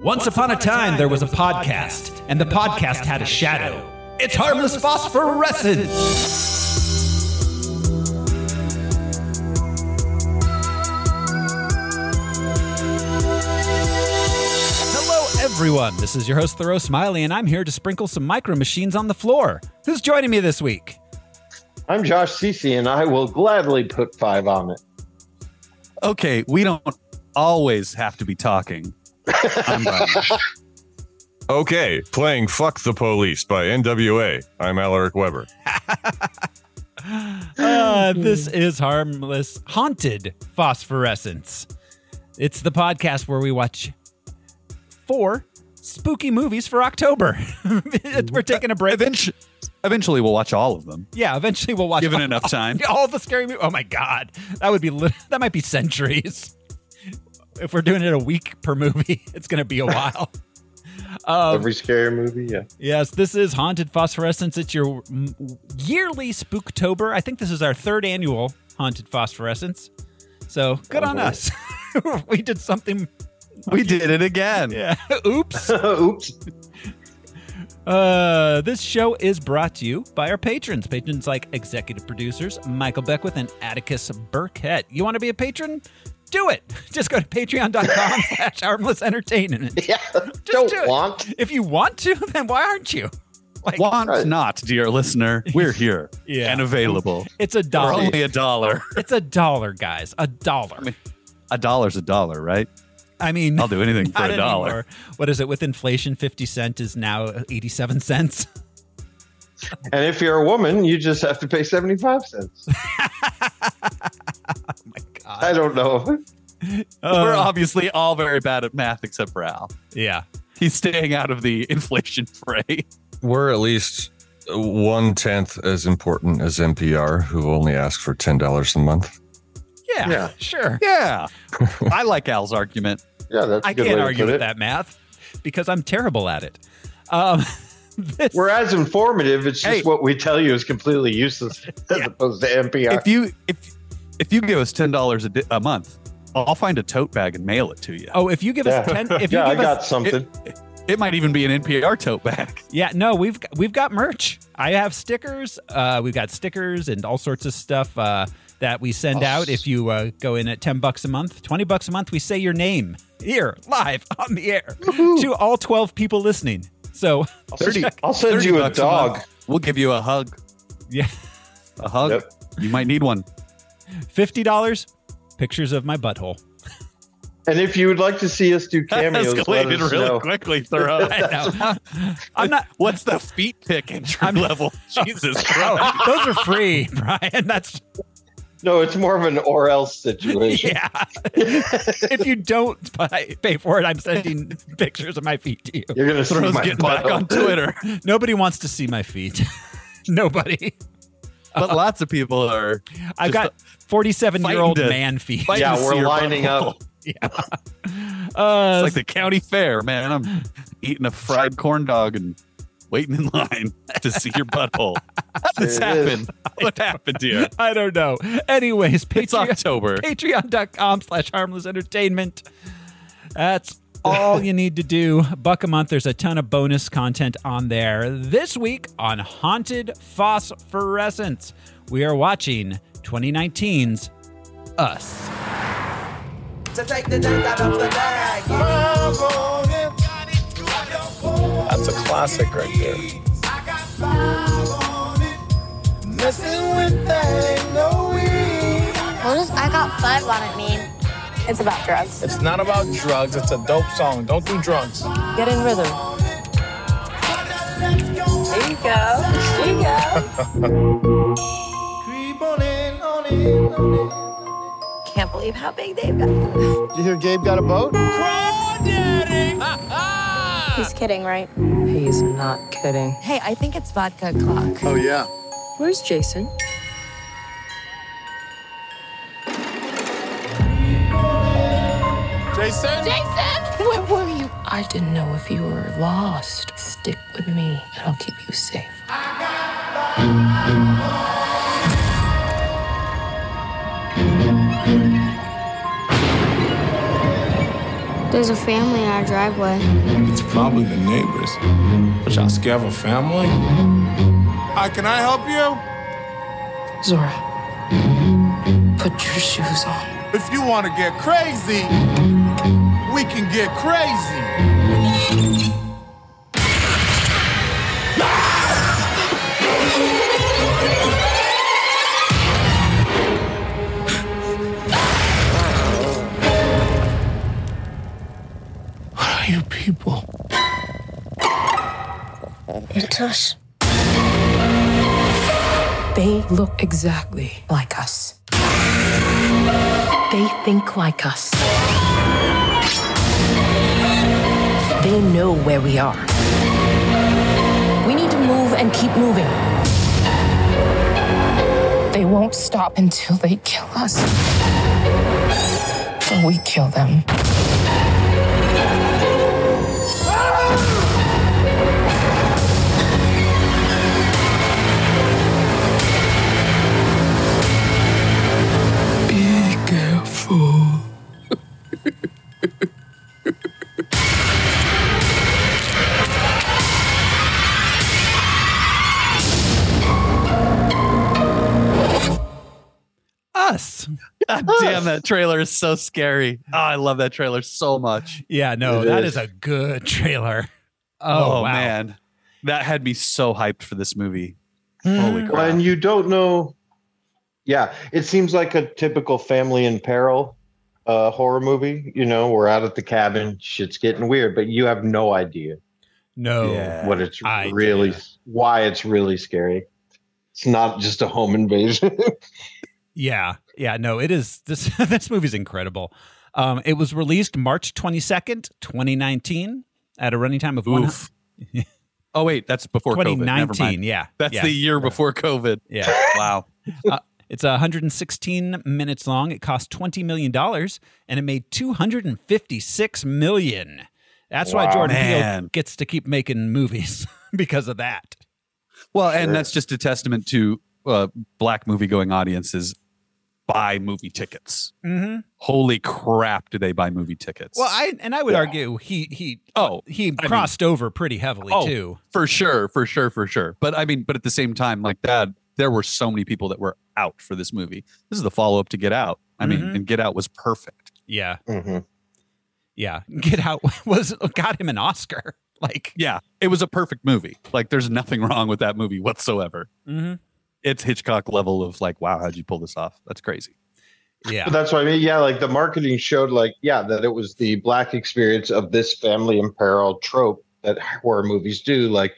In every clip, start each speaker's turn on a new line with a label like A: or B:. A: Once upon a time, there was a podcast, and the podcast had a shadow. It's harmless phosphorescence. Hello, everyone. This is your host, Thoreau Smiley, and I'm here to sprinkle some micro machines on the floor. Who's joining me this week?
B: I'm Josh Cece, and I will gladly put five on it.
C: okay, we don't always have to be talking. I'm Brian.
D: Okay, playing Fuck the Police by NWA. I'm Alaric Weber.
A: uh, this is harmless haunted phosphorescence. It's the podcast where we watch four spooky movies for October. We're taking a break.
C: eventually, eventually, we'll watch all of them,
A: yeah, eventually we'll watch
C: given
A: all,
C: enough time.
A: all the scary movies. Oh my god, that would be lit- that might be centuries. If we're doing it a week per movie, it's going to be a while. Um,
B: Every scary movie, yeah.
A: Yes, this is Haunted Phosphorescence. It's your mm, yearly Spooktober. I think this is our third annual Haunted Phosphorescence. So good on
B: boy.
A: us. we did something.
C: We did it again.
A: Yeah. Oops.
B: Oops.
A: Uh, this show is brought to you by our patrons. Patrons like executive producers Michael Beckwith and Atticus Burkett. You want to be a patron? Do it. Just go to patreon.com slash harmless entertainment.
B: Yeah.
A: Just
B: Don't
A: do it.
B: want.
A: If you want to, then why aren't you? Like,
C: Want
B: Right.
C: not, dear listener. We're here
A: Yeah.
C: and available.
A: it's a
C: For
A: dollar.
C: only a dollar.
A: It's a dollar, guys. A dollar.
C: A dollar's a dollar, right?
A: I mean,
C: I'll do anything for
A: not
C: a dollar.
A: anymore. What is it with inflation? Fifty cent is now eighty-seven cents.
B: And if you're a woman, you just have to pay 75 cents.
A: Oh my god!
B: I don't know.
C: We're
A: Uh,
C: obviously all very bad at math except for Al.
A: Yeah,
C: He's staying out of the inflation fray.
D: We're at least one tenth as important as NPR, who only ask for ten dollars a month.
A: yeah,
B: Yeah.
A: sure.
C: Yeah. I like Al's argument.
B: Yeah, that's a
A: I
B: good
A: can't
B: way
A: argue
B: to put
A: with
B: it.
A: that math because I'm terrible at it. Um, this,
B: We're as informative. It's just
C: Hey.
B: what we tell you is completely useless as
A: Yeah.
B: opposed to NPR.
C: if you if if you give us ten dollars di- a month, I'll find a tote bag and mail it to you.
A: oh, if you give us
B: Yeah.
A: ten, if you
B: yeah, I
A: give us,
B: got something.
C: It might even be an NPR tote bag.
A: yeah, no, we've got- we've got merch. I have stickers. Uh, we've got stickers and all sorts of stuff uh, that we send
B: Oh,
A: out.
B: s-
A: If you uh, go in at ten bucks a month, twenty bucks a month, we say your name here live on the air to all twelve people listening. So
B: I'll,
C: 30
B: send- I'll send you a
C: bucks
B: dog.
C: month. we'll give you a hug.
A: Yeah.
C: a hug.
B: Yep.
C: You might need one.
A: Fifty dollars, pictures of my butthole.
B: and if you would like to see us do cameos, let us know.
C: quickly, Thoreau.
A: I know. I'm not.
C: What's the feet pick entry level? Jesus Christ!
A: Those are free, Brian. That's
B: No, it's more of an or else situation.
A: yeah. if you don't buy, pay for it, I'm sending pictures of my feet to you.
B: You're going to see
C: Thoreau's
B: my
C: getting back
B: butthole.
C: on Twitter,
A: Nobody wants to see my feet. Nobody.
C: but lots of people are.
A: I've
C: Just
A: got 47 year old
C: fighting to-
A: man feet.
C: fighting
B: Yeah,
C: to
B: we're
C: see your
B: lining up.
C: butthole. It's
A: Uh,
C: like the county fair, man. I'm eating a fried corn dog and waiting in line to see your butthole. How did this
B: Sure it is.
C: happen? What happened here?
A: I don't know. Anyways,
C: It's
A: Patreon,
C: October.
A: patreon.com slash harmless entertainment that's all you need to do buck a month there's a ton of bonus content on there this week on haunted phosphorescence we are watching 2019's us
E: So take the dent out of the bag.
F: That's a classic right there.
E: I got five on it. Messing with that ain't no weed.
G: What does I got five on it mean?
H: It's about drugs.
F: It's not about drugs. It's a dope song. Don't do drugs.
H: Get in rhythm.
E: Let's go.
H: There you go. There you go.
E: Creep on in, on in, on in.
H: Can't believe how big they've got.
F: You hear Gabe got a boat?
G: He's kidding, right?
I: He's not kidding.
H: Hey, I think it's vodka o'clock.
F: Oh yeah.
I: Where's Jason?
F: Jason.
I: Jason! Where were you? I didn't know if you were lost. Stick with me, and I'll keep you safe.
J: There's a family in our driveway.
E: It's probably the neighbors. But y'all scared of a family? Hi, can I help you?
I: Zora, put your shoes on.
E: If you want to get crazy, we can get crazy. What are you people?
I: It's us. They look exactly like us. They think like us. They know where we are. We need to move and keep moving. They won't stop until they kill us. Or we kill them. Be careful.
A: Us.
C: God damn, that trailer is so scary. Oh, I love that trailer so much.
A: Yeah, no,
B: It
A: that is.
B: is.
A: a good trailer.
C: Oh,
A: Oh, wow.
C: man, that had me so hyped for this movie.
A: Hmm.
C: Holy crap!
B: When you don't know, yeah, it seems like a typical family in peril uh, horror movie. You know, we're out at the cabin, shit's getting weird, but you have no idea
A: No.
C: Yeah.
B: what it's
A: I
B: really,
A: do.
B: why it's really scary. It's not just a home invasion.
A: Yeah, yeah, no, it is this this movie's incredible. Um, it was released March twenty second, twenty nineteen, at a running time of one
C: Oof. oh wait, that's before
A: twenty
C: COVID. Never
A: nineteen.
C: mind.
A: Yeah,
C: That's
A: yeah,
C: the year before COVID.
A: yeah.
C: Wow.
A: It's 116 minutes long. It cost 20 million dollars and it made 256 million. That's why
B: Wow.
A: Jordan Peele
C: Man.
A: gets to keep making movies because of that.
C: Well,
B: Sure.
C: and that's just a testament to uh, black movie going audiences buy movie tickets.
A: Mm-hmm.
C: Holy crap, do they buy movie tickets?
A: Well, I and I would argue he he
C: oh,
A: he
C: mean-
A: crossed over pretty heavily
C: Oh.
A: too.
C: for sure, for sure, for sure. But I mean, but at the same time, like that, there were so many people that were out for this movie. This is the follow up to Get Out. I mean,
A: Mhm.
C: and Get Out was perfect.
A: Yeah,
B: Mhm.
A: yeah. Get out was got him an Oscar. Like,
C: Yeah, it was a perfect movie. Like, there's nothing wrong with that movie whatsoever.
A: mhm.
C: It's Hitchcock level of like, wow, how'd you pull this off? That's crazy.
A: yeah.
B: But that's what I mean. Yeah, like the marketing showed, like, yeah, that it was the black experience of this family in peril trope that horror movies do. Like,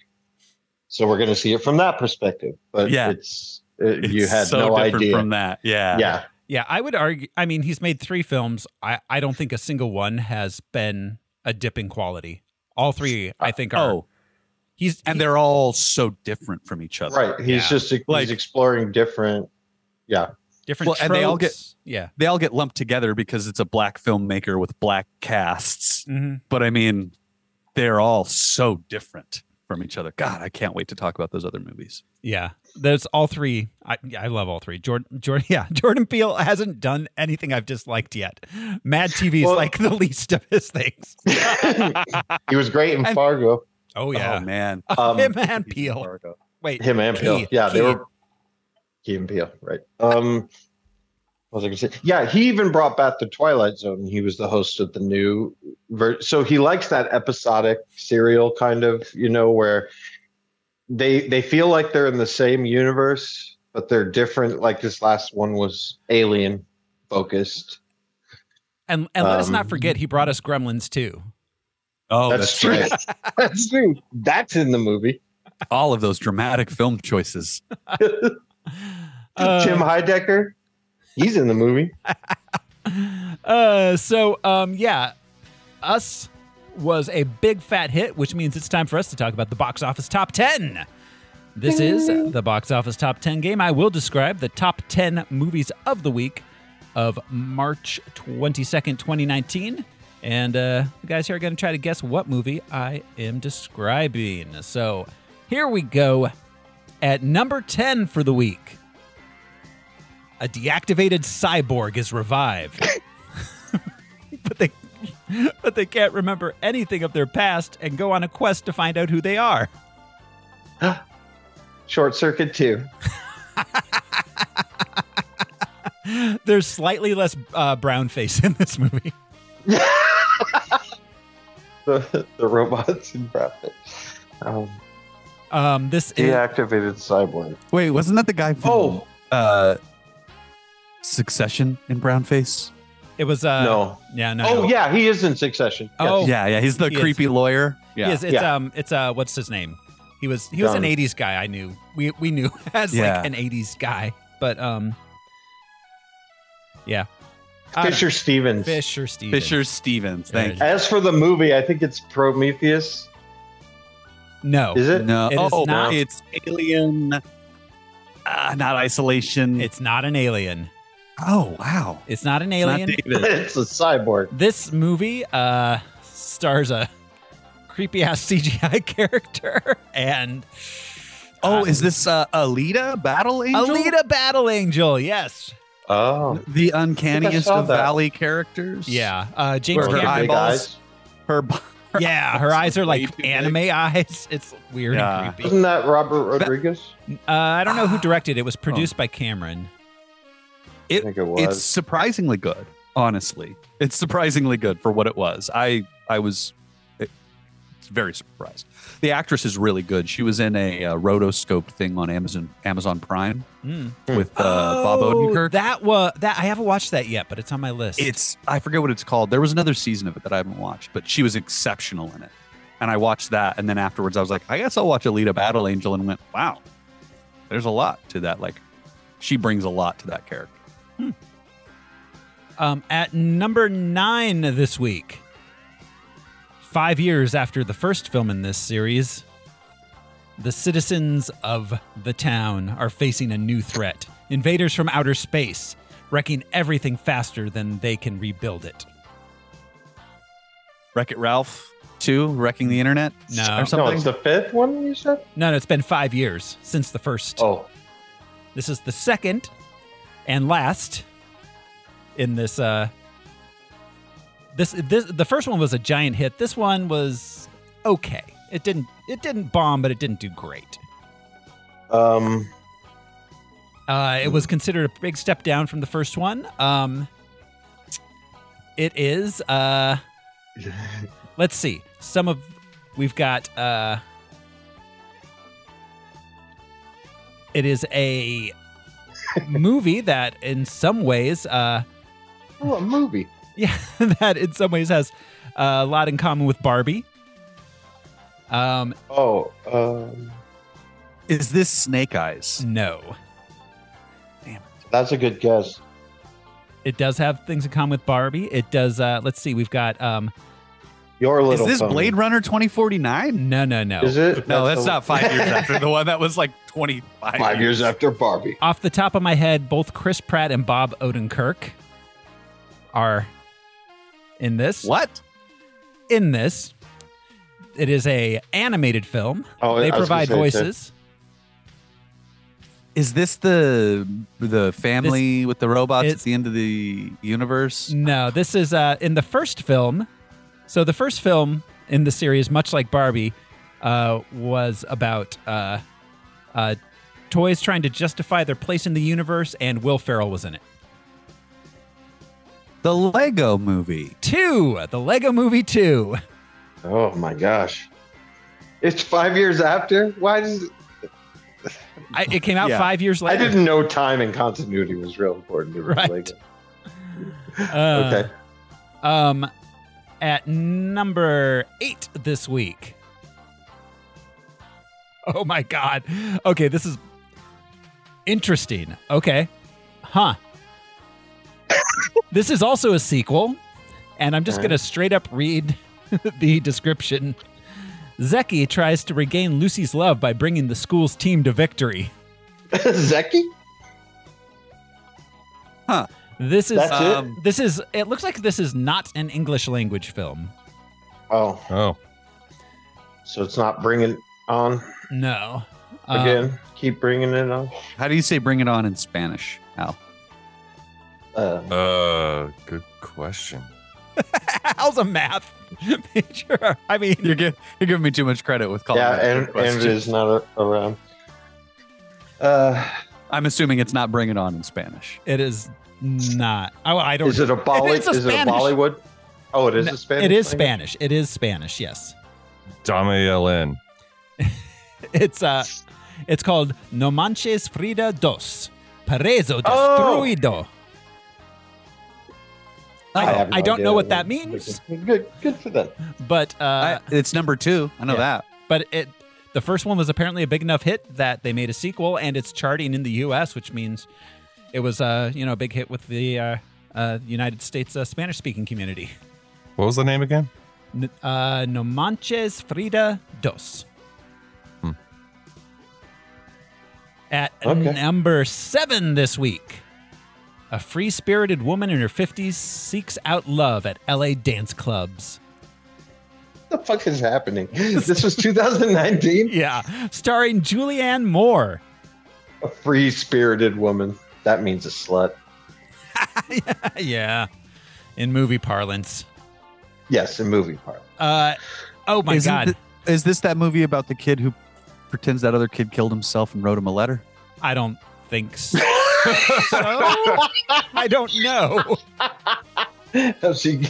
B: so we're going to see it from that perspective. But
C: Yeah.
B: it's, it, you
C: It's
B: had
C: so
B: no
C: different
B: idea.
C: from that. Yeah,
B: yeah,
A: Yeah, I would argue. I mean, he's made three films. I, I don't think a single one has been a dip in quality. All three, I think, are.
C: Oh,
A: he's
C: and
A: he-
C: they're all so different from each other.
B: right. He's
A: Yeah.
B: just
C: Like-
B: he's exploring different. Yeah,
A: different.
C: well, and they all
A: tropes. yeah.
C: They all get lumped together because it's a black filmmaker with black casts.
A: Mhm.
C: But I mean, they're all so different from each other. God, I can't wait to talk about those other movies.
A: Yeah, there's all three. I I love all three. Jordan Jordan yeah Jordan Peele hasn't done anything I've disliked yet. Mad TV is
B: Well-
A: like the least of his things.
B: he was great in
C: And-
B: Fargo.
A: Oh yeah,
C: Oh man.
B: Um,
A: him and Peele. Wait,
B: Him and Peel.
A: Key-
B: yeah,
A: Key.
B: they were Key and Peel, right? Um, what was I going to say? Yeah, he even brought back the Twilight Zone. He was the host of the new ver- so he likes that episodic serial kind of, you know, where they they feel like they're in the same universe, but they're different. Like this last one was alien focused.
A: and and let us not
B: Um,
A: forget he brought us Gremlins too.
C: Oh,
B: that's, true. that's true. That's in the movie.
C: all of those dramatic film choices.
A: Uh,
B: Jim Heidecker, he's in the movie.
A: Uh, so um, yeah, Us was a big fat hit, which means it's time for us to talk about the box office top ten. This is the box office top ten game. I will describe the top ten movies of the week of March twenty second, twenty nineteen. And uh, the guys here are going to try to guess what movie I am describing. So here we go. At number 10 for the week, a deactivated cyborg is revived. but they but they can't remember anything of their past and go on a quest to find out who they are.
B: Short Circuit 2.
A: There's slightly less uh, brown face in this movie.
B: The, the robots in Brad Pitt. Um,
A: Um, this is
B: deactivated cyborg.
C: Wait, wasn't that the guy from
B: Oh.
C: uh, Succession in brownface?
A: it was uh
B: no.
A: yeah no
B: Oh,
A: no.
B: yeah, he is in Succession. Yes.
A: Oh.
C: Yeah, yeah, he's the
A: He is.
C: creepy lawyer.
A: He
C: Yeah,
A: is, it's um it's uh what's his name? He was he was an
B: John.
A: eighties guy I knew. We we knew as
C: Yeah.
A: like an eighties guy. But um Yeah. I don't
B: Fisher
A: know.
B: Stevens.
A: Fisher Stevens.
C: Fisher Stevens. Thank
A: Yeah.
B: As for the movie, I think it's Prometheus.
A: No.
B: Is
C: you.
B: it?
C: No,
A: It is
C: oh,
A: not-
C: it's Alien. Uh, not Isolation.
A: It's not an alien.
C: oh wow,
A: It's not an
C: It's not
A: alien.
C: David.
B: it's a cyborg.
A: this movie uh stars a creepy ass CGI character and
C: Oh,
A: uh,
C: is this uh, Alita Battle Angel?
A: Alita Battle Angel, yes.
B: Oh.
C: the uncanniest
B: saw
C: of
B: that.
C: Valley characters.
A: Yeah. Uh James
C: Where her
A: Cameron.
B: Big
C: eyeballs-
B: eyes.
C: her. b-
A: Yeah, her eyes are
C: way
A: like
C: too
A: anime eyes. It's weird
C: Yeah.
A: and creepy.
B: Isn't that Robert Rodriguez?
A: Uh, I don't know who directed it. It
C: Oh.
A: was produced by Cameron.
B: I think it was.
C: It's surprisingly good, honestly. It's surprisingly good for what it was. I I was it- very surprised. The actress is really good. She was in a uh, rotoscope thing on Amazon Amazon Prime
A: Mm.
B: Hmm.
C: with uh, Bob Odenkirk.
A: Oh, That was that. I haven't watched that yet, but it's on my list.
C: it's I forget what it's called. There was another season of it that I haven't watched, but she was exceptional in it. And I watched that, and then afterwards I was like, I guess I'll watch Alita Battle Angel, and went, wow, there's a lot to that. Like, she brings a lot to that character.
A: um, at number nine this week. Five years after the first film in this series, the citizens of the town are facing a new threat: invaders from outer space, wrecking everything faster than they can rebuild it.
C: Wreck It Ralph 2, Wrecking the Internet?
A: No.
C: Or
B: no,
C: something?
B: it's the fifth one you said?
A: No, no, it's been five years since the first.
B: Oh.
A: This is the second and last in this uh this this the first one was a giant hit. This one was okay. It didn't it didn't bomb, but it didn't do great.
B: Um,
A: Uh, it was considered a big step down from the first one. Um, it is. Uh, let's see. Some of we've got. Uh, it is a movie that, in some ways, uh,
B: oh, a movie.
A: yeah, that in some ways has uh, a lot in common with Barbie. Um,
B: Oh, um,
C: Is this Snake Eyes?
A: no,
B: that's a good guess.
A: it does have things in common with Barbie. It does. Uh, let's see. We've got. Um,
B: Your
C: Is
B: little.
C: this
B: Pony.
C: Blade Runner 2049?
A: No, no, no.
B: Is it?
C: No, that's
B: the-
C: not five years after the one that was like 25
B: Five years after Barbie.
A: Off the top of my head, both Chris Pratt and Bob Odenkirk are in this.
C: What?
A: In this, it is a animated film.
B: Oh,
A: they
B: I was gonna
A: provide
B: say, too.
A: voices.
C: Is this the the family with the robots at
A: it's-
C: the end of the universe?
A: No, this is uh, in the first film. So the first film in the series, much like Barbie, uh, was about uh, uh, toys trying to justify their place in the universe, and Will Ferrell was in it.
C: The Lego movie.
A: Two, the Lego Movie Two.
B: Oh my gosh. It's five years after? Why does
A: I, it came out
C: Yeah.
A: five years
B: I
A: later.
B: didn't know time and continuity was real important to
A: Right.
B: Lego.
A: Uh,
B: Okay.
A: Um, at number eight this week. Oh my God. Okay, this is interesting. Okay. Huh. this is also a sequel, and I'm just going to straight up read the description. Zeki tries to regain Lucy's love by bringing the school's team to victory. Uh,
B: Zeki?
A: This is uh,
B: That's
C: um,
A: this is it looks like this is not an English language film.
B: it? Oh,
D: Oh,
B: so it's not bringing it on
A: No. Um,
B: again. Keep bringing it on.
C: How do you say "Bring It On" in Spanish? Al.
B: Uh,
D: uh, good question.
A: Al's a math major. I mean,
C: you're, gi- you're giving me too much credit with calling.
B: yeah,
C: that
B: and, and
C: question.
B: it is not a, around. Uh,
C: I'm assuming it's not "Bring It On" in Spanish.
A: it is not. I, I don't.
B: is it a Bolly?
A: It's a
B: is it a
A: Spanish.
B: Bollywood? Oh, it is a Spanish.
A: It is
B: thing?
A: Spanish. It is Spanish. Yes,
D: Dame LN.
A: it's uh, it's called No Manches Frida Dos, Perezo
B: Oh!
A: Destruido.
B: I,
A: I,
B: have no
A: I don't
B: idea.
A: know what that means,
B: Good, good for them.
A: but uh,
C: I, it's number two. I know
A: yeah.
C: that.
A: but it the first one was apparently a big enough hit that they made a sequel and it's charting in the US which means it was uh, you know a big hit with the uh, uh, United States uh, Spanish speaking community.
D: What was the name again?
A: N- uh, no manches Frida dos. Hmm. At
B: Okay.
A: number seven this week, a free spirited woman in her 50s seeks out love at LA dance clubs.
B: What the fuck is happening? this was 2019.
A: Yeah. Starring Julianne Moore.
B: A free spirited woman. That means a slut.
A: yeah. In movie parlance.
B: Yes, a movie part.
A: Uh, oh my
C: Isn't
A: god!
C: th- is this that movie about the kid who pretends that other kid killed himself and wrote him a letter?
A: I don't think so. I don't know.
B: Have she,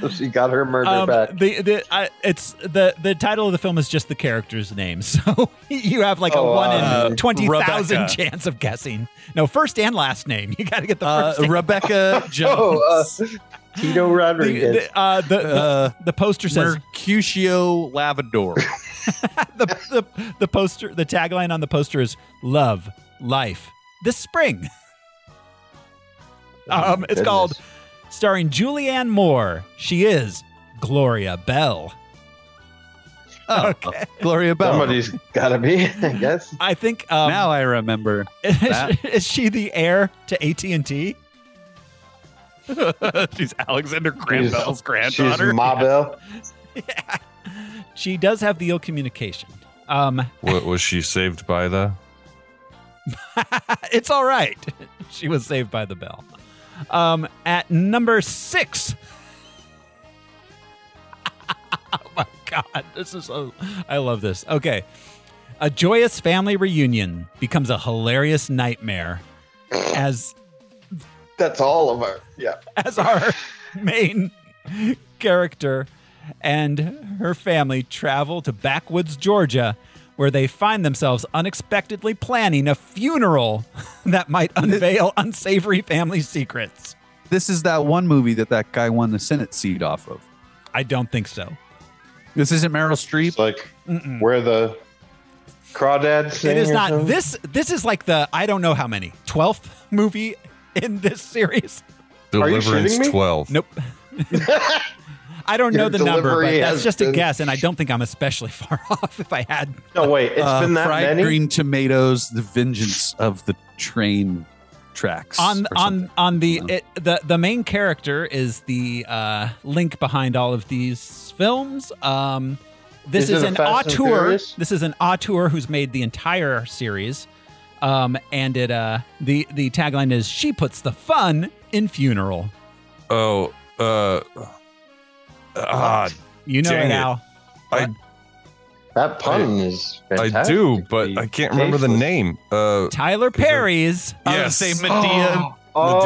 B: have she got her murder
A: Um,
B: back?
A: the the I, it's the the title of the film is just the character's name, so you have like
B: Oh,
A: a one
B: uh,
A: in twenty thousand
D: Rebecca.
A: chance of guessing. No, first and last name. You got to get the
C: Uh,
A: first. name.
C: Rebecca Jones.
B: Oh, uh, Tito
A: The,
B: Rodriguez.
A: the, uh, the, the,
C: Uh,
A: the poster says
C: Mercutio Lavador.
A: the, the the poster the tagline on the poster is love life this spring.
B: Oh,
A: Um, it's
B: my goodness.
A: called starring Julianne Moore. She is Gloria Bell.
C: Oh,
A: Okay.
C: Gloria Bell.
B: Somebody's got to be, I guess.
A: I think um,
C: now I remember.
A: is,
C: that.
A: is she the heir to AT and T?
C: She's Alexander
B: She's-
C: Graham Bell's
B: She's
C: granddaughter.
B: Ma Bell.
A: She does have the ill communication. Um,
D: What was she saved by the?
A: it's all right. She was saved by the bell. Um, at number six. oh my god, this is so. I love this. Okay, a joyous family reunion becomes a hilarious nightmare as
B: That's all of her. Yeah.
A: as our main character and her family travel to backwoods Georgia where they find themselves unexpectedly planning a funeral that might unveil unsavory family secrets.
C: This is that one movie that that guy won the Senate seat off of.
A: I don't think so.
C: This isn't Meryl Streep.
B: It's like where the crawdads sing
A: It is
B: or
A: not
B: something.
A: this this is like the I don't know how many 12th movie in this series.
B: Are you
D: Deliverance
B: shitting me?
D: 12.
A: Nope. I don't know
B: Your
A: the number, but
B: delivery
A: that's
B: has
A: just a
B: been-
A: guess and I don't think I'm especially far off if I had
B: No, wait. It's
C: Uh,
B: been that
C: fried
B: many.
C: green tomatoes, the vengeance of the train tracks.
A: on
C: or
A: on
C: something.
A: on the
C: Yeah.
A: it, the the main character is the uh, link behind all of these films. Um, this
B: Is
A: is,
B: it a
A: an
B: Fast and
A: auteur.
B: Furious?
A: This is an auteur who's made the entire series, um, and it uh, the the tagline is "She puts the fun in funeral."
D: Oh, uh, ah,
A: You know
D: Dang
A: it,
D: it.
A: Al.
D: I,
B: That pun is fantastic.
D: I do, but I can't remember the
B: Tasteless.
D: name. Uh,
A: Tyler Perry's
C: I would
D: yes.
C: say Medea.
B: Oh,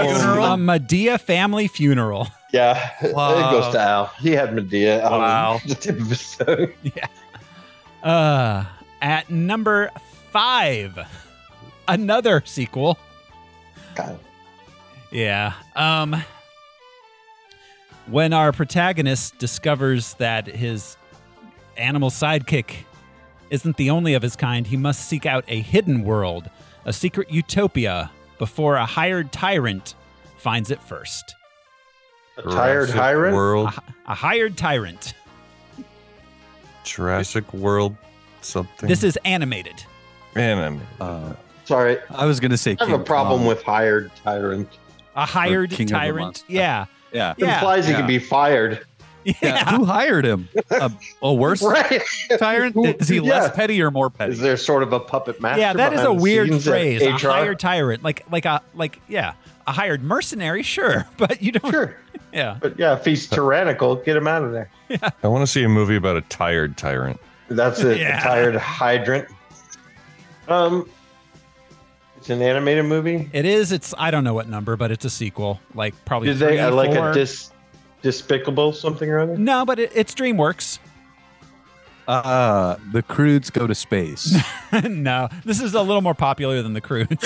D: Medea.
A: funeral, a Medea family funeral.
B: yeah.
C: Wow.
B: It goes to Al. He had Medea. on
C: Wow.
B: The tip of his tongue.
A: Uh, at number five, another sequel.
B: God.
A: Yeah. Um when our protagonist discovers that his animal sidekick isn't the only of his kind, he must seek out a hidden world, a secret utopia before a hired tyrant finds it first.
B: A tired
D: Jurassic
B: tyrant.
D: World,
A: A hired tyrant.
D: Jurassic World, something.
A: This is animated.
D: anime.
C: Uh,
B: Sorry.
C: I was gonna say
B: I have a
C: King
B: problem
C: Kong.
B: with hired tyrant.
A: A hired
C: King of the
A: tyrant.
C: Monsters.
A: Yeah.
C: yeah.
B: It implies he
C: yeah.
B: can be fired.
C: Yeah, Who hired him? A, a worse
B: Right.
C: tyrant?
B: Who-
C: Is he
B: yeah.
C: less petty or more
B: Is
C: petty?
B: there sort of a puppet master?
A: yeah, that is a
B: behind the
A: weird
B: scenes at
A: phrase. A
B: HR?
A: hired tyrant, like like a like yeah, a hired mercenary, sure, but you don't.
B: Sure.
A: Yeah,
B: But yeah, if he's tyrannical, get him out of there.
D: I want to see a movie about a tired tyrant.
B: That's it.
A: Yeah.
B: A tired hydrant. Um, it's an animated movie.
A: it is. It's I don't know what number, but it's a sequel. Like probably
B: Did they
A: three,
B: uh, like
A: four.
B: a dis, despicable something or other?
A: No, but it, it's DreamWorks.
C: Uh, the crudes go to space.
A: no, this is a little more popular than the Crudes.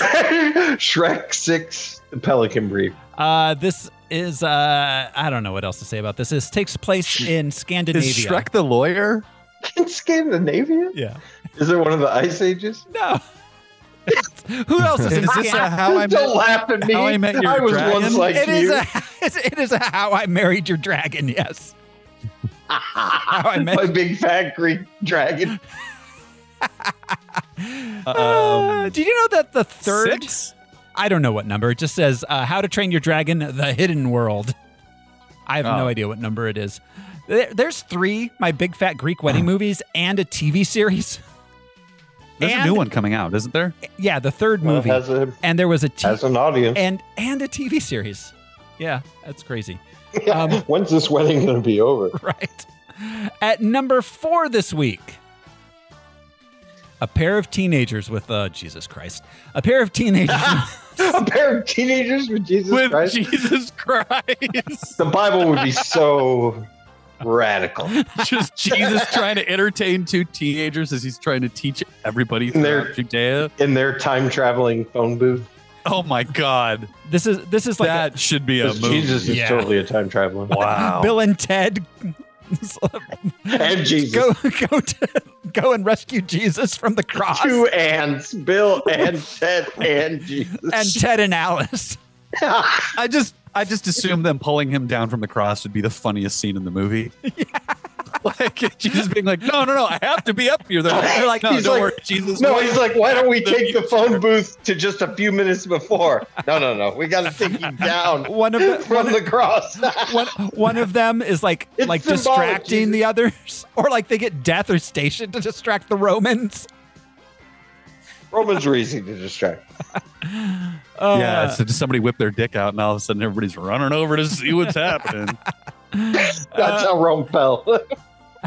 B: Shrek Six: The Pelican Brief.
A: Uh, this is uh, I don't know what else to say about this. This takes place in
C: Is
A: Scandinavia.
C: Shrek the lawyer?
B: In Scandinavia?
A: Yeah.
B: Is it one of the Ice Ages?
A: No. Who else is in
C: Is this a
A: Scandinavia?
C: how I
B: Don't
C: met?
B: laugh at me.
C: How I Met Your
B: was
C: Dragon?
B: once like
A: It is
B: you.
A: a it is a how I married your dragon. Yes. how I met.
B: My big fat Greek dragon.
A: Uh, did you know that the third?
C: um, Six?
A: I don't know what number. It just says uh, How to Train Your Dragon: The Hidden World. I have no
C: Oh.
A: idea what number it is. There- There's three my big fat Greek wedding movies and a TV series.
C: There's a
A: And-
C: new one coming out, isn't there?
A: Yeah, the third
B: Well, it
A: movie.
B: has a
A: and there was a t-
B: has an audience.
A: and and a TV series. Yeah, that's crazy. um,
B: When's this wedding going to be over?
A: right. At number four this week, a pair of teenagers with uh, Jesus Christ. A pair of teenagers.
B: a pair of teenagers with Jesus Christ.
C: Jesus Christ.
B: the Bible would be so radical.
C: just Jesus trying to entertain two teenagers as he's trying to teach everybody
B: And they're-
C: throughout Judea.
B: in their time traveling phone booth.
C: Oh my God,
A: this is this is like a-
C: that should be a
B: 'Cause
C: movie.
B: Jesus is
A: Yeah.
B: totally a time traveler.
C: Wow.
A: Bill and Ted
B: And Jesus.
A: go go to, go and rescue Jesus from the cross.
B: Two ants, Bill and Ted and Jesus.
A: and Ted and Alice.
C: I just, I just assumed them pulling him down from the cross would be the funniest scene in the movie. like Jesus being like, no, no, no, I have to be up here. They're like, they're like, no,
B: He's
C: don't
B: like-
C: worry, Jesus.
B: no,
C: wait."
B: he's like, why don't we
C: The
B: take the phone booth to just a few minutes before? No, no, no. We got to take him down
A: One of the
B: from the cross.
A: one, one of them is like
B: It's
A: like
B: symbolic,
A: distracting
B: Jesus.
A: the others, or like they get death or station to distract the Romans.
B: Romans were easy to distract.
A: Uh,
C: yeah, so just somebody whipped their dick out, and all of a sudden everybody's running over to see what's happening.
B: That's
A: Uh,
B: how Rome fell.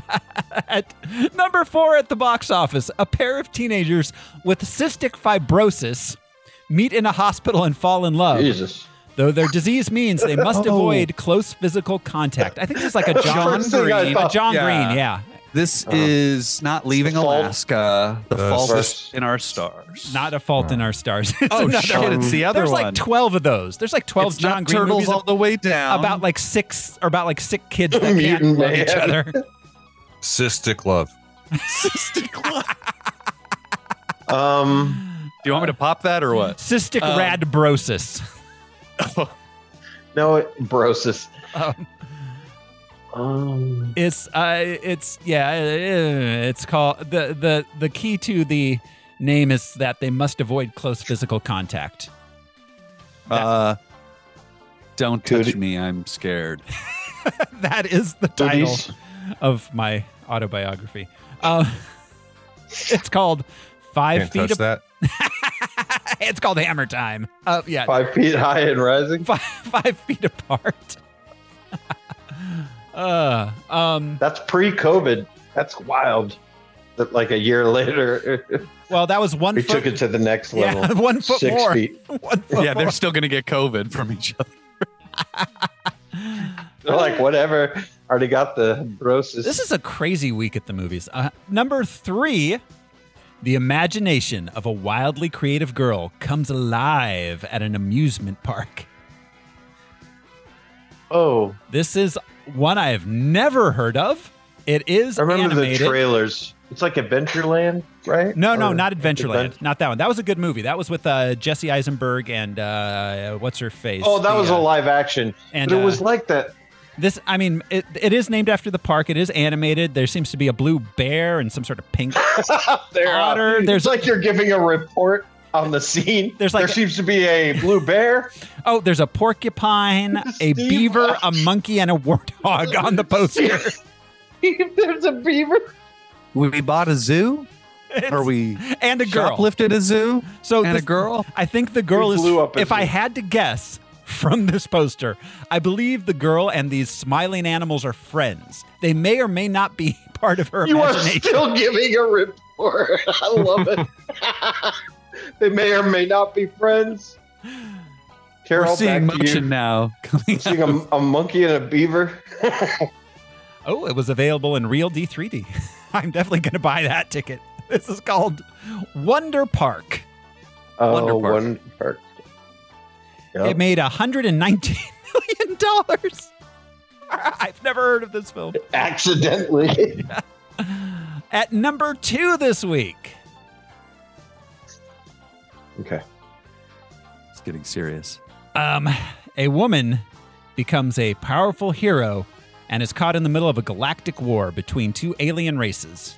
A: at number four at the box office, a pair of teenagers with cystic fibrosis meet in a hospital and fall in love.
B: Jesus.
A: Though their disease means they must
C: Oh.
A: avoid close physical contact. I think this is like a John
B: First thing I
A: Green. A
B: thought.
A: John
C: Yeah.
A: Green, yeah.
C: This
B: Uh-huh.
C: is not leaving
B: The Fault.
C: Alaska. The
D: The
C: fault
B: First.
C: in our stars.
A: Not a fault in our stars. It's
C: oh
A: another
C: shit!
A: one.
C: It's the other
A: There's
C: one.
A: like 12 of those. There's like 12
C: It's
A: John
C: not
A: Green
C: turtles
A: movies
C: all the way down.
A: about like six or about like sick kids that can't
B: Mutant
A: love each
B: Man.
A: other.
D: Cystic love.
B: Um,
C: Do you want me to pop that or what?
A: Cystic
C: Um,
A: radbrosis.
B: no, it, brosis.
A: Um,
B: Um,
A: It's uh, it's yeah, eh, it's called the the the key to the name is that they must avoid close physical contact.
C: Uh, don't touch
B: Cody.
C: me. I'm scared.
A: That is the title.
B: booties.
A: of my autobiography. Um, it's called 5
D: Can't
A: feet.
D: touch
A: Ap-
D: that.
A: it's called Hammer Time. Uh, yeah, five.
B: Five feet high and rising.
A: five feet apart. uh, um,
B: That's pre-COVID. That's wild. That like a year later,
A: well, that was one
B: we
A: foot.
B: took it to the next
A: yeah,
B: level.
A: one foot
B: Six
A: more.
B: feet.
A: One foot
C: yeah,
A: more.
C: they're still gonna get COVID from each other.
B: They're like whatever. Already got the brosis.
A: This is a crazy week at the movies. Uh, number three, the imagination of a wildly creative girl comes alive at an amusement park.
B: oh,
A: This is one I have never heard of. It is.
B: I remember
A: animated.
B: the trailers. It's like Adventureland, right?
A: No, no,
B: Or-
A: not Adventureland.
B: Advent-
A: not that one. That was a good movie. That was with uh, Jesse Eisenberg and uh, what's her face?
B: Oh, that
A: The,
B: was a
A: uh,
B: live action.
A: and,
B: but it
A: uh,
B: was like that.
A: This, I mean, it, it is named after the park. It is animated. There seems to be a blue bear and some sort of pink.
B: There, uh,
A: Otter, there's-
B: it's like you're giving a report on the scene.
A: There's like
B: there seems to be a blue bear.
A: Oh, there's a porcupine, a beaver, a monkey, and a warthog on the poster.
B: there's a beaver.
C: We bought a zoo. Or we
A: and a girl.
C: shoplifted a zoo.
A: So
C: and
A: this-
C: a girl.
A: I think the girl
B: We
A: is.
B: blew up a
A: If I
B: zoo.
A: had to guess from this poster, I believe the girl and these smiling animals are friends. They may or may not be part of her
B: You are
A: imagination.
B: still giving a report. I love it. they may or may not be friends. Carol,
C: We're seeing
B: back to you.
C: motion now. Coming
B: Seeing a, a monkey and a beaver.
A: Oh, it was available in real D3D. I'm definitely going to buy that ticket. This is called Wonder Park.
B: Oh,
C: Wonder Park.
B: Wonder Park. Yep.
A: It made 119 million dollars. I've never heard of this film.
B: Accidentally.
A: At number two this week,
B: okay.
C: It's getting serious.
A: um, a woman becomes a powerful hero and is caught in the middle of a galactic war between two alien races.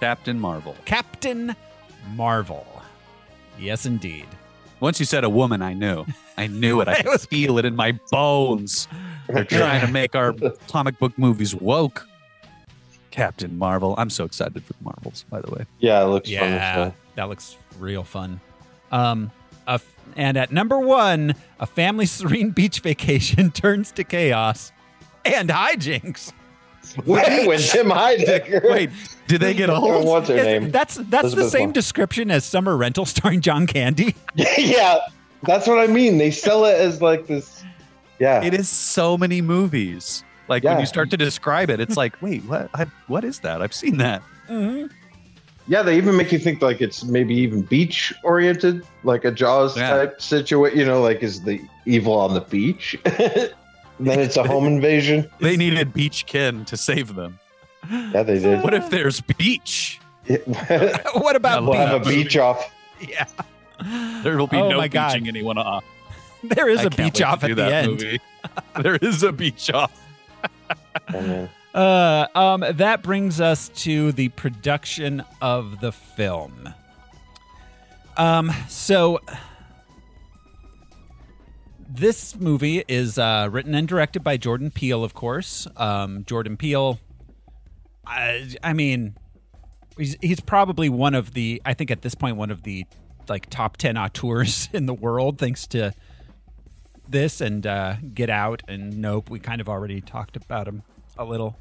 C: Captain Marvel.
A: Captain Marvel. Yes, indeed.
C: Once you said a woman, I knew. I knew it. I could feel it in my bones. They're trying to make our comic book movies woke. Captain Marvel. I'm so excited for the Marvels, by the way.
B: Yeah, it looks fun. as
A: Yeah,
B: hell.
A: that looks real fun. Um, a f- and at number one, a family serene beach vacation turns to chaos and hijinks.
B: Wait, when Tim Heidecker.
C: Wait, did they get
B: Or
C: old?
B: what's her
A: Is-
B: name?
A: That's that's the
B: Elizabeth
A: same
B: Moss.
A: description as Summer Rental starring John Candy.
B: yeah, that's what I mean. They sell it as like this. Yeah,
C: It is so many movies. Like when
B: Yeah.
C: you start to describe it, it's like, wait, what? I, what is that? I've seen that.
B: yeah. They even make you think like it's maybe even beach oriented, like a Jaws
C: Yeah.
B: type situation. You know, like is the evil on the beach? then it's a home invasion.
C: They needed Beach Ken to save them.
B: Yeah, they did.
C: What if there's beach?
A: what about
B: we'll have a
A: beach?
B: beach off.
A: Yeah,
C: There will be
A: Oh
C: no
A: my
C: beaching
A: God.
C: anyone off.
A: there is a
C: I can't wait
A: beach
C: to
A: off
C: do
A: at the
C: that
A: end.
C: movie. there is a beach off.
B: Oh, man.
A: Uh, um, that brings us to the production of the film. Um, so this movie is uh, written and directed by Jordan Peele, of course. Um, Jordan Peele, I, I mean, he's, he's probably one of the, I think at this point, one of the like top 10 auteurs in the world, thanks to this and uh, Get Out and Nope. We kind of already talked about him a little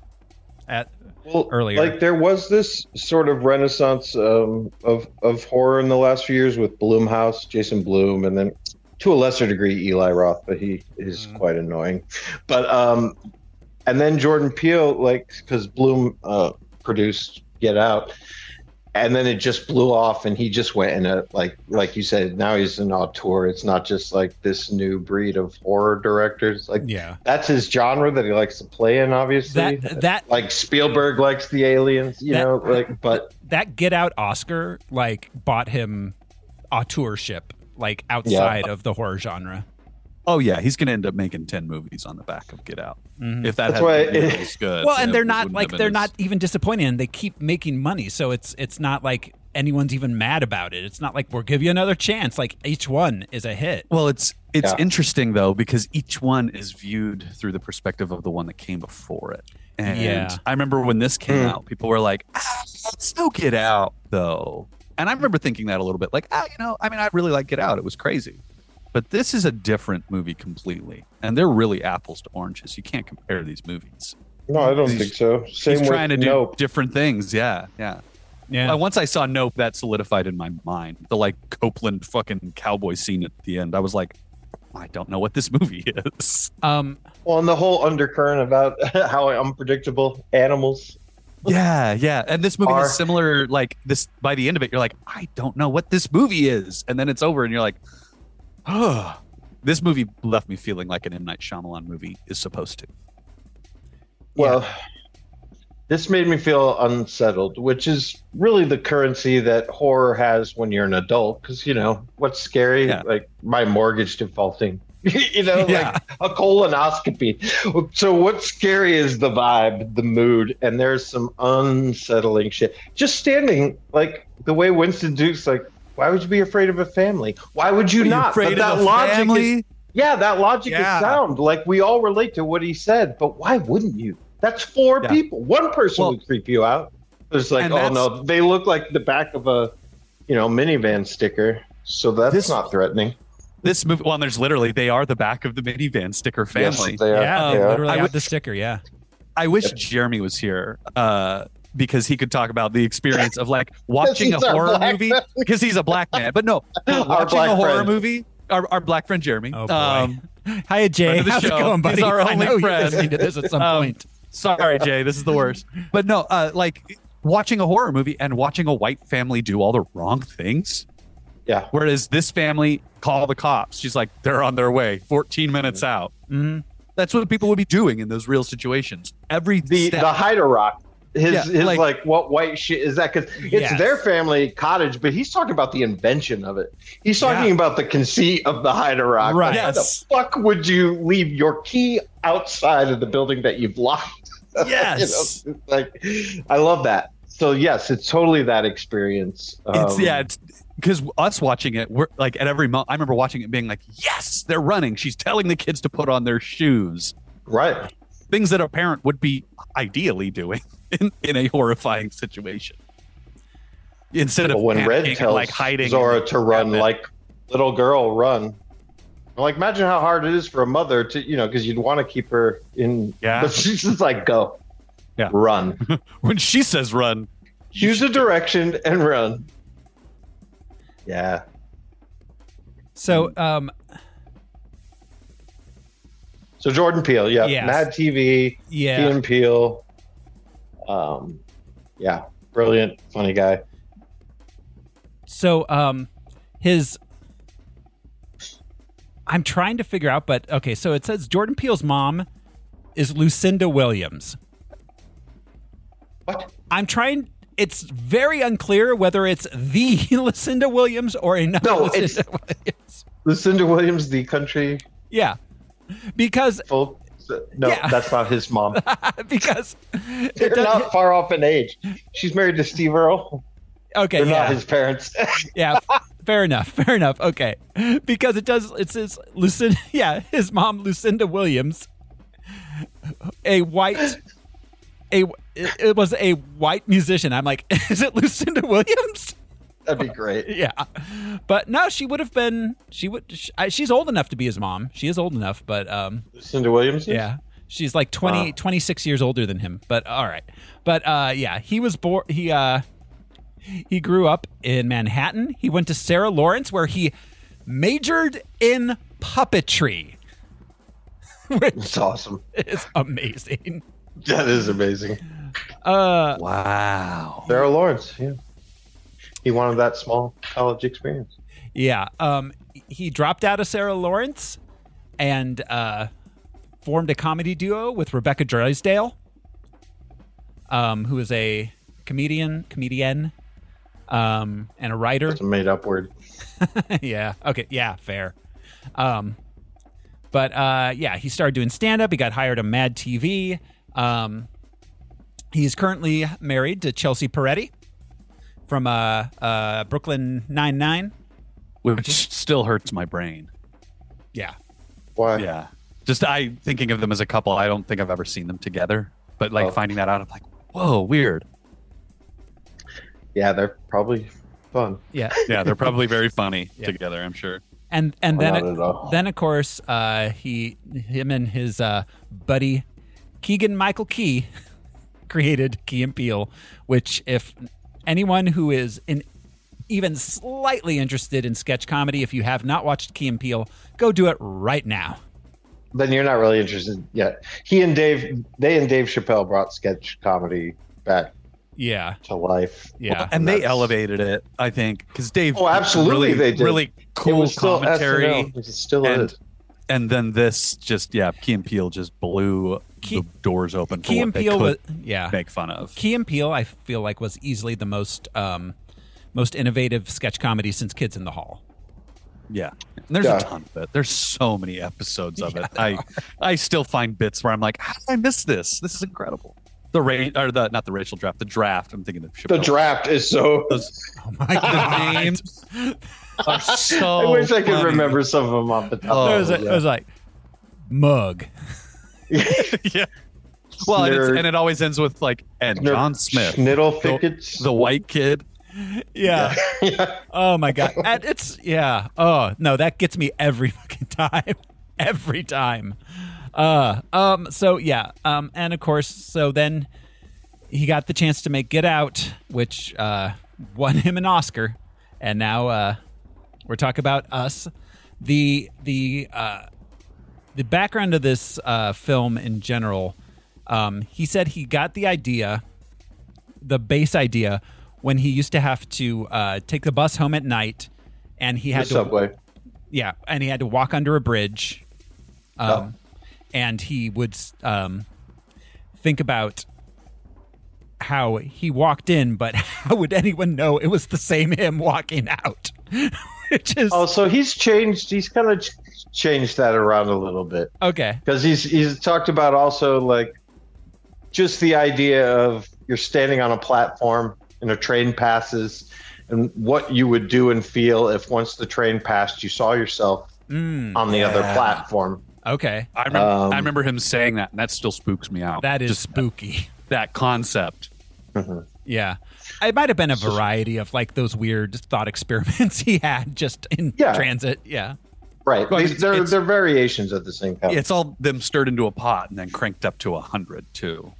A: at
B: Well,
A: earlier.
B: like there was this sort of renaissance um, of of horror in the last few years with Bloomhouse, Jason Bloom, and then to a lesser degree Eli Roth, but he is
A: Mm-hmm.
B: quite annoying. But um, and then Jordan Peele, like because Bloom uh, produced Get Out, and then it just blew off, and he just went in a like like you said. Now he's an auteur. It's not just like this new breed of horror directors. Like
A: yeah.
B: that's his genre that he likes to play in. Obviously,
A: That, that
B: like Spielberg likes the aliens, you
A: That-
B: know, like but
A: that Get Out Oscar like bought him auteurship like outside of the horror genre.
C: Oh yeah, he's gonna end up making ten movies on the back of Get Out. If that
B: That's
C: had
B: why
C: been
B: it-
C: really good.
A: Mm-hmm. Well, and
C: it
A: they're not
C: wouldn't
A: like
C: have
A: they're
C: been
A: not
C: as-
A: even disappointing. and They keep making money, so it's it's not like anyone's even mad about it. It's not like we'll give you another chance. Like each one is a hit.
C: Well, it's it's
B: Yeah.
C: interesting though because each one is viewed through the perspective of the one that came before it. And
A: Yeah.
C: I remember when this came
B: Mm.
C: out, people were like, ah, "Let's no Get Out though," and I remember thinking that a little bit, like, "Ah, you know, I mean, I really like Get Out. It was crazy." But this is a different movie completely, and they're really apples to oranges. You can't compare these movies.
B: no, I don't
C: He's-
B: think so. Same
C: He's
B: with
C: trying to do
B: Nope.
C: different things. Yeah, yeah.
A: Yeah.
C: Uh, once I saw Nope, that solidified in my mind the like Copeland fucking cowboy scene at the end. I was like, I don't know what this movie is.
A: Um.
B: Well, and the whole undercurrent about how unpredictable animals.
C: yeah, yeah. And this movie
B: Are-
C: is similar. Like this, by the end of it, you're like, I don't know what this movie is, and then it's over, and you're like, oh. This movie left me feeling like an M Night Shyamalan movie is supposed to.
B: Well, this made me feel unsettled, which is really the currency that horror has when you're an adult. Because you know what's scary,
C: Yeah.
B: like my mortgage defaulting. you know,
C: Yeah.
B: like a colonoscopy. So what's scary is the vibe, the mood, and there's some unsettling shit. Just standing like the way Winston Duke's like Why would you be afraid of a family? Why would you
C: Are you
B: not?
C: afraid of a
B: logic
C: family?
B: Is, yeah, that logic
C: Yeah.
B: is sound. Like we all relate to what he said, but why wouldn't you? That's four
C: Yeah.
B: people. One person
C: Well-
B: would creep you out. It's like,
C: And
B: oh
C: that's-
B: no, they look like the back of a, you know, minivan sticker. So that's
C: This-
B: not threatening.
C: This movie, well, and there's literally they are the back of the minivan sticker
B: Yes,
C: family.
B: they are.
A: yeah,
C: Um,
A: they
B: yeah.
A: literally
C: I
A: have
C: wish-
A: the sticker. Yeah,
C: I wish Jeremy was here uh, because he could talk about the experience of like watching a
B: he's our
C: horror
B: black
C: movie
B: man.
C: because he's a black man. But no,
B: Our
C: watching
B: black
C: a horror
B: friend.
C: movie, our, our black friend Jeremy. Um,
A: Oh, boy. Hiya, Jay.
C: Friend of the
A: How's it
C: show.
A: going,
C: He's
A: buddy?
C: our
A: I
C: only
A: know
C: friend.
A: you're listening to this at some
C: Um,
A: point.
C: sorry, Jay, this is the worst. But no, uh, like watching a horror movie and watching a white family do all the wrong things.
B: Yeah.
C: Whereas this family call the cops. She's like, they're on their way, 14 minutes out.
A: Mhm.
C: That's what people would be doing in those real situations. Every
B: the
C: step.
B: the Hyder Rock. His
C: Yeah,
B: his
C: like-
B: like, what white shit is that? Because it's
A: Yes.
B: their family cottage, but he's talking about the invention of it. He's talking
A: Yeah.
B: about the conceit of the Hyder Rock.
A: Right.
B: Like, why
C: Yes.
B: the fuck would you leave your key outside of the building that you've locked?
C: Yes.
B: you know, like I love that. So yes, it's totally that experience.
C: It's
B: Um,
C: yeah, it's because us watching it, we're like at every month. I remember watching it, being like, "Yes, they're running." She's telling the kids to put on their shoes,
B: right.
C: things that a parent would be ideally doing in, in a horrifying situation. Instead
B: But
C: of
B: when
C: panicking
B: Red
C: and,
B: tells
C: like hiding,
B: Zora to run,
C: cabinet.
B: like little girl, run. I'm Like imagine how hard it is for a mother to, you know, because you'd want to keep her in.
C: Yeah.
B: But she's just like, go,
C: Yeah.
B: run,
C: when she says "run," you
B: use a direction and run. Yeah,
A: So, um,
B: So Jordan Peele, yeah,
A: Yes.
B: Mad TV,
A: yeah.
B: Key and Peele, um, yeah, brilliant, funny guy.
A: So um his I'm trying to figure out but okay, so it says Jordan Peele's mom is Lucinda Williams.
B: What?
A: I'm trying it's very unclear whether it's the Lucinda Williams or another
B: No,
A: Lucinda
B: it's-
A: Williams.
B: Lucinda Williams, the country
A: Yeah. Because
B: full. No,
A: Yeah.
B: that's not his mom.
A: because it
B: They're
A: doesn't-
B: not far off in age. She's married to Steve Earle.
A: okay,
B: They're
A: yeah.
B: not his parents.
A: yeah f- fair enough fair enough okay because it does it says lucinda yeah his mom lucinda williams a white a it it was a white musician i'm like is it lucinda williams
B: That'd be great.
A: yeah but no she would have been she would sh I, she's old enough to be his mom she is old enough but um
B: Lucinda Williams. is?
A: yeah. She's like 20, 26 years older than him, but all right. But uh, yeah, he was born. He uh, he grew up in Manhattan. He went to Sarah Lawrence, where he majored in puppetry, which
B: it's awesome.
A: is amazing.
B: That is amazing.
A: Uh,
C: wow,
B: Sarah Lawrence. Yeah, he wanted that small college experience.
A: yeah. Um, he dropped out of Sarah Lawrence and uh, formed a comedy duo with Rebecca Drysdale, um, who is a comedian, comedian, um, and a writer.
B: That's a made-up word.
A: yeah. Okay. Yeah. Fair. Um, but uh, yeah, he started doing stand up. He got hired on Mad TV. Um, he's currently married to Chelsea Peretti from uh, uh, Brooklyn Nine Nine.
C: which still hurts my brain.
A: Yeah.
B: Why?
C: Yeah, just I thinking of them as a couple. I don't think I've ever seen them together, but like
B: Oh.
C: finding that out, I'm like, whoa, weird.
B: Yeah, they're probably fun.
A: Yeah.
C: Yeah, they're probably very funny
A: Yeah.
C: together. I'm sure.
A: And and then
B: Oh, Not at all.
A: then of course uh, he him and his uh, buddy Keegan Michael Key created Key and Peele, which if anyone who is in even slightly interested in sketch comedy, if you have not watched Key and Peele, go do it right now.
B: then you're not really interested yet. He and Dave, they and Dave Chappelle brought sketch comedy back
A: Yeah,
B: to life.
A: yeah,
C: and they
B: That's-
C: elevated it, I think, because Dave.
B: Oh,
C: really,
B: absolutely they did.
C: Really cool commentary,
B: SNL. It still
C: and
B: is.
C: and then this just yeah, Key and Peele just blew
A: Key-
C: the doors open. for
A: Key
C: what
A: and
C: they
A: Peele was
C: could
A: yeah.
C: make fun of.
A: Key and Peele, I feel like was easily the most um, most innovative sketch comedy since Kids in the Hall.
C: Yeah, And there's
B: Yeah.
C: a ton of it. There's so many episodes of it. I I still find bits where I'm like, how did I miss this? This is incredible. The rain or the not the racial draft, the draft. I'm thinking of
B: The draft is so.
A: Oh my god. names
C: are so.
B: I wish I could
C: Oh, funny. Oh,
B: remember some of them off the top.
A: It
B: of
A: was,
B: my
A: it
B: head.
A: was like mug.
C: yeah. Well, and, it's,
B: Snur-
C: and it always ends with like and
B: Snur-
C: John Smith,
B: Schnittle Thickets.
C: the white kid.
A: Yeah. Oh my god. And it's yeah. Oh no, that gets me every fucking time. Every time. Uh um so yeah. Um and of course so then he got the chance to make Get Out, which uh won him an Oscar. And now uh we're talking about us. The the uh the background of this uh film in general. Um he said he got the idea the base idea when he used to have to uh, take the bus home at night, and he
B: The
A: had to
B: subway.
A: yeah, and he had to walk under a bridge, um, and he would um, think about how he walked in, but how would anyone know it was the same him walking out? Which is
B: Oh, so he's changed. He's kind of ch- changed that around a little bit
A: okay,
B: because he's he's talked about also like just the idea of you're standing on a platform and a train passes, and what you would do and feel if once the train passed, you saw yourself
A: Mm,
B: on the other platform.
A: okay,
C: I remember,
B: Um,
C: I remember him saying that, and that still spooks me out.
A: that is
C: Just
A: spooky.
C: that concept.
A: Yeah, it might have been a variety of like those weird thought experiments he had just in
B: Yeah.
A: transit. Yeah.
B: Right.
C: Well,
B: These-
C: it's-
B: they're
C: it's-
B: they're variations of the same concept.
C: It's all them stirred into a pot and then cranked up to a hundred too.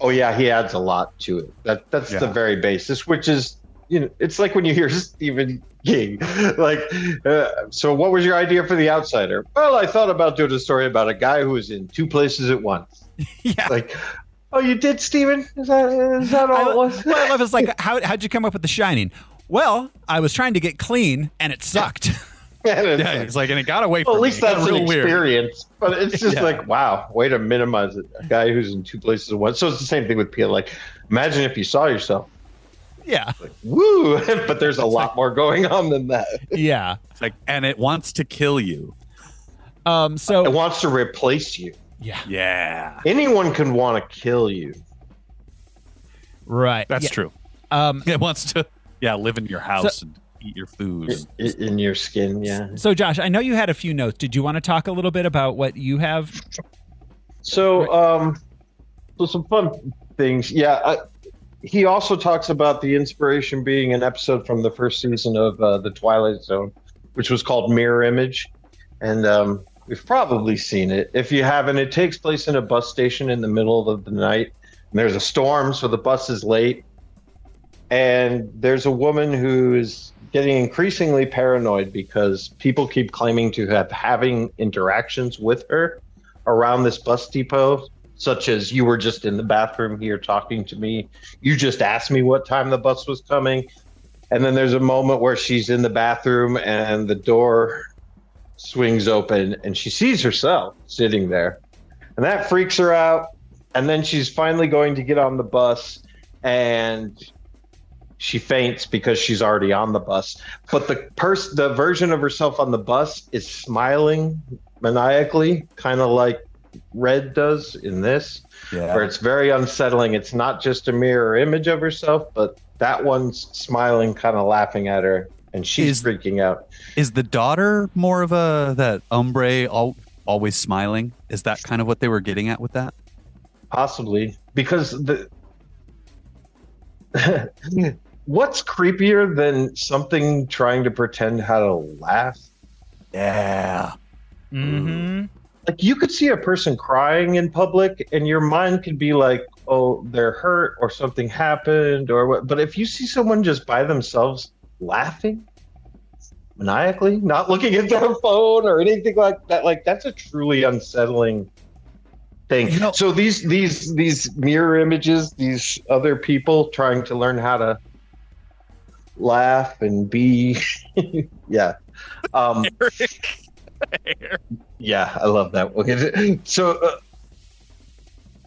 B: Oh yeah, he adds a lot to it. That that's the
C: Yeah.
B: very basis, which is you know, it's like when you hear Stephen King, like, uh, so what was your idea for The Outsider? Well, I thought about doing a story about a guy who was in two places at once.
A: Yeah.
B: Like, oh, you did, Stephen? Is that is that all
A: I,
B: it was?
A: what I love is like, how, how'd you come up with The Shining? Well, I was trying to get clean and it sucked.
B: And it's
C: Yeah,
B: like,
C: it's like, and it got away from
B: well, at least
C: me. It got
B: that's an
C: real weird.
B: experience. But it's just
C: Yeah.
B: like, wow, way to minimize it. A guy who's in two places at once. So it's the same thing with Peel. Like, imagine if you saw yourself.
A: yeah.
B: Woo! but there's a lot more going on than that.
A: Yeah.
C: It's like, and it wants to kill you.
A: Um,
B: It
A: so,
B: wants to replace you.
A: yeah.
C: Yeah,
B: Anyone can want to kill you.
A: Right.
C: that's
A: yeah.
C: true.
A: Um,
C: It wants to, yeah, live in your house and eat your food.
B: i- i- In your skin, yeah.
A: so, Josh, I know you had a few notes. Did you want to talk a little bit about what you have?
B: So, um, so some fun things. Yeah, I, he also talks about the inspiration being an episode from the first season of uh, The Twilight Zone, which was called Mirror Image, and um, we've probably seen it. If you haven't, it takes place in a bus station in the middle of the night. And there's a storm, so the bus is late, and there's a woman who is getting increasingly paranoid because people keep claiming to have having interactions with her around this bus depot, such as you were just in the bathroom here talking to me. You just asked me what time the bus was coming. And then there's a moment where she's in the bathroom and the door swings open and she sees herself sitting there. And that freaks her out. And then she's finally going to get on the bus and she faints because she's already on the bus. But the person, the version of herself on the bus is smiling maniacally, kind of like Red does in this, where it's very unsettling. It's not just a mirror image of herself, but that one's smiling, kind of laughing at her, and she's
C: Is-
B: freaking out.
C: Is the daughter more of a that ombre al- always smiling? Is that kind of what they were getting at with that?
B: Possibly because the what's creepier than something trying to pretend how to laugh?
C: Yeah.
A: Mm-hmm.
B: like you could see a person crying in public and your mind could be like oh they're hurt or something happened or what but if you see someone just by themselves laughing maniacally not looking at their phone or anything like that like that's a truly unsettling thing
C: You know-
B: so these these these mirror images these other people trying to learn how to laugh and be yeah um yeah, I love that. We'll get it. So, uh,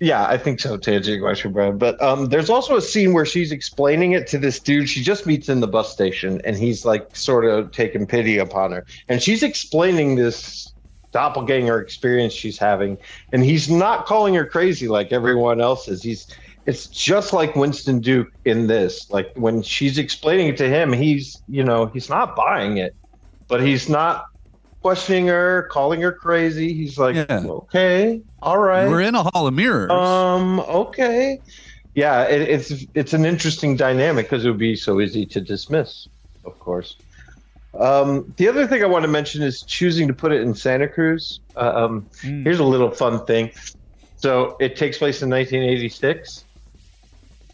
B: yeah, I think so. To answer your question, Brian. But um, there's also a scene where she's explaining it to this dude she just meets in the bus station, and he's like sort of taking pity upon her, and she's explaining this doppelganger experience she's having, and he's not calling her crazy like everyone else is. He's it's just like Winston Duke in this. Like when she's explaining it to him, he's you know he's not buying it, but he's not questioning her, calling her crazy. He's like,
C: Yeah.
B: okay, all right,
C: We're in a hall of mirrors.
B: um, okay, yeah. It, it's it's an interesting dynamic because it would be so easy to dismiss, of course. Um, the other thing I want to mention is choosing to put it in Santa Cruz. Uh, um,
A: Mm.
B: Here's a little fun thing. So it takes place in 1986.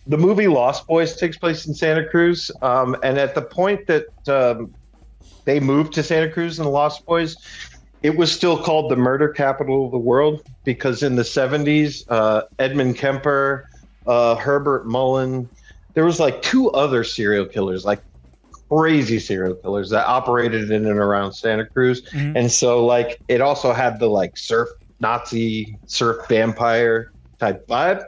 B: The movie Lost Boys takes place in Santa Cruz, um, and at the point that um, they moved to Santa Cruz in the Lost Boys, it was still called the murder capital of the world because in the 70s, uh, Edmund Kemper, uh, Herbert Mullen, there was like two other serial killers, like crazy serial killers that operated in and around Santa Cruz.
A: Mhm.
B: And so like it also had the like surf Nazi surf vampire type vibe.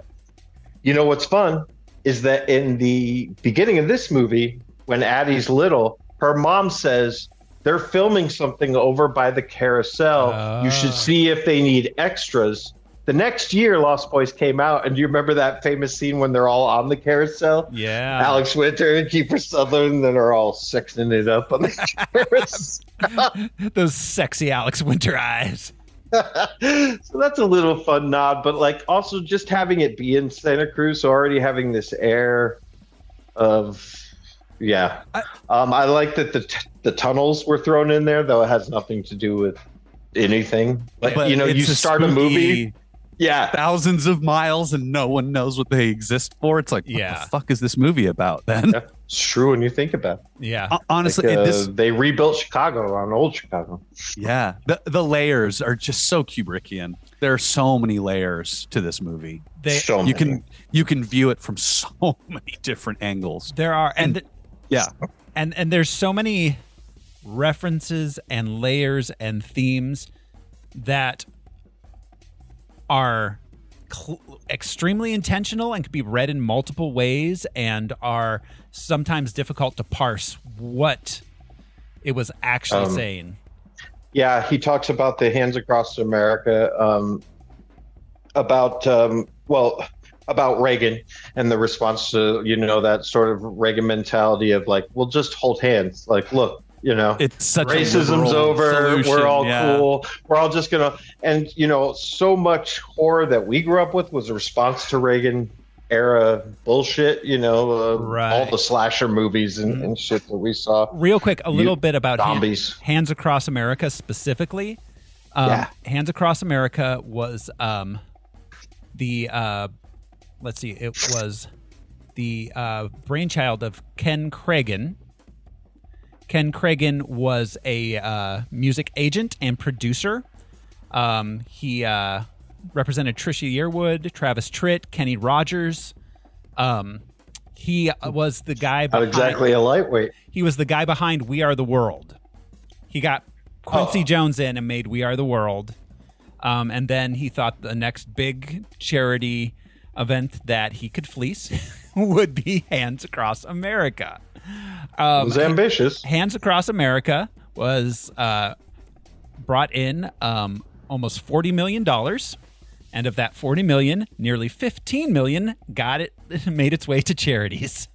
B: You know what's fun is that in the beginning of this movie, when Addie's little, her mom says they're filming something over by the carousel.
A: Ah.
B: You should see if they need extras. The next year, Lost Boys came out, and do you remember that famous scene when they're all on the carousel?
C: Uh,
A: Yeah.
B: Alex Winter and Keeper Sutherland that are all sexing it up on the carousel.
A: Those sexy Alex Winter eyes.
B: so that's a little fun nod, but like also just having it be in Santa Cruz, so already having this air of yeah.
C: I-
B: um, I like that the t- the tunnels were thrown in there, though it has nothing to do with anything. Like
C: But
B: you know, you
C: it's
B: start a movie,
C: spooky
B: yeah.
C: thousands of miles, and no one knows what they exist for. It's like, what
A: Yeah.
C: the fuck is this movie about? Then
B: Yeah, It's true when you think about it.
A: Yeah.
C: Hon- honestly,
B: Like,
C: it-
B: uh,
C: this
B: they rebuilt Chicago on old Chicago.
C: yeah, the the layers are just so Kubrickian. There are so many layers to this movie.
A: They
B: so
C: you
B: many.
C: can you can view it from so many different angles.
A: there are and th-
C: Yeah,
A: and and there's so many references and layers and themes that are cl- extremely intentional and can be read in multiple ways and are sometimes difficult to parse what it was actually
B: Um,
A: saying.
B: Yeah, he talks about the Hands Across America, um, about um, well, about Reagan and the response to you know that sort of Reagan mentality of like, we'll just hold hands. Like, look, you know,
C: it's such a
B: racism's
C: liberal
B: over.
C: solution,
B: We're all
C: yeah.
B: cool. We're all just gonna and you know, so much horror that we grew up with was a response to Reagan era bullshit. You know, uh,
A: Right.
B: all the slasher movies and, and shit that we saw.
A: Real quick, a
B: you-
A: little bit about Han-
B: zombies.
A: Hands Across America specifically. Um,
B: Yeah.
A: Hands Across America was um, the uh, let's see, it was the uh, brainchild of Ken Cragen. Ken Cragen was a uh, music agent and producer. Um, he uh, represented Trisha Yearwood, Travis Tritt, Kenny Rogers. Um, he uh, was the guy.
B: Not
A: behind-
B: exactly a lightweight.
A: he was the guy behind We Are the World. He got Quincy Jones in and made We Are the World. Um, and then he thought the next big charity event that he could fleece would be Hands Across America.
B: It was ambitious.
A: Hands Across America was uh, brought in um, almost forty million dollars, and of that forty million, nearly fifteen million got it made its way to charities.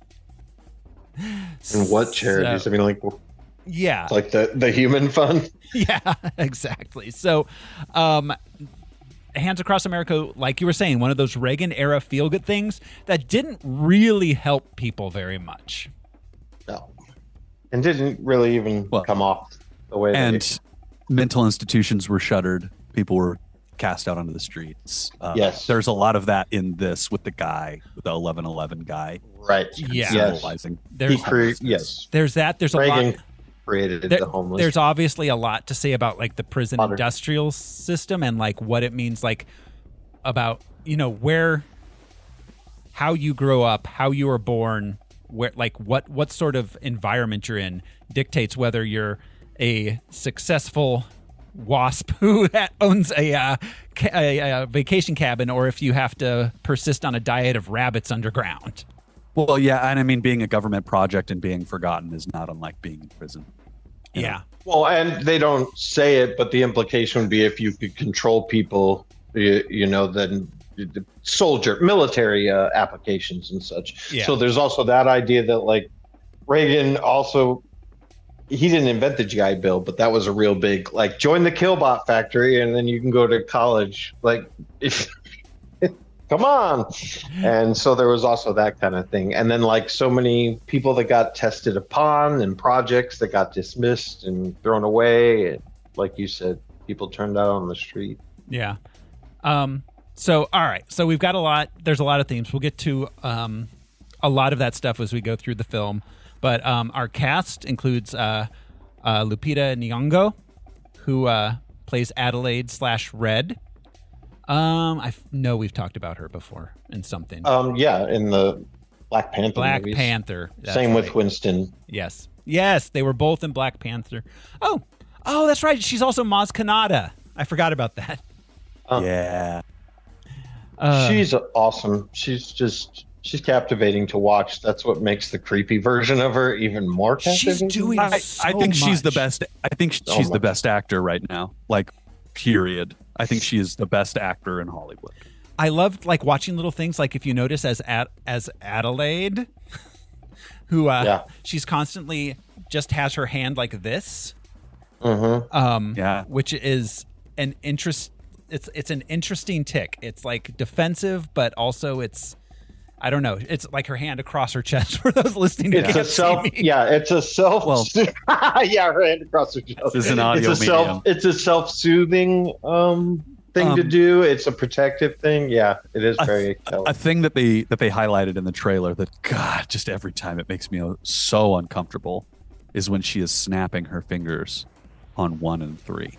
B: And what
A: So-
B: charities? I mean, like
A: yeah,
B: like the the Human Fund.
A: yeah, exactly. So, um, Hands Across America, like you were saying, one of those Reagan era feel good things that didn't really help people very much.
B: No, and didn't really even
C: Well,
B: come off the way. that
C: and
B: it-
C: mental institutions were shuttered. People were cast out onto the streets. Uh,
B: Yes.
C: there's a lot of that in this with the guy, with the 1111 guy,
B: right,
A: Yeah.
B: yes,
C: symbolizing.
B: he
A: There's
B: cre- yes,
A: there's that. There's a lot.
B: Reagan created
A: There-
B: the homeless.
A: There's obviously a lot to say about like the prison
B: Modern.
A: industrial system and like what it means, like about you know where, how you grow up, how you were born, where like what what sort of environment you're in dictates whether you're a successful wasp who owns a, uh, ca- a, a vacation cabin or if you have to persist on a diet of rabbits underground.
C: Well, yeah, and I mean, being a government project and being forgotten is not unlike being in prison.
A: Yeah.
B: well, and they don't say it, but the implication would be if you could control people, you, you know, then soldier military uh, applications and such.
A: Yeah.
B: So there's also that idea that like Reagan also he didn't invent the GI Bill, but that was a real big like join the Killbot factory and then you can go to college. Like if come on. And so there was also that kind of thing. And then like so many people that got tested upon and projects that got dismissed and thrown away and like you said, people turned out on the street.
A: Yeah. Um, so, all right. So we've got a lot. There's a lot of themes. We'll get to um, a lot of that stuff as we go through the film. But um, our cast includes uh, uh, Lupita Nyong'o, who uh, plays Adelaide slash Red. Um, I f- know we've talked about her before in something.
B: Um, yeah, in the Black Panther.
A: Black
B: movies.
A: Panther. that's
B: Same with
A: right.
B: Winston.
A: Yes. Yes, they were both in Black Panther. Oh, oh, that's right. She's also Maz Kanata. I forgot about that.
C: yeah.
A: Uh,
B: she's awesome. She's just she's captivating to watch. That's what makes the creepy version of her even more
A: She's
B: captivating.
A: doing
C: I,
A: so
C: I think she's the
A: much.
C: best. I think she's
B: So
C: the
B: much.
C: best actor right now. Like, period. I think she is the best actor in Hollywood.
A: I loved like watching little things like if you notice as Ad- as Adelaide, who uh,
B: Yeah.
A: she's constantly just has her hand like this,
B: Mhm.
A: um,
C: Yeah.
A: which is an interest. It's it's an interesting tick. It's like defensive, but also it's I don't know. It's like her hand across her chest for those listening. who
B: It's a
A: can't see
B: self,
A: me.
B: yeah. It's a self.
C: Well-
B: yeah, her hand across her chest.
C: This is an audio
B: it's a self.
C: medium.
B: It's a self-soothing um, thing to
C: Um,
B: do. It's a protective thing. Yeah, it is
C: a-
B: very. telling.
C: a thing that they that they highlighted in the trailer that god just every time it makes me so uncomfortable is when she is snapping her fingers on one and three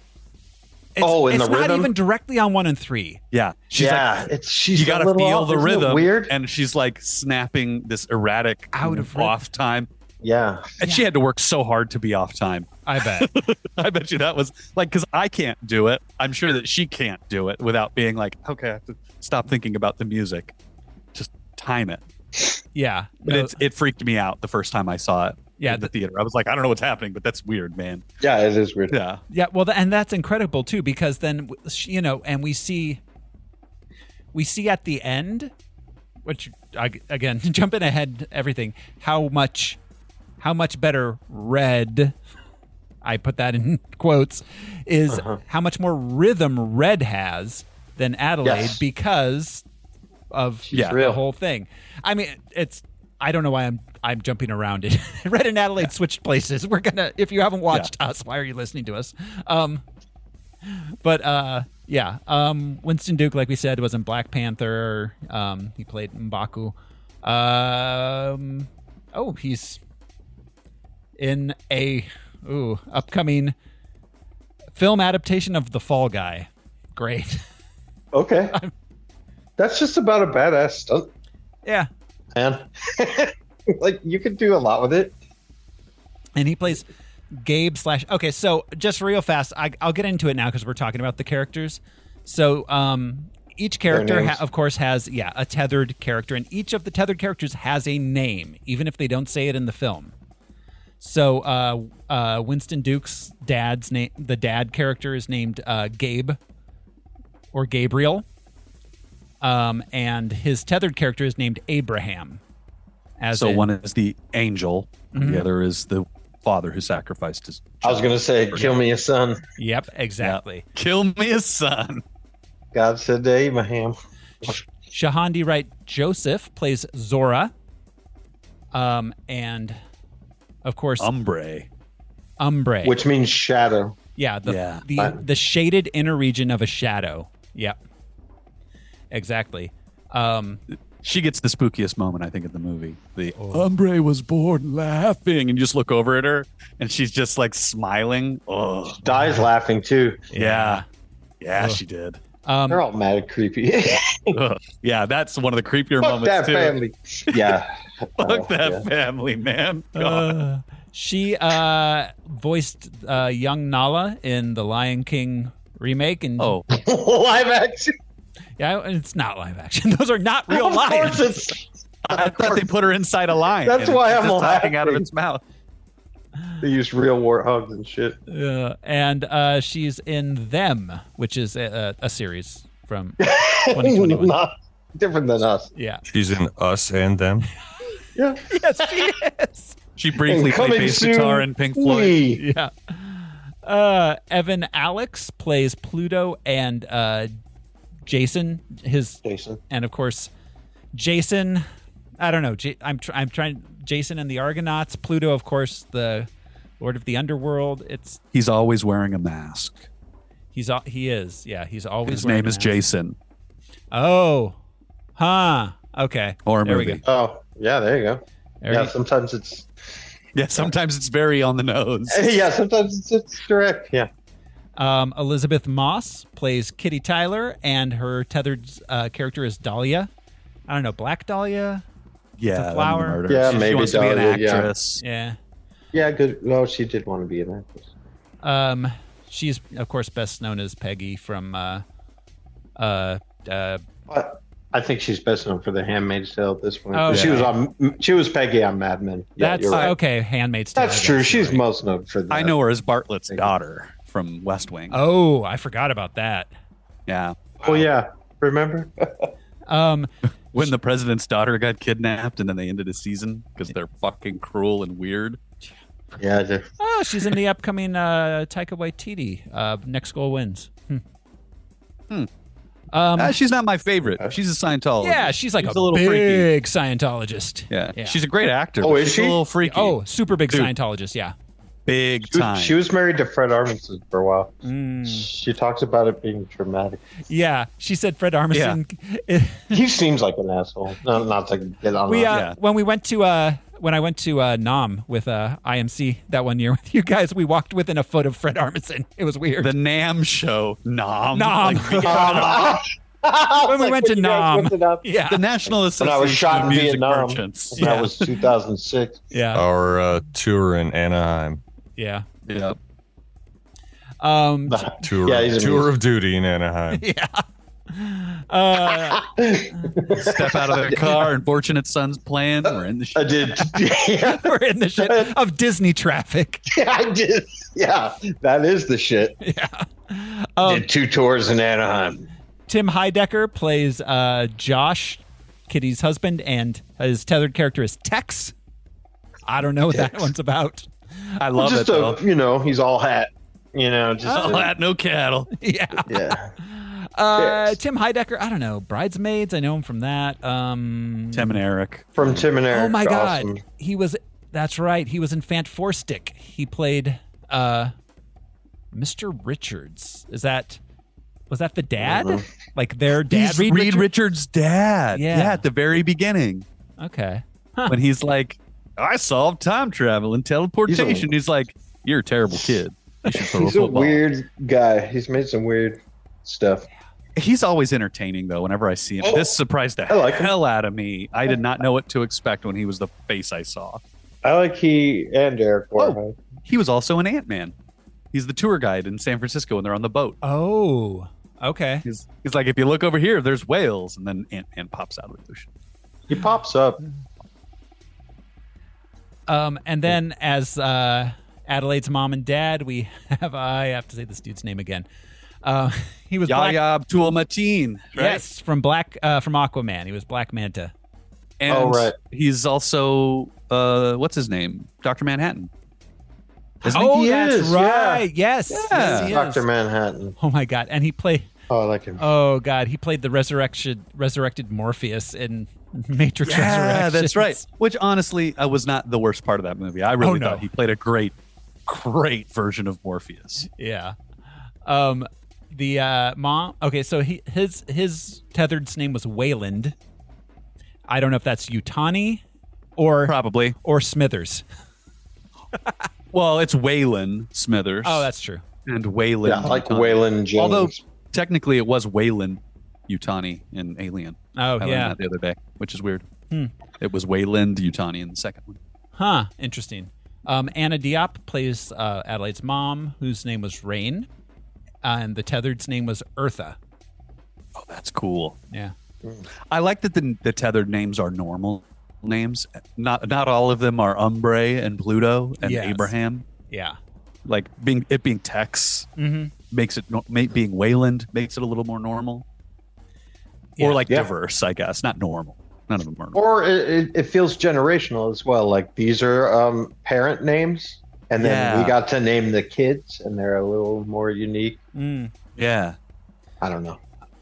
A: It's,
B: Oh, in
A: it's
B: the
A: not
B: rhythm?
A: even directly on one and three.
C: yeah she's
B: yeah,
C: like
B: it's she's.
C: you
B: a
C: gotta
B: little
C: feel
B: off.
C: the
B: Isn't it
C: rhythm
B: Weird.
C: and she's like snapping this erratic
A: Out of rhythm.
C: off time
B: yeah.
C: and she had to work so hard to be off time
A: I bet.
C: i bet you that was like because i can't do it i'm sure that she can't do it without being like okay i have to stop thinking about the music just time it
A: Yeah.
C: But
A: No,
C: it's, it freaked me out the first time I saw it.
A: Yeah,
C: in the
A: th-
C: theater. I was like, I don't know what's happening, but that's weird, man.
B: Yeah, it is weird.
C: Yeah,
A: Yeah, well, th- and that's incredible too, because then w- sh- you know, and we see, we see at the end, which I, again, jumping ahead, everything, how much, how much better red, I put that in quotes, is how much more rhythm red has than Adelaide
B: Yes.
A: because of
C: Yeah.
A: the
B: real.
A: whole thing. I mean, it's. I don't know why I'm I'm jumping around it. Red and Adelaide switched places. We're gonna if you haven't watched us, why are you listening to us? Um, but uh, yeah, um, Winston Duke, like we said, was in Black Panther. Um, he played Mbaku. Um, oh, he's in a ooh upcoming film adaptation of The Fall Guy. Great.
B: Okay. That's just about a badass stunt,
A: yeah,
B: man. like you could do a lot with it.
A: and he plays Gabe slash. Okay, so just real fast, I, I'll get into it now because we're talking about the characters. So um, each character,
B: names.
A: ha- of course, has yeah a tethered character, and each of the tethered characters has a name, even if they don't say it in the film. So uh, uh, Winston Duke's dad's name, the dad character is named uh, Gabe or Gabriel, um, and his tethered character is named Abraham. As
C: so
A: in-
C: one is the angel, the other is the father who sacrificed his.
B: I was gonna say, kill me a son.
A: Yep, exactly.
C: Kill me a son.
B: God said to Abraham.
A: Shahandi Wright Joseph plays Zora. Um, and of course,
C: Umbre.
A: Umbre.
B: Um, which means shadow.
A: yeah, the,
C: Yeah.
A: the the shaded inner region of a shadow. Yep. Exactly. Um,
C: She gets the spookiest moment I think of the movie. The
A: Oh.
C: Umbre was born laughing, and you just look over at her, and she's just like smiling. Oh,
B: Dies laughing too.
C: yeah, yeah, she did.
B: They're all mad at creepy.
C: Ugh. Yeah, that's one of the creepier
B: Fuck
C: moments
B: that
C: too.
B: family. Yeah.
C: Fuck
B: Uh,
C: that
B: yeah.
C: family, man. God.
A: uh, she uh, voiced uh, young Nala in the Lion King remake, and
C: oh,
B: Live action.
A: yeah, it's not live action. Those are not real
B: of course
A: lions.
B: it's
C: I thought they put her inside a line.
B: That's
C: and
B: why
C: it's
B: I'm
C: just talking
B: laughing.
C: out of its mouth.
B: they use real warthogs and shit.
A: Uh, and uh, she's in Them, which is a, a, a series from 2021.
B: Not different than us.
A: yeah.
D: She's in us and them.
B: Yeah.
A: Yes, she is.
C: She briefly
B: And
C: played
B: coming
C: bass guitar
B: soon,
C: in Pink Floyd.
B: we.
A: Yeah. Uh, Evan Alex plays Pluto and uh, Jason, his
B: Jason.
A: and of course Jason. I don't know. J- I'm tr- I'm trying Jason and the Argonauts. Pluto, of course, the Lord of the Underworld. It's
C: He's always wearing a mask.
A: he's al- he is yeah. He's always
C: His
A: wearing
C: name
A: a
C: is
A: mask.
C: Jason.
A: Oh, huh. Okay.
C: Or a
A: there we
C: movie.
A: go.
B: Oh, yeah, there you go.
A: There
B: yeah,
A: you-
B: sometimes it's
C: Yeah, sometimes it's very on the nose.
B: yeah, sometimes it's, it's direct. Yeah.
A: Um, Elizabeth Moss plays Kitty Tyler, and her tethered uh, character is Dahlia. I don't know, Black Dahlia.
C: Yeah,
A: It's a flower.
C: murder.
B: Yeah,
C: she,
B: maybe
C: she wants to be an
B: Dahlia, yeah.
C: actress.
A: Yeah.
B: Yeah, good. No, she did want to be in actress.
A: Um, she's of course best known as Peggy from uh, uh, uh,
B: But I think she's best known for The Handmaid's Tale at this point.
A: Oh,
B: She
A: yeah.
B: was on. She was Peggy on Mad Men. Yeah,
A: that's
B: you're right.
A: okay. Handmaid's Tale.
B: That's
A: I
B: true.
A: guess,
B: She's
A: right.
B: most known for that.
C: I know her as Bartlett's daughter from West Wing.
A: Oh, I forgot about that.
C: Yeah.
B: Oh yeah, remember?
A: Um,
C: When the president's daughter got kidnapped and then they ended a season because they're fucking cruel and weird.
B: yeah, I did.
A: oh, she's in the upcoming uh, Taika Waititi. Uh, Next goal wins. Hmm. Um, uh,
C: Ah, she's not my favorite. She's a Scientologist.
A: yeah, she's like
C: Oh, She's
A: a,
C: a little
A: big
C: freaky.
A: Scientologist.
C: Yeah.
A: yeah.
C: She's a great actor.
B: Oh,
C: but
B: is
C: she's
B: she?
C: a little freaky.
A: Oh, super big
C: Dude.
A: Scientologist. Yeah.
C: big
B: She
C: time.
B: was, she was married to Fred Armisen for a while.
A: Mm.
B: She talks about it being dramatic.
A: Yeah. She said Fred Armisen.
B: He seems like an asshole. No, not to get on.
A: we
B: that.
A: uh,
C: Oh, Yeah.
A: when we went to uh, when I went to uh, Nam with uh, IMC that one year with you guys, we walked within a foot of Fred Armisen. It was weird.
C: the Nam show. Nom.
A: Nom.
C: Like, yeah.
A: uh, when we went to Nam, yeah,
C: the National
B: When
C: Association
B: I was shot
C: of
B: in
C: Music
B: Vietnam,
C: Merchants.
B: that
A: Yeah.
B: was 2006.
A: yeah,
C: Oh.
D: Our uh, tour in Anaheim,
A: yeah.
C: Yeah.
A: Um,
D: tour,
B: Yeah, he's a
D: tour of duty in Anaheim.
A: uh,
C: Step out of the car, and Fortunate Son's playing. We're in the
B: I
C: show.
B: did. Yeah,
A: we're in the shit of Disney traffic.
B: I did. Yeah, that is the shit.
A: Um,
B: did two tours in Anaheim.
A: Tim Heidecker plays uh, Josh, Kitty's husband, and his tethered character is Tex. I don't know what that
B: Tex.
A: one's about.
C: I love it
B: just
C: though.
B: a, you know, he's all hat. You know, just
C: All that, no cattle.
A: Yeah.
B: yeah.
A: Uh,
B: Yes.
A: Tim Heidecker, I don't know. Bridesmaids, I know him from that. Um,
C: Tim and Eric.
B: From Tim and Eric.
A: oh my
B: awesome.
A: God. He was, that's right. He was in Fant Four Stick. He played uh, Mr. Richards. Is that, was that the dad?
B: Mm-hmm.
A: Like their dad?
C: He's Reed,
A: Richards?
C: Richards' dad.
A: Yeah.
C: Yeah. at the very beginning
A: Okay.
C: when he's like, "I solved time travel and teleportation."
B: He's
C: He's,
B: a-
C: like, "You're a terrible kid. You should throw
B: He's
C: a
B: a
C: football."
B: weird guy. He's made some weird stuff.
C: He's always entertaining though. Whenever I see him,
B: Oh,
C: this surprised the
B: I like him.
C: hell out of me. I did not know what to expect when he was the face I saw.
B: I like he and Eric Warren.
C: He was also an Ant Man. He's the tour guide in San Francisco, and they're on the boat.
A: Oh, okay.
C: He's, he's like, if you look over here, there's whales, and then Ant Man pops out of the ocean.
B: He pops up.
A: Um, and then as uh, Adelaide's mom and dad, we have I have to say this dude's name again. Uh, he was Black,
C: Yahya Abdul Mateen, right?
A: yes from Black uh, from Aquaman. He was Black Manta.
C: And
B: Oh, right.
C: he's also uh what's his name? Dr. Manhattan. Isn't he?
A: oh,
B: He
A: that's
B: is, yeah.
A: right. Yes, yes,
C: Yeah.
A: he is.
B: Dr. Manhattan.
A: Oh my god! And he played.
B: Oh, I like him.
A: Oh god, he played the resurrection, resurrected Morpheus in Matrix.
C: Yeah,
A: Resurrections.
C: that's right. Which honestly uh, was not the worst part of that movie. I really
A: Oh, no.
C: thought he played a great great version of Morpheus.
A: Yeah. Um, the uh, mom. Okay, so he his his tethered's name was Wayland. I don't know if that's Utani or
C: Probably.
A: or Smithers.
C: Well, it's Waylon Smithers.
A: Oh, that's true.
C: and Waylon.
B: Yeah, I like
C: Yutani.
B: Waylon Jones.
C: Although technically it was Waylon Utani in Alien.
A: Oh
C: I learned
A: yeah. Hmm.
C: that the other day, which is weird. It was Wayland Utani in the second one.
A: Huh. Interesting. Um, Anna Diop plays uh, Adelaide's mom, whose name was Rain, and the tethered's name was Eartha.
C: Oh, that's cool.
A: Yeah.
C: I like that the, the tethered names are normal names. Not not all of them are Umbre and Pluto and
A: Yes.
C: Abraham.
A: Yeah.
C: Like being it being Tex
A: Mm-hmm.
C: makes it no- ma- being Wayland makes it a little more normal. or like diverse, I guess. Not normal. None of them are.
B: Or it, it, it feels generational as well. Like these are um, parent names, and then
C: Yeah.
B: we got to name the kids, and they're a little more unique.
A: Mm.
C: Yeah.
B: I don't know.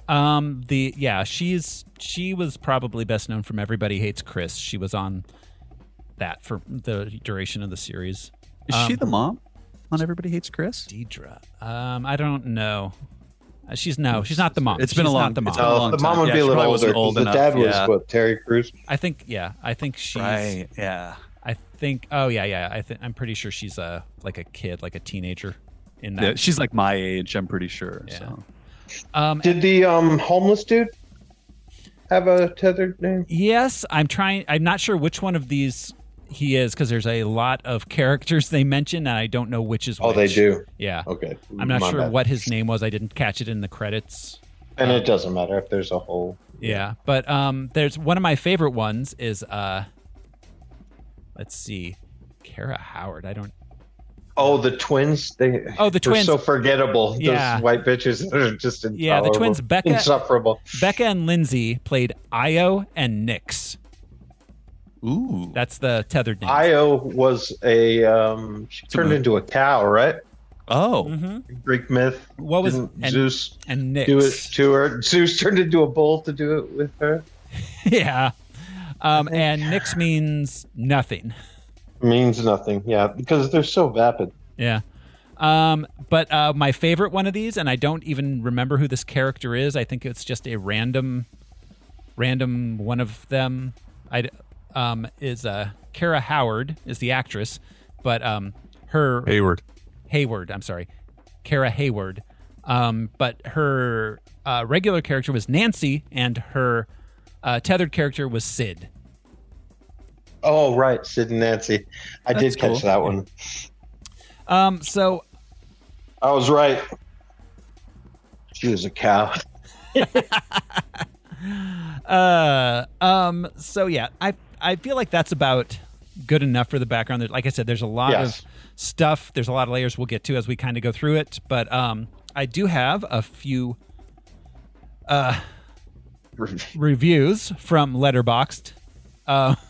A: Um, the yeah, she's she was probably best known from Everybody Hates Chris. She was on that for the duration of the series.
C: Is
A: Um,
C: she the mom on Everybody Hates Chris?
A: Deidre. Um, I don't know. Uh, She's no, she's not the mom.
C: It's been a
A: She's
C: long-
A: not the mom.
C: it's been a
B: No,
C: long
B: the mom
C: time.
B: would
C: Yeah,
B: be a
C: she
B: little
C: probably wasn't
B: older
C: old
B: because the
C: enough,
B: dad was
C: yeah.
B: what Terry Crews.
A: I think yeah, I think she's.
C: Right. Yeah.
A: I think oh yeah yeah I think I'm pretty sure she's a like a kid like a teenager in that.
C: Yeah, She's like my age, I'm pretty sure.
A: Yeah.
C: So
A: Um,
B: Did the um, homeless dude have a tethered name?
A: Yes, I'm trying. I'm not sure which one of these he is because there's a lot of characters they mention, and I don't know which is.
B: Oh,
A: which.
B: they do.
A: Yeah,
B: Okay,
A: I'm not
B: my
A: sure
B: bad.
A: what his name was. I didn't catch it in the credits.
B: And it doesn't matter if there's a whole.
A: Yeah, but um, there's one of my favorite ones is uh, let's see, Kara Howard. I don't.
B: Oh, the twins. They
A: Oh, the
B: they're
A: twins.
B: so forgettable.
A: Yeah.
B: Those white bitches that are just intolerable.
A: Yeah, the twins, Becca-
B: insufferable.
A: Becca and Lindsay played Io and Nyx.
C: Ooh.
A: That's the tethered name.
B: Io was a um, she turned
C: movie.
B: into a cow, right?
C: oh.
A: hmm
B: Greek myth.
A: What was
B: Didn't
A: and,
B: Zeus
A: and Nyx?
B: do it to her? Zeus turned into a bull to do it with her.
A: yeah. Um, and Nyx means nothing.
B: Means nothing. Yeah, because they're so vapid.
A: Yeah. Um, but uh, my favorite one of these, and I don't even remember who this character is. I think it's just a random, random one of them. I um, is uh, Kara Howard is the actress, but um, her
D: Hayward.
A: Hayward. I'm sorry, Kara Hayward. Um, but her uh, regular character was Nancy, and her uh, tethered character was Sid.
B: Oh, right, Sid and Nancy. I
C: That's
B: did catch
C: cool.
B: that one.
A: Um, so
B: I was right. She was a cow.
A: uh um so yeah i i feel like that's about good enough for the background There- like i said there's a lot
B: Yes.
A: of stuff there's a lot of layers we'll get to as we kind of go through it but um i do have a few reviews from letterboxed uh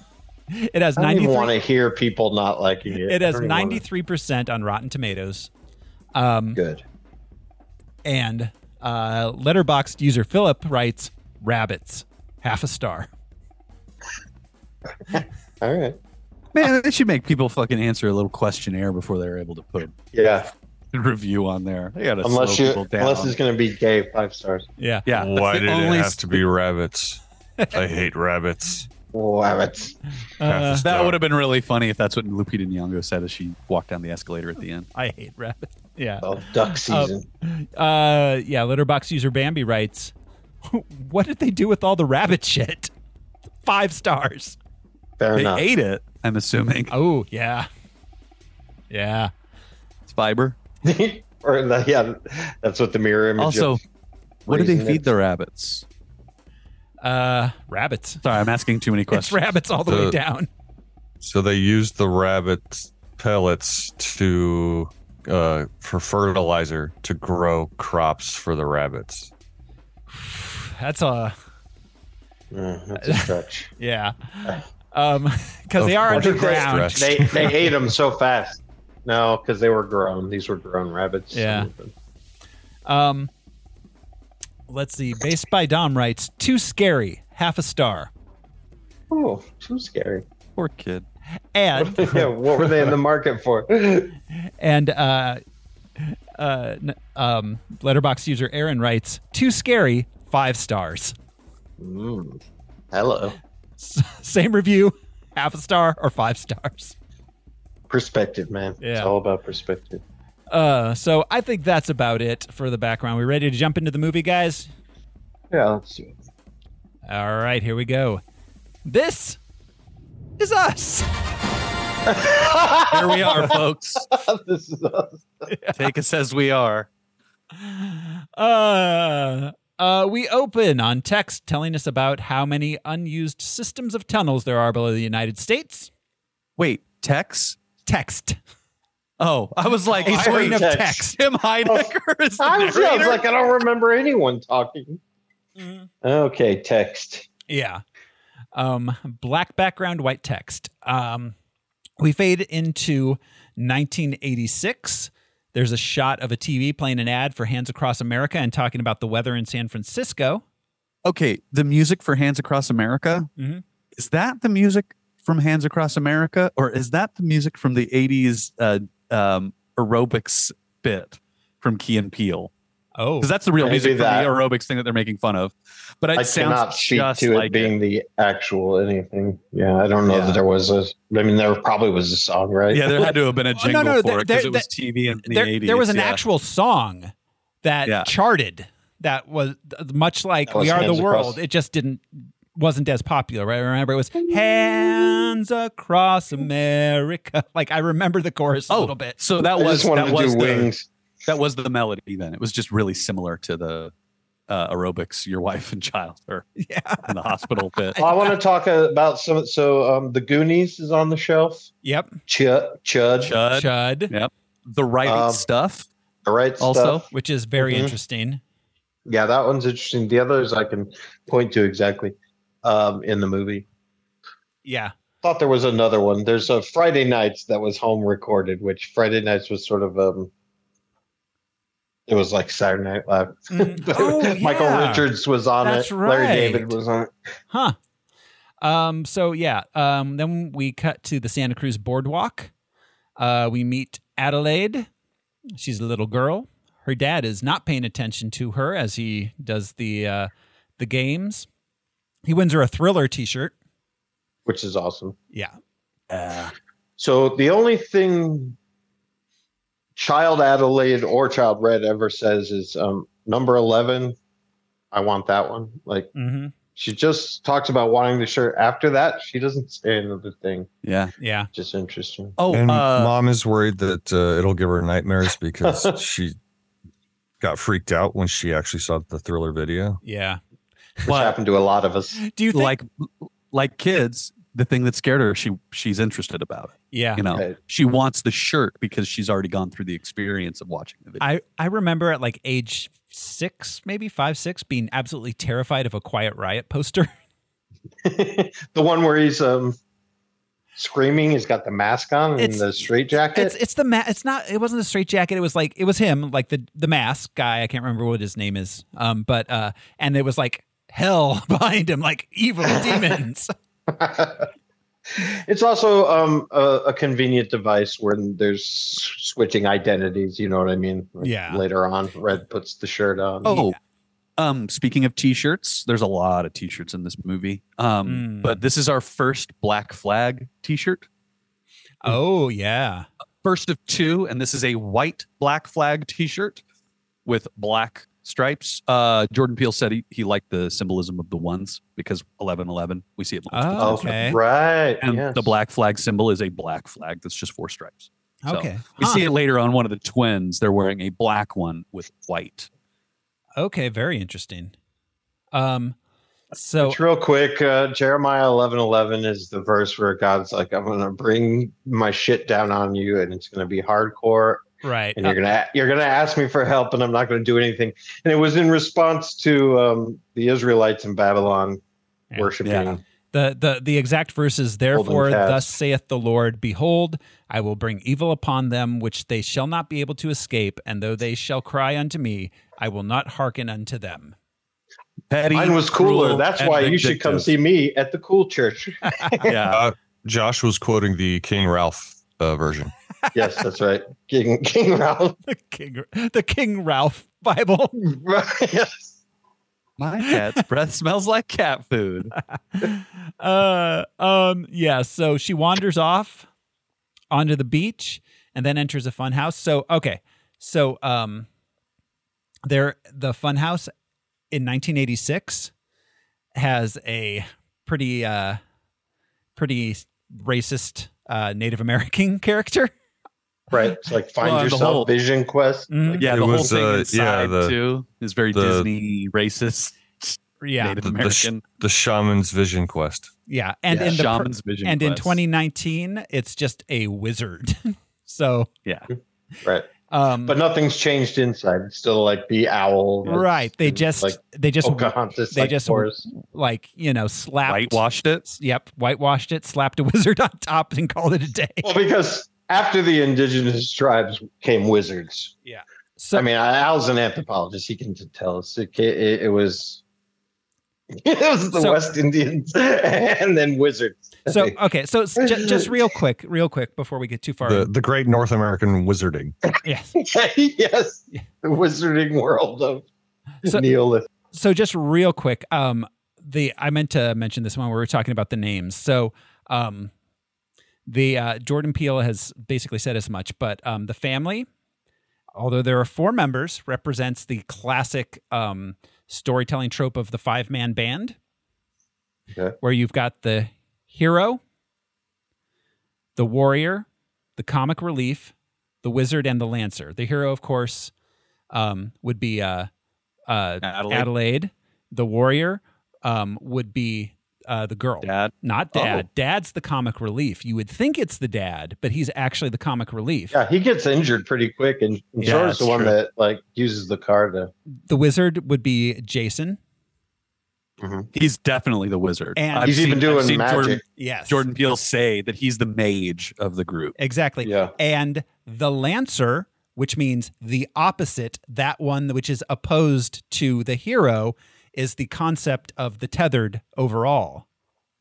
A: it has
B: I don't even
A: 93
B: want to hear people not liking it.
A: it has
B: I don't even wanna-
A: 93% on rotten tomatoes
B: Good.
A: and uh letterboxed user philip writes rabbits half a star
B: All right.
C: Man, it should make people fucking answer a little questionnaire before they're able to put
B: Yeah.
C: a review on there. They gotta
B: Unless
C: slow
B: you,
C: people down.
B: unless it's going to be gay, five stars.
A: yeah
C: yeah, that's
D: Why
C: the
D: did
C: only
D: it have
C: s-
D: to be rabbits? I hate rabbits.
B: Oh, Wow, it's
A: Uh,
D: Half a
C: That
D: star.
C: would have been really funny if that's what Lupita Nyong'o said as she walked down the escalator at the end.
A: i hate rabbits yeah
B: oh, duck season.
A: Uh, yeah, letterbox user Bambi writes, "What did they do with all the rabbit shit? Five stars.
B: Fair
C: they
B: enough.
C: ate it. I'm assuming
B: Uh,
A: Oh yeah, yeah.
C: it's fiber.
B: or the, yeah, that's what the mirror image.
C: Also,
B: of
C: what do they
B: raising
C: feed
B: it-
C: the rabbits?
A: Uh, rabbits.
C: Sorry, I'm asking too many
A: It's
C: questions.
A: rabbits all the way
D: The-
A: down.
D: So they used the rabbit pellets to uh, for fertilizer to grow crops for the rabbits.
A: That's a
B: Mm, that's a stretch.
A: yeah. Um, because
D: Of
A: they are
D: course,
A: underground.
D: it's
B: they they ate them so fast. No, because they were grown. These were grown rabbits.
A: Yeah. Um, let's see. Based by Dom writes, "Too scary. Half a star."
B: Oh, too scary.
C: Poor kid.
A: And
B: yeah, what were they in the market for?
A: And uh, uh, n- um, letterbox user Aaron writes, "Too scary, five stars."
B: Mm. Hello.
A: S- same review, half a star or five stars.
B: Perspective, man. It's
A: Yeah.
B: all about perspective.
A: Uh, so I think that's about it for the background. We ready to jump into the movie, guys?
B: Yeah, let's do it.
A: All right, here we go. This is us.
C: Here we are, folks.
B: this is us.
C: Take us as we are.
A: Uh, uh, we open on text telling us about how many unused systems of tunnels there are below the United States.
C: Wait, Tex?
A: Text.
C: Oh, I was like,
A: A
C: I
A: string
C: wait,
A: of text.
B: text. Oh,
C: Tim Heidecker is the
B: I was, yeah, I was
C: narrator?
B: like, I don't remember anyone talking. Okay, text.
A: Yeah. Um, black background, white text. Um, we fade into 1986. There's a shot of a TV playing an ad for Hands Across America and talking about the weather in San Francisco.
C: Okay, the music for Hands Across America
A: Mhm.
C: is that the music from Hands Across America, or is that the music from the '80s uh, um, aerobics bit from Key and Peele?
A: Oh,
C: Because that's the real
B: Maybe
C: music from
B: that.
C: the aerobics thing that they're making fun of. But it
B: I
C: sounds
B: cannot speak
C: just
B: to it
C: like
B: being the actual anything. Yeah, I don't know
C: Yeah.
B: that there was a. I mean, there probably was a song, right?
C: Yeah, there had to have been a
A: Oh, no,
C: jingle
A: no,
C: for
A: there-
C: it because
A: there-
C: it was TV in the
A: there,
C: 80s.
A: there was an
C: yeah.
A: actual song that
C: Yeah.
A: charted that was th- much like
B: That was
A: we are the
B: Hands
A: world
B: Across-
A: it just didn't wasn't as popular right i remember it was hands across america like i remember the chorus a
C: Oh,
A: little bit
C: So that
B: I
C: was
B: just wanted
C: that
B: to
C: was
B: do
C: the,
B: wings.
C: That was the melody then. It was just really similar to the uh, aerobics, your wife and child, or
A: yeah
C: in the hospital bit.
B: I want to talk about some. So, um, the Goonies is on the shelf.
A: yep
B: Chud, Chud,
C: Chud,
A: chud
C: the right
B: Um,
C: stuff.
B: the right
C: Also,
B: stuff.
A: which is very
B: Mhm.
A: interesting
B: Yeah, that one's interesting. The others I can point to exactly um, in the movie.
A: yeah
B: Thought there was another one. There's a Friday Nights that was home recorded, which Friday Nights was sort of um, it was like Saturday Night Live.
C: Mm-hmm.
A: Mm. oh,
B: Michael
A: yeah.
B: Richards was on
A: That's
B: it. Larry
A: right.
B: David was on it.
A: Huh. Um, so yeah. Um, then we cut to the Santa Cruz boardwalk. Uh, we meet Adelaide. She's a little girl. Her dad is not paying attention to her as he does the uh, the games. He wins her a thriller T-shirt.
B: which is awesome.
A: Yeah.
B: So the only thing Child Adelaide or Child Red ever says is um, number eleven. I want that one. Like
A: Mm-hmm.
B: she just talks about wanting the shirt. After that, she doesn't say another thing.
C: Yeah.
A: Yeah.
B: Just interesting.
C: Oh,
D: and
C: uh,
D: mom is worried that uh, it'll give her nightmares because she got freaked out when she actually saw the thriller video.
A: Yeah.
B: Which
C: what-
B: happened to a lot of us.
A: Do you think?
C: like like kids, the thing that scared her, she she's interested about it.
A: yeah.
C: You know,
B: Right.
C: she wants the shirt because she's already gone through the experience of watching the video.
A: I I remember at like age six, maybe five, six, being absolutely terrified of a Quiet Riot poster.
B: the one where he's um screaming. He's got the mask on
A: It's-
B: and the straight jacket.
A: It's it's the ma- it's not it wasn't a straight jacket. It was like it was him, like the the mask guy. I can't remember what his name is. Um, but uh, and it was like hell behind him, like evil demons.
B: it's also um, a, a convenient device when there's switching identities. You know what I mean? Like,
A: Yeah.
B: Later on, Red puts the shirt on.
C: Oh, um, speaking of t-shirts, there's a lot of t-shirts in this movie. Um,
A: Mm.
C: but this is our first Black Flag t-shirt,
A: Oh yeah,
C: first of two, and this is a white Black Flag t-shirt with black stripes. Uh, Jordan Peele said he, he liked the symbolism of the ones because eleven eleven we see it multiple
A: Oh,
C: times.
A: okay.
B: right.
C: And
B: yes.
C: the black flag symbol is a black flag that's just four stripes. So,
A: okay.
C: We
A: Huh.
C: see it later on one of the twins. They're wearing a black one with white.
A: Okay, very interesting. Um, so
B: Just real quick, uh, Jeremiah eleven eleven is the verse where God's like, "I'm gonna bring my shit down on you, and it's gonna be hardcore,
A: right, Uh,
B: and you're gonna you're gonna ask me for help, and I'm not gonna do anything." And it was in response to um, the Israelites in Babylon
A: Yeah.
B: worshiping.
C: Yeah.
A: The, the the exact verse is therefore
B: fast.
A: thus saith the Lord behold I will bring evil upon them which they shall not be able to escape and though they shall cry unto me I will not hearken unto them
C: Petty,
B: Mine was cooler.
C: cruel,
B: That's
C: and
B: why you should come
C: vindictive.
B: see me at the cool church.
C: yeah.
D: Josh was quoting the King Ralph uh, version.
B: yes, that's right. King King Ralph.
A: the king the King Ralph Bible
B: yes.
C: My cat's breath smells like cat food.
A: uh um yeah so she wanders off onto the beach and then enters a fun house so okay so um there the fun house in 1986 has a pretty uh pretty racist uh native american character
B: Right. It's like find
C: Well, the
B: yourself
C: whole-
B: vision quest.
A: Mhm.
C: Yeah,
D: It
C: the
D: was,
C: whole thing
D: uh,
C: inside
D: yeah, the-
C: too is very
D: the-
C: Disney racist
A: yeah
C: Native
D: The- the sh-
C: American
D: The Shaman's Vision Quest.
A: yeah and
B: Yeah.
A: in the per-
C: shaman's vision.
A: and in
C: quest.
A: 2019 it's just a wizard so
B: Right.
A: Um,
B: but nothing's changed inside. It's still like the owl. that's
A: right. They
B: in,
A: just
B: like oh,
A: they just
B: Pocahontas,
A: they
B: like,
A: just
B: forest.
A: like you know slapped
C: Whitewashed it.
A: Yep, whitewashed it, slapped a wizard on top, and called it a day.
B: Well, because after the indigenous tribes came wizards.
A: So
B: I mean, Al's an anthropologist. He can tell us it, it, it was it was the
A: So-
B: West Indians and then wizards.
A: so okay. So it's ju- just real quick, real quick before we get too far.
D: The the great North American wizarding.
A: yes.
B: yes, the wizarding world of
A: So-
B: Neolithic.
A: so just real quick um the i meant to mention this when we were talking about the names so um the uh, jordan peele has basically said as much but um the family although there are four members represents the classic um storytelling trope of the five man band
B: Okay.
A: where you've got the hero the warrior the comic relief the wizard and the lancer the hero of course um would be uh uh
C: Adelaide.
A: Adelaide. The warrior um, would be uh, the girl,
C: Dad.
A: not dad. Dad's the comic relief. You would think it's the dad, but he's actually the comic relief.
B: Yeah, he gets injured pretty quick, and, and
A: Yeah,
B: Jordan's the
C: that's
B: one
C: true.
B: that like uses the car to.
A: The wizard would be Jason.
C: He's definitely the wizard.
A: And-
B: He's even doing
C: Jordan,
B: magic.
A: Yes,
C: Jordan Peele say that he's the mage of the group.
A: Exactly.
B: Yeah.
A: And the lancer, which means the opposite, that one which is opposed to the hero, is the concept of the tethered overall.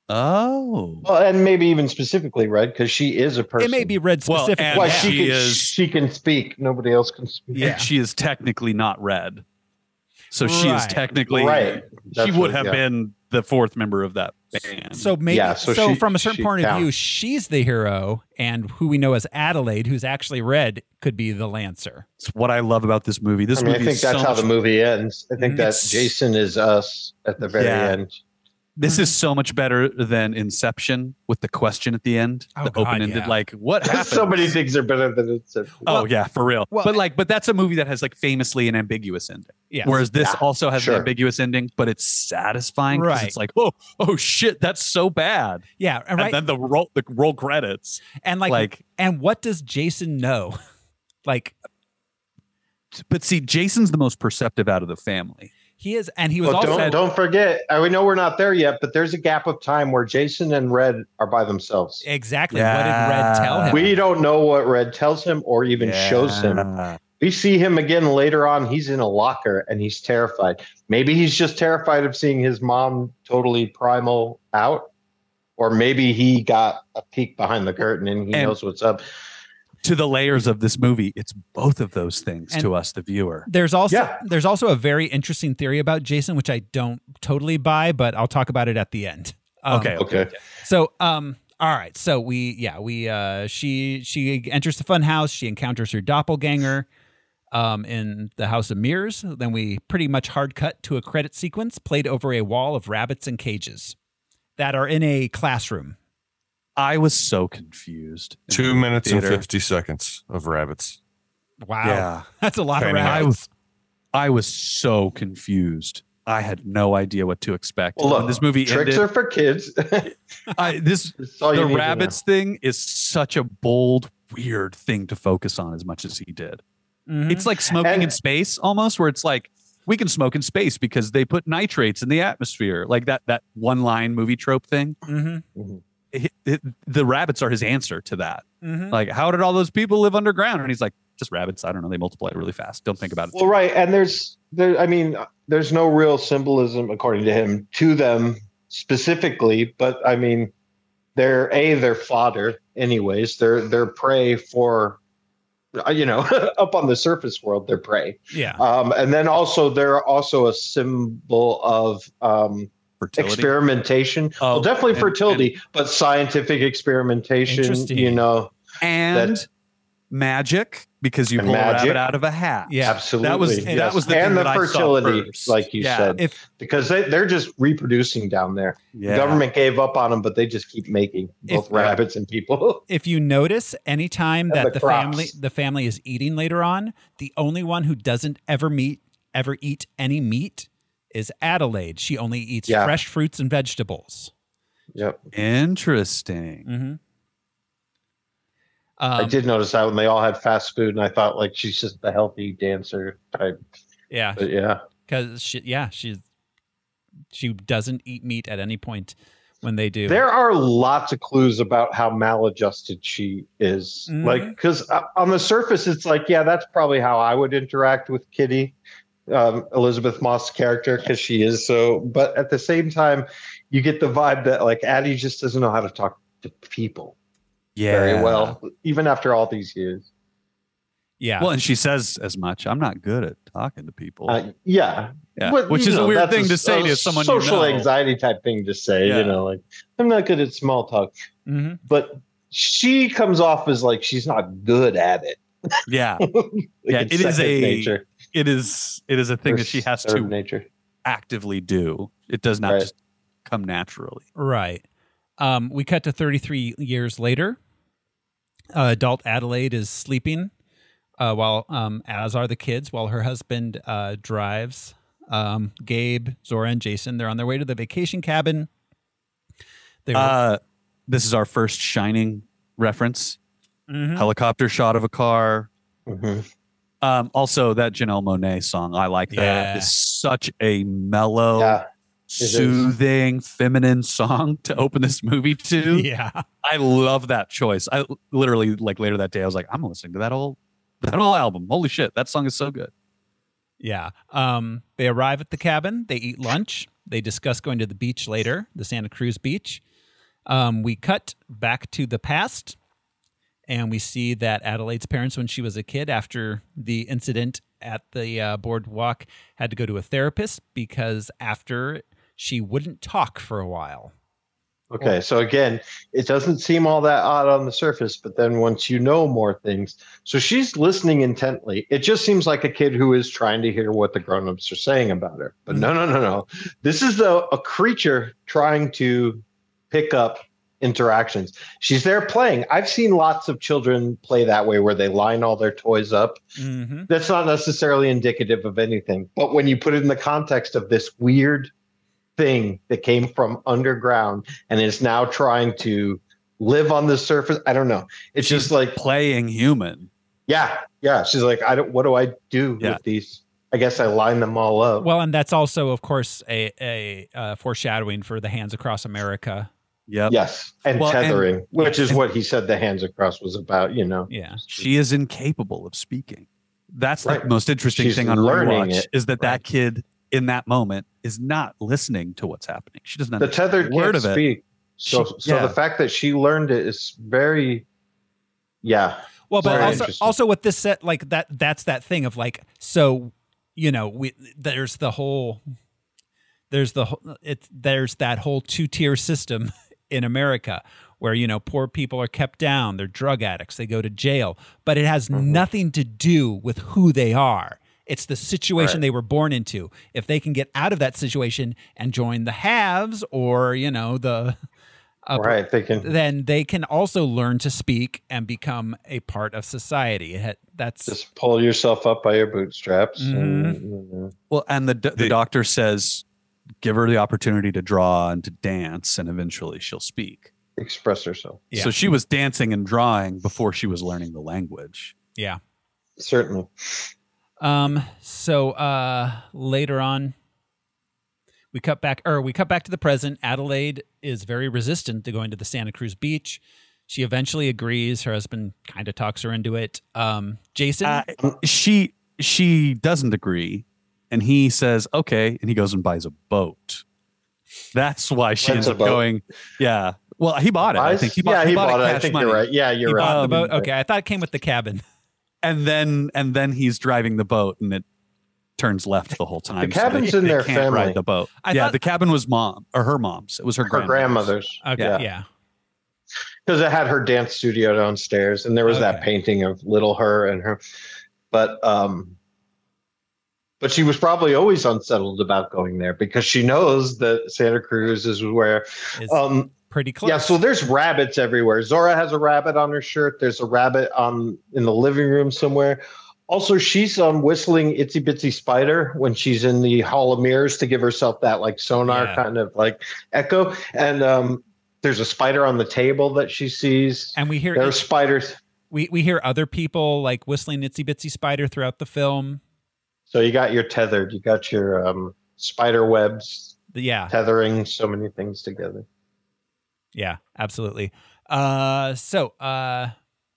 C: Oh.
B: Well, and maybe even specifically, right? Because she is a person.
A: It may be read
C: Well,
A: specifically.
C: and
B: Why
C: Yeah.
B: she,
C: She
B: can,
C: is-
B: she can speak. Nobody else can speak.
A: Yeah.
C: And she is technically not red. So she is
A: Right.
C: technically
B: Right. That's
C: she would
B: what-
C: have
B: yeah.
C: been the fourth member of that band.
A: So maybe
B: Yeah,
A: so,
B: so she-
A: from a certain
B: she
A: point of view,
B: counts.
A: she's the hero, and who we know as Adelaide, who's actually red, could be the Lancer.
C: it's what I love about this movie. This
B: I mean, I
C: movie
B: think
C: is
B: that's
C: so
B: how
C: much,
B: the movie ends. I think that
C: It's-
B: Jason is us at the very
C: Yeah.
B: end.
C: this
A: Mhm.
C: is so much better than Inception with the question at the end.
A: Oh,
C: the
A: God,
C: open-ended
A: yeah.
C: like what happened?
B: so many things are better than it's.
C: Oh yeah, for real.
A: well-
C: but like but that's a movie that has like famously an ambiguous ending.
A: Yeah.
C: Whereas this
B: Yeah,
C: also has
B: sure.
C: an ambiguous ending, but it's satisfying 'cause
A: Right.
C: it's like, oh, oh shit, that's so bad.
A: yeah, and
C: And
A: right,
C: then the roll the roll credits.
A: and like,
C: like-
A: and what does Jason know? like
C: But see, Jason's the most perceptive out of the family.
A: he is, and he was
B: Well,
A: also
B: don't, don't forget. I we know we're not there yet, but there's a gap of time where Jason and Red are by themselves.
A: exactly what
C: Yeah.
A: did Red tell him?
B: We don't know what Red tells him or even shows him. We see him again later on. He's in a locker and he's terrified. Maybe he's just terrified of seeing his mom totally primal out, or maybe he got a peek behind the curtain and he
C: And-
B: knows what's up.
C: to the layers of this movie, it's both of those things
A: And-
C: to us, the viewer.
A: There's also
B: Yeah.
A: there's also a very interesting theory about Jason, which I don't totally buy, but I'll talk about it at the end. Um,
C: okay,
B: Okay.
A: So, um, all right. So we, yeah, we, uh, she, she enters the fun house. She encounters her doppelganger, um, in the House of Mirrors. Then we pretty much hard cut to a credit sequence played over a wall of rabbits and cages that are in a classroom.
C: I was so confused.
D: Two minutes
C: Theater.
D: and fifty seconds of rabbits.
A: Wow.
C: Yeah,
A: That's a lot of
D: Fanning.
A: rabbits.
C: I was so confused. I had no idea what to expect.
B: Well,
C: When
B: look,
C: this movie
B: tricks
C: ended,
B: are for kids.
C: I, this
B: That's all you
C: the
B: need to know.
C: rabbits thing is such a bold, weird thing to focus on as much as he did.
A: Mhm.
C: It's like smoking
B: And-
C: in space almost, where it's like we can smoke in space because they put nitrates in the atmosphere, like that that one line movie trope thing.
A: Mhm.
C: It- it- the rabbits are his answer to that.
A: Mhm.
C: Like, how did all those people live underground? And he's like, just rabbits. I don't know. They multiply really fast. Don't think about it.
B: Well, right, and there's there. I mean, there's no real symbolism, according to him, to them specifically. But I mean, they're a they're fodder, anyways. They're they're prey for, uh, you know, up on the surface world, they're prey.
A: Yeah.
B: Um, and then also they're also a symbol of um,
C: Fertility.
B: experimentation.
C: Oh,
B: well, definitely
C: and-
B: fertility, but scientific experimentation.
A: Interesting.
B: You know,
C: and
B: That-
C: magic because you
B: And
C: pull a rabbit
B: magic.
C: out of a hat.
A: Yeah.
B: absolutely.
C: That was
A: Absolutely,
C: that was the
B: and
C: thing
B: the
C: that I saw
B: fertility,
C: first.
B: like you
C: Yeah.
B: said,
A: If
B: because they, they're just reproducing down there.
C: Yeah.
B: The government gave up on them, but they just keep making both
A: If-
B: rabbits and people.
A: if you notice anytime
B: And
A: that the,
B: the crops.
A: family the family is eating later on the only one who doesn't ever meet ever eat any meat is adelaide she only eats
B: Yeah.
A: fresh fruits and vegetables
B: yep.
C: Interesting.
A: mm-hmm.
B: I did notice that when they all had fast food, and I thought like she's just the healthy dancer type.
A: Yeah.
B: But yeah,
A: Because she, yeah, she's she doesn't eat meat at any point when they do.
B: there are lots of clues about how maladjusted she is.
A: Mhm.
B: Like, because on the surface, it's like, yeah, that's probably how I would interact with Kitty, um, Elizabeth Moss' character, because she is so. But at the same time, you get the vibe that like Addie just doesn't know how to talk to people
C: Yeah.
B: very well, even after all these years.
A: yeah.
C: Well, and she says as much. I'm not good at talking to people.
B: Uh, yeah.
C: yeah.
B: But,
C: Which
B: you
C: is
B: know,
C: a weird
B: that's
C: thing to say
B: a
C: to someone you
B: Social
C: know.
B: anxiety type thing to say,
C: Yeah.
B: you know, like I'm not good at small talk,
A: Mhm.
B: but she comes off as like she's not good at it.
C: Yeah.
B: Like,
C: Yeah,
B: it's
C: it is
B: second
C: a
B: nature.
C: It is it is a thing
B: or
C: that she has
B: third
C: to
B: nature.
C: actively do. It does not
B: Right.
C: just come naturally.
A: Right. Um, we cut to 33 years later. Uh, adult Adelaide is sleeping, uh, while um, as are the kids, while her husband uh, drives. Um, Gabe, Zora, and Jason they're on their way to the vacation cabin. They were,
C: Uh, this is our first shining reference.
A: Mhm.
C: Helicopter shot of a car.
B: Mhm.
C: Um, also that Janelle Monet song, I like
A: Yeah.
C: that. It's such a mellow,
B: Yeah. is.
C: soothing, feminine song to open this movie to.
A: yeah,
C: I love that choice. I literally like later that day I was like, I'm listening to that whole that whole album. Holy shit, that song is so good.
A: yeah. Um, they arrive at the cabin. They eat lunch. They discuss going to the beach later, the Santa Cruz beach. Um, we cut back to the past. and we see that Adelaide's parents, when she was a kid, after the incident at the uh, boardwalk, had to go to a therapist because after she wouldn't talk for a while.
B: Okay, so again, it doesn't seem all that odd on the surface, but then once you know more things, so she's listening intently. It just seems like a kid who is trying to hear what the grown-ups are saying about her. But no, no, no, no. This is a, a creature trying to pick up interactions. She's there playing. I've seen lots of children play that way where they line all their toys up
A: Mm-hmm.
B: that's not necessarily indicative of anything. But when you put it in the context of this weird thing that came from underground and is now trying to live on the surface, I don't know. It's just like,
C: Playing human.
B: yeah, yeah. She's like, I don't. What do I do
C: Yeah.
B: with these? I guess I line them all up.
A: Well, and that's also, of course, a, a uh, foreshadowing for the Hands Across America.
C: Yep.
B: yes, and
C: uh, Well, and-
B: tethering, which is
C: and-
B: what he said the hands across was about. You know,
A: Yeah.
C: She is incapable of speaking. That's
B: Right.
C: the most interesting
B: She's
C: thing on
B: learning
C: Rewatch
B: it.
C: is that
A: Right.
C: that kid in that moment is not listening to what's happening. She doesn't
B: the
C: understand
B: tethered
C: a word
B: can't
C: of it.
B: speak. So,
C: She-
B: so
C: yeah.
B: the fact that she learned it is very, yeah,
A: Well, but
B: Very
A: also,
B: interesting.
A: also with this set, like that, that's that thing of like, so you know, we there's the whole, there's the whole, it's there's that whole two tier system in America where you know poor people are kept down, they're drug addicts, they go to jail, but it has
B: Mm-hmm.
A: nothing to do with who they are. It's the situation they were born into. If they can get out of that situation and join the haves or you know the
C: Uh,
A: upper
B: right. They can
A: then they can also learn to speak and become a part of society. It had- That's
B: just pull yourself up by your bootstraps. and,
A: Mhm.
B: you know.
C: Well, and the, the
D: The-
C: doctor says, give her the opportunity to draw and to dance, and eventually she'll speak.
B: express herself.
A: Yeah.
C: So she was dancing and drawing before she was learning the language.
A: yeah.
B: Certainly.
A: Um. So uh, later on, we cut back, or we cut back to the present. Adelaide is very resistant to going to the Santa Cruz beach. She eventually agrees. Her husband kind of talks her into it. Um, Jason,
C: Uh, she she doesn't agree, and he says okay, and he goes and buys a boat. That's why she ends
B: Rents a
C: up
B: boat.
C: going. Yeah. Well, he bought it. I think he bought,
B: yeah, he bought, it. I
C: cash
B: think
C: money.
B: you're right. Yeah, you're
A: you
B: right.
A: bought the boat.
C: um,
A: Okay, I thought it came with the cabin.
C: And then and then he's driving the boat, and it turns left the whole time. so they-
B: cabin's in
C: they
B: their
C: can't
B: family.
C: Ride the boat.
A: I
C: yeah,
A: thought-
C: the cabin was mom or her mom's. It was her,
B: Her grandmother's
A: Okay,
B: Yeah.
A: yeah.
B: because it had her dance studio downstairs, and there was that
A: Okay.
B: painting of little her and her. But um, but she was probably always unsettled about going there because she knows that Santa Cruz is where.
A: It's
B: Um,
A: pretty close.
B: Yeah, so there's rabbits everywhere. Zora has a rabbit on her shirt. There's a rabbit on in the living room somewhere. Also, she's on whistling "Itsy Bitsy Spider" when she's in the Hall of Mirrors to give herself that like sonar
A: Yeah.
B: kind of like echo. And um, there's a spider on the table that she sees.
A: and we hear
B: There are spiders.
A: we we hear other people like whistling "Itsy Bitsy Spider" throughout the film.
B: So you got your tethered, you got your um, spider webs,
A: yeah,
B: tethering so many things together.
A: Yeah, absolutely. Uh, so, uh,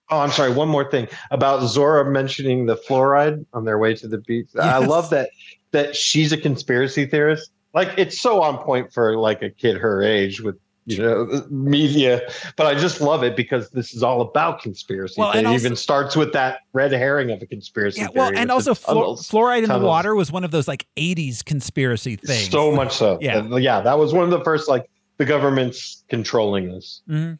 B: oh, I'm sorry. One more thing about Zora mentioning the fluoride on their way to the beach. I
A: Yes.
B: love that that she's a conspiracy theorist. Like it's so on point for like a kid her age with you know media. But I just love it because this is all about conspiracy.
A: Well,
B: Well, it
A: and also-
B: even starts with that red herring of a conspiracy.
A: yeah, well,
B: theory
A: and
B: with
A: also
B: the
A: fluor
B: tunnels.
A: fluoride in the
B: tunnels.
A: water was one of those like '80s conspiracy things.
B: So much so.
A: Yeah.
B: That- yeah. That was one of the first like the government's controlling this,
A: Mhm.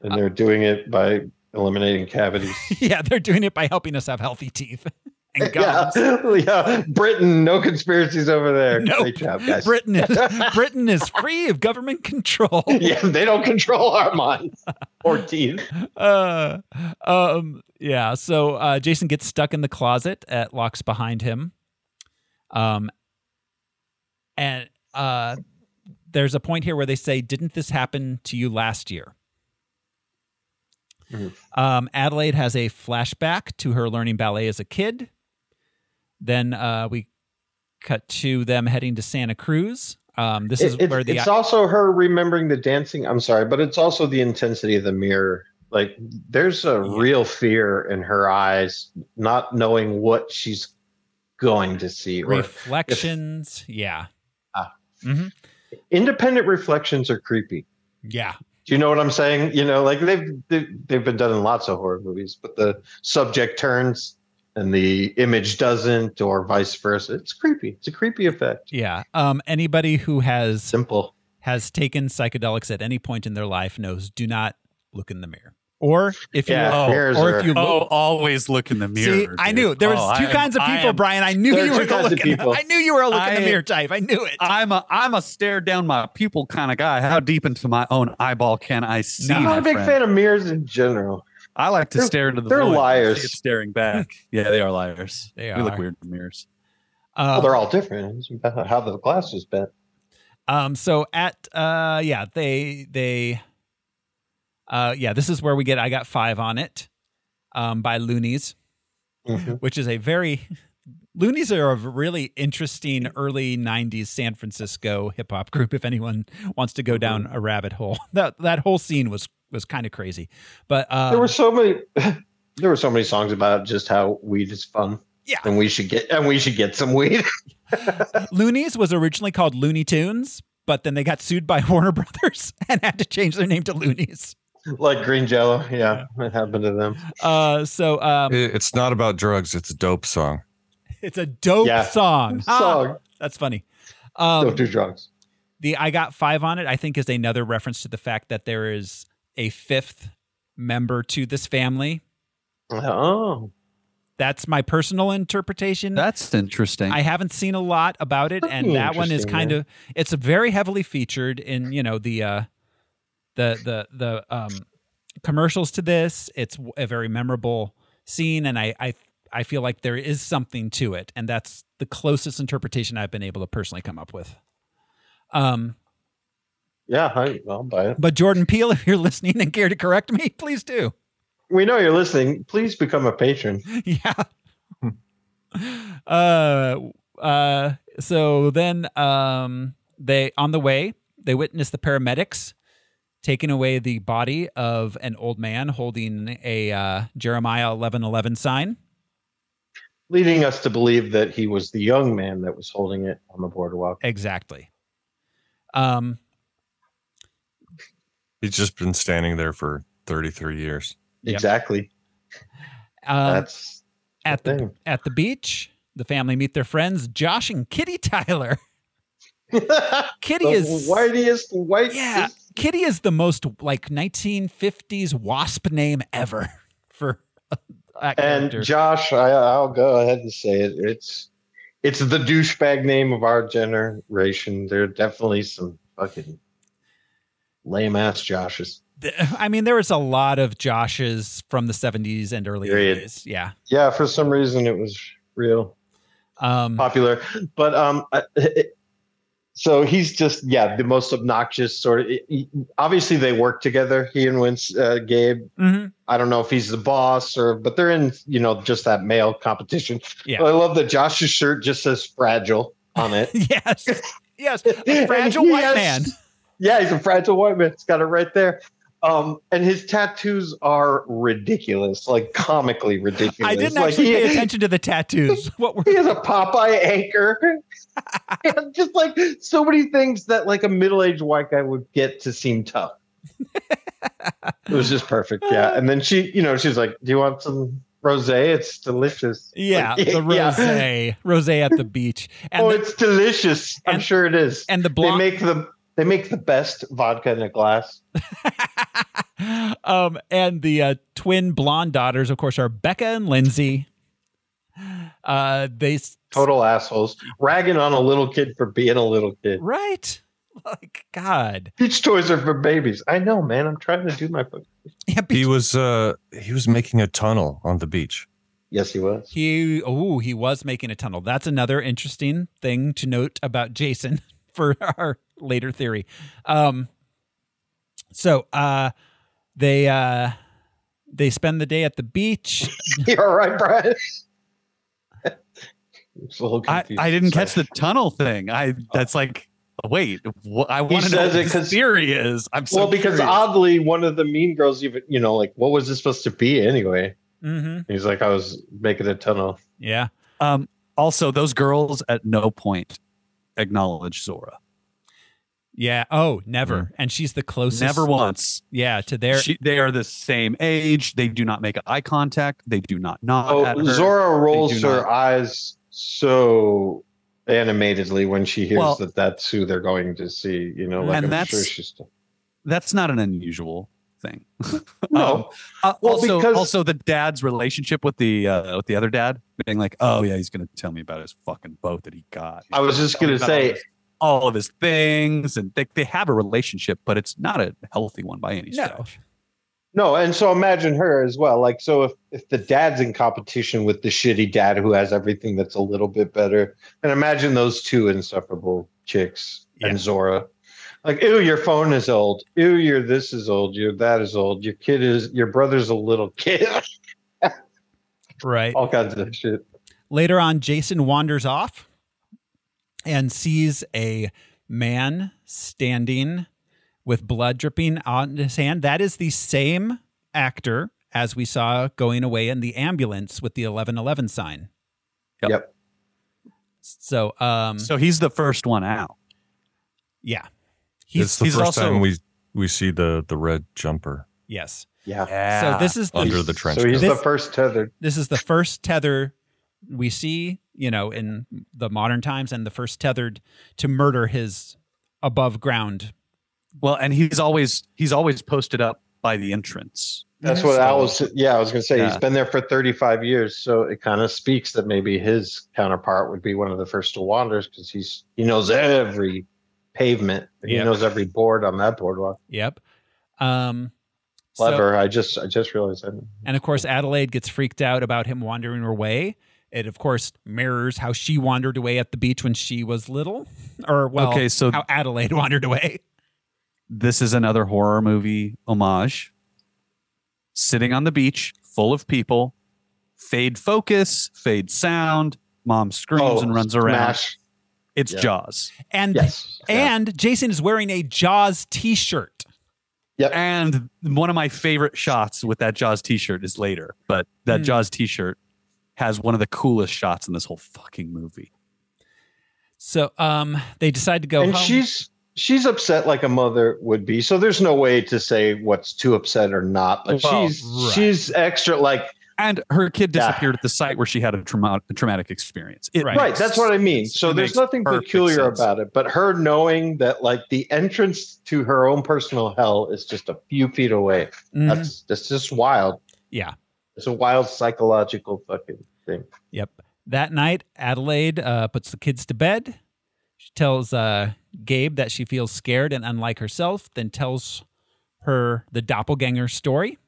B: and they're doing it by eliminating cavities.
A: yeah, they're doing it by helping us have healthy teeth and
B: Yeah,
A: gums.
B: yeah. Britain, no conspiracies over there.
A: Nope.
B: Great job, guys.
A: Britain is Britain is free of government control.
B: yeah, they don't control our minds or teeth.
A: Uh, um, yeah. So uh, Jason gets stuck in the closet at locks behind him. Um, and uh, there's a point here where they say, "Didn't this happen to you last year?"
B: Mhm.
A: Um, Adelaide has a flashback to her learning ballet as a kid. Then uh, we cut to them heading to Santa Cruz. Um, this is
B: It- it's,
A: where the
B: it's also her remembering the dancing. I'm sorry, but it's also the intensity of the mirror. Like there's a real fear in her eyes, not knowing what she's going to see. Or
A: reflections. yeah.
B: independent reflections are creepy.
A: Yeah.
B: Do you know what I'm saying? You know, like they've they've they've been done in lots of horror movies, but the subject turns and the image doesn't, or vice versa. It's creepy. It's a creepy effect.
A: Yeah. Um, anybody who has
B: Simple.
A: has taken psychedelics at any point in their life knows do not look in the mirror. Or if
B: Yeah,
A: you
B: mirrors
A: or if
B: are-
A: you
C: Oh,
A: look,
C: always look in the mirror.
A: see, I
C: dude.
A: knew there was
C: Oh,
A: two
C: I am-
A: kinds of
C: I
A: people,
C: am-
A: Brian. I knew
B: There are
A: you
B: two
A: were going
B: kinds
A: to
B: of
A: look in.
B: people.
A: I knew you were a look in
C: I-
A: the mirror type. I knew it.
C: I'm a I'm a stare down my pupil kind of guy. How deep into my own eyeball can I see?
A: No.
B: I'm not
C: my
B: a big
C: friend?
B: fan of mirrors in general.
C: I like to
B: They're-
C: stare into the.
B: they're
C: void and
B: liars.
C: see it staring back. yeah, they are liars.
A: They
C: We
A: are.
C: look weird in mirrors.
B: Well,
A: Um,
B: they're all different. It's about how the glass is bent.
A: Um, so at uh, yeah, they they uh, yeah, this is where we get I got five on it um, by Loonies,
B: Mhm.
A: which is a very Loonies are a really interesting early '90s San Francisco hip hop group. If anyone wants to
B: Mm-hmm.
A: go down a rabbit hole, that that whole scene was was kind of crazy, but uh,
B: there were so many. There were so many songs about just how weed is fun.
A: Yeah.
B: and we should get and we should get some weed.
A: Loonies was originally called Looney Tunes, but then they got sued by Warner Brothers and had to change their name to Loonies.
B: like green jello. Yeah, it happened to them.
A: Uh, so um,
D: It- it's not about drugs. It's a dope song.
A: It's a dope
B: Yeah.
A: song. Ah,
B: Song.
A: that's funny.
B: Don't
A: Um,
B: do drugs.
A: the I got five on it, I think, is another reference to the fact that there is a fifth member to this family.
B: Oh,
A: That's my personal interpretation.
C: That's interesting.
A: I haven't seen a lot about it, and
B: Pretty
A: that one is
B: Hmm, interesting,
A: kind
B: yeah.
A: of it's very heavily featured in you know the uh, the the the um, commercials to this. It's a very memorable scene, and I I I feel like there is something to it, and that's the closest interpretation I've been able to personally come up with. Um,
B: yeah. I, I'll buy it.
A: but Jordan Peele, if you're listening and care to correct me, please do.
B: We know you're listening. Please become a patron.
A: yeah. uh uh so then um they on the way they witness the paramedics taking away the body of an old man holding a uh, Jeremiah 1111 sign.
B: leading us to believe that he was the young man that was holding it on the boardwalk.
A: Exactly. Um
D: He's just been standing there for 33 years.
A: Yep.
B: Exactly.
A: uh,
B: That's
A: at
B: the
A: the at the beach, the family meet their friends Josh and Kitty Tyler.
B: thing.
A: Kitty
B: the
A: is
B: whitest white.
A: Yeah, Kitty is the most like 1950s wasp name ever for uh, that character.
B: And Josh, I, I'll go ahead and say it. It's it's the douchebag name of our generation. There are definitely some fucking lame ass Joshes.
A: Th- I mean, there was a lot of Joshes from the 70s and early
B: Period.
A: 80s. Yeah.
B: Yeah, for some reason it was real.
A: Um,
B: popular. But um, I- so he's just yeah the most obnoxious sort of. he- obviously, they work together. He and Wince uh, Gabe.
A: Mhm.
B: I don't know if he's the boss or, but they're in you know just that male competition.
A: Yeah.
B: I love that Josh's shirt just says fragile on it.
A: Yes. Yes. A
B: And
A: fragile
B: he
A: white
B: has-
A: man.
B: Yeah, he's a fragile white man. It's got it right there. Um, and his tattoos are ridiculous, like comically ridiculous.
A: I didn't
B: like,
A: actually
B: he-
A: pay attention to the tattoos. What were
B: he has a Popeye anchor. And just like so many things that like a middle-aged white guy would get to seem tough. it was just perfect. Yeah. And then she, you know, she's like, Do you want some rose? It's delicious.
A: Yeah,
B: Like,
A: the
B: yeah.
A: rose, rose at the beach, and
B: oh,
A: the,
B: it's delicious. I'm
A: and-
B: sure it is.
A: and the
B: they
A: blonde.
B: make the they make the best vodka in a glass.
A: um, and the uh, twin blonde daughters, of course, are Becca and Lindsay. Uh, they s-
B: Total assholes. Ragging on a little kid for being a little kid.
A: right, like God,
B: Peach toys are for babies. I know, man. I'm trying to do my
A: yeah,
D: He
A: he,
D: was uh he was making a tunnel on the beach.
B: Yes, he was.
A: he oh, he was making a tunnel. That's another interesting thing to note about Jason for our later theory. Um, so uh, they uh, they spend the day at the beach.
B: You're all right, Brian. It's a little
C: I,
B: confusing.
C: I didn't catch the
B: Sorry.
C: tunnel thing. I that's like wait, wh- I want to know
B: says
C: what
B: it
C: this
B: 'cause-
C: theory is. I'm so
B: well, because
C: curious.
B: oddly, one of the mean girls even, you know, like, what was this supposed to be anyway?
A: Mm-hmm.
B: He's like, I was making a tunnel.
A: Yeah.
C: um, also those girls at no point acknowledge Zora.
A: Yeah. Oh, never. And she's the closest.
C: Mm. Never once.
A: Yeah, to their.
C: She, they are the same age. They do not make eye contact. They do not nod. at
B: Oh,
C: her.
B: Zora rolls
C: do
B: her
C: not.
B: eyes so animatedly when she hears
C: Well-
B: that that's who they're going to see, you know, like,
C: And
B: I'm
C: that's-
B: sure she's.
C: That's not an unusual thing.
B: No.
C: Uh,
B: Well,
C: also,
B: because-
C: also the dad's relationship with the uh, with the other dad being like, oh yeah, he's gonna tell me about his fucking boat that he got.
B: I was just
C: Tell me
B: going to
C: about
B: say,
C: all, his, all of his things, and they, they have a relationship, but it's not a healthy one by any
A: No.
C: stretch.
B: No, and so imagine her as well. Like, so if if the dad's in competition with the shitty dad who has everything that's a little bit better, and imagine those two insufferable chicks and Zora. Like, ew, your phone is old. Ew, your this is old. Your that is old. Your kid is your brother's a little kid.
A: right.
B: All kinds of shit.
A: Later on, Jason wanders off and sees a man standing with blood dripping on his hand. That is the same actor as we saw going away in the ambulance with the 1111 sign.
C: Yep.
B: Yep.
A: So, um,
C: So he's the first one out.
A: yeah. He's,
D: it's the
C: he's
D: first
C: also-
D: time we we see the the red jumper
A: yes.
B: Yeah.
C: Ah,
A: So this is the
D: under the trench
B: So he's
D: coat.
A: This-
B: the first tethered.
A: this is the first tether we see, you know, in the modern times, and the first tethered to murder his above ground.
C: well, and he's always he's always posted up by the entrance.
B: That's what I was. Yeah, I was gonna say
C: Yeah.
B: he's been there for 35 years, so it kind of speaks that maybe his counterpart would be one of the first to wander because he's he knows every pavement, and
A: Yep.
B: he knows every board on that boardwalk.
A: Yep. Um, so-
B: Clever. I just I just realized that.
A: and of course, Adelaide gets freaked out about him wandering away. It of course mirrors how she wandered away at the beach when she was little, or well,
C: Okay, so-
A: how Adelaide wandered away.
C: this is another horror movie homage. Sitting on the beach, full of people, fade focus, fade sound. Mom screams and runs around.
B: Smash.
C: It's
B: Yeah.
C: Jaws,
A: Oh, And
B: Yes.
A: and Jason is wearing a Jaws T-shirt.
C: and one of my favorite shots with that Jaws T-shirt is later. But that
A: Hmm.
C: Jaws T-shirt has one of the coolest shots in this whole fucking movie.
A: So um, they decide to go
B: and
A: home.
B: she's she's upset like a mother would be. So there's no way to say what's too upset or not. But
C: Well,
B: she's
A: right.
B: she's extra like
C: And her kid
B: Yeah.
C: disappeared at the site where she had a, trauma- a traumatic experience. It
A: Right.
B: Right.
C: makes
B: That's what I mean.
C: sense.
B: So
C: It
B: there's
C: makes
B: nothing
C: perfect
B: peculiar
C: sense.
B: about it, but her knowing that like the entrance to her own personal hell is just a few feet away.
C: Mm-hmm.
A: Mhm.
B: That's that's just wild.
A: yeah.
B: It's a wild psychological fucking thing.
A: Yep. That night, Adelaide uh, puts the kids to bed. She tells uh, Gabe that she feels scared and unlike herself, then tells her the doppelganger story.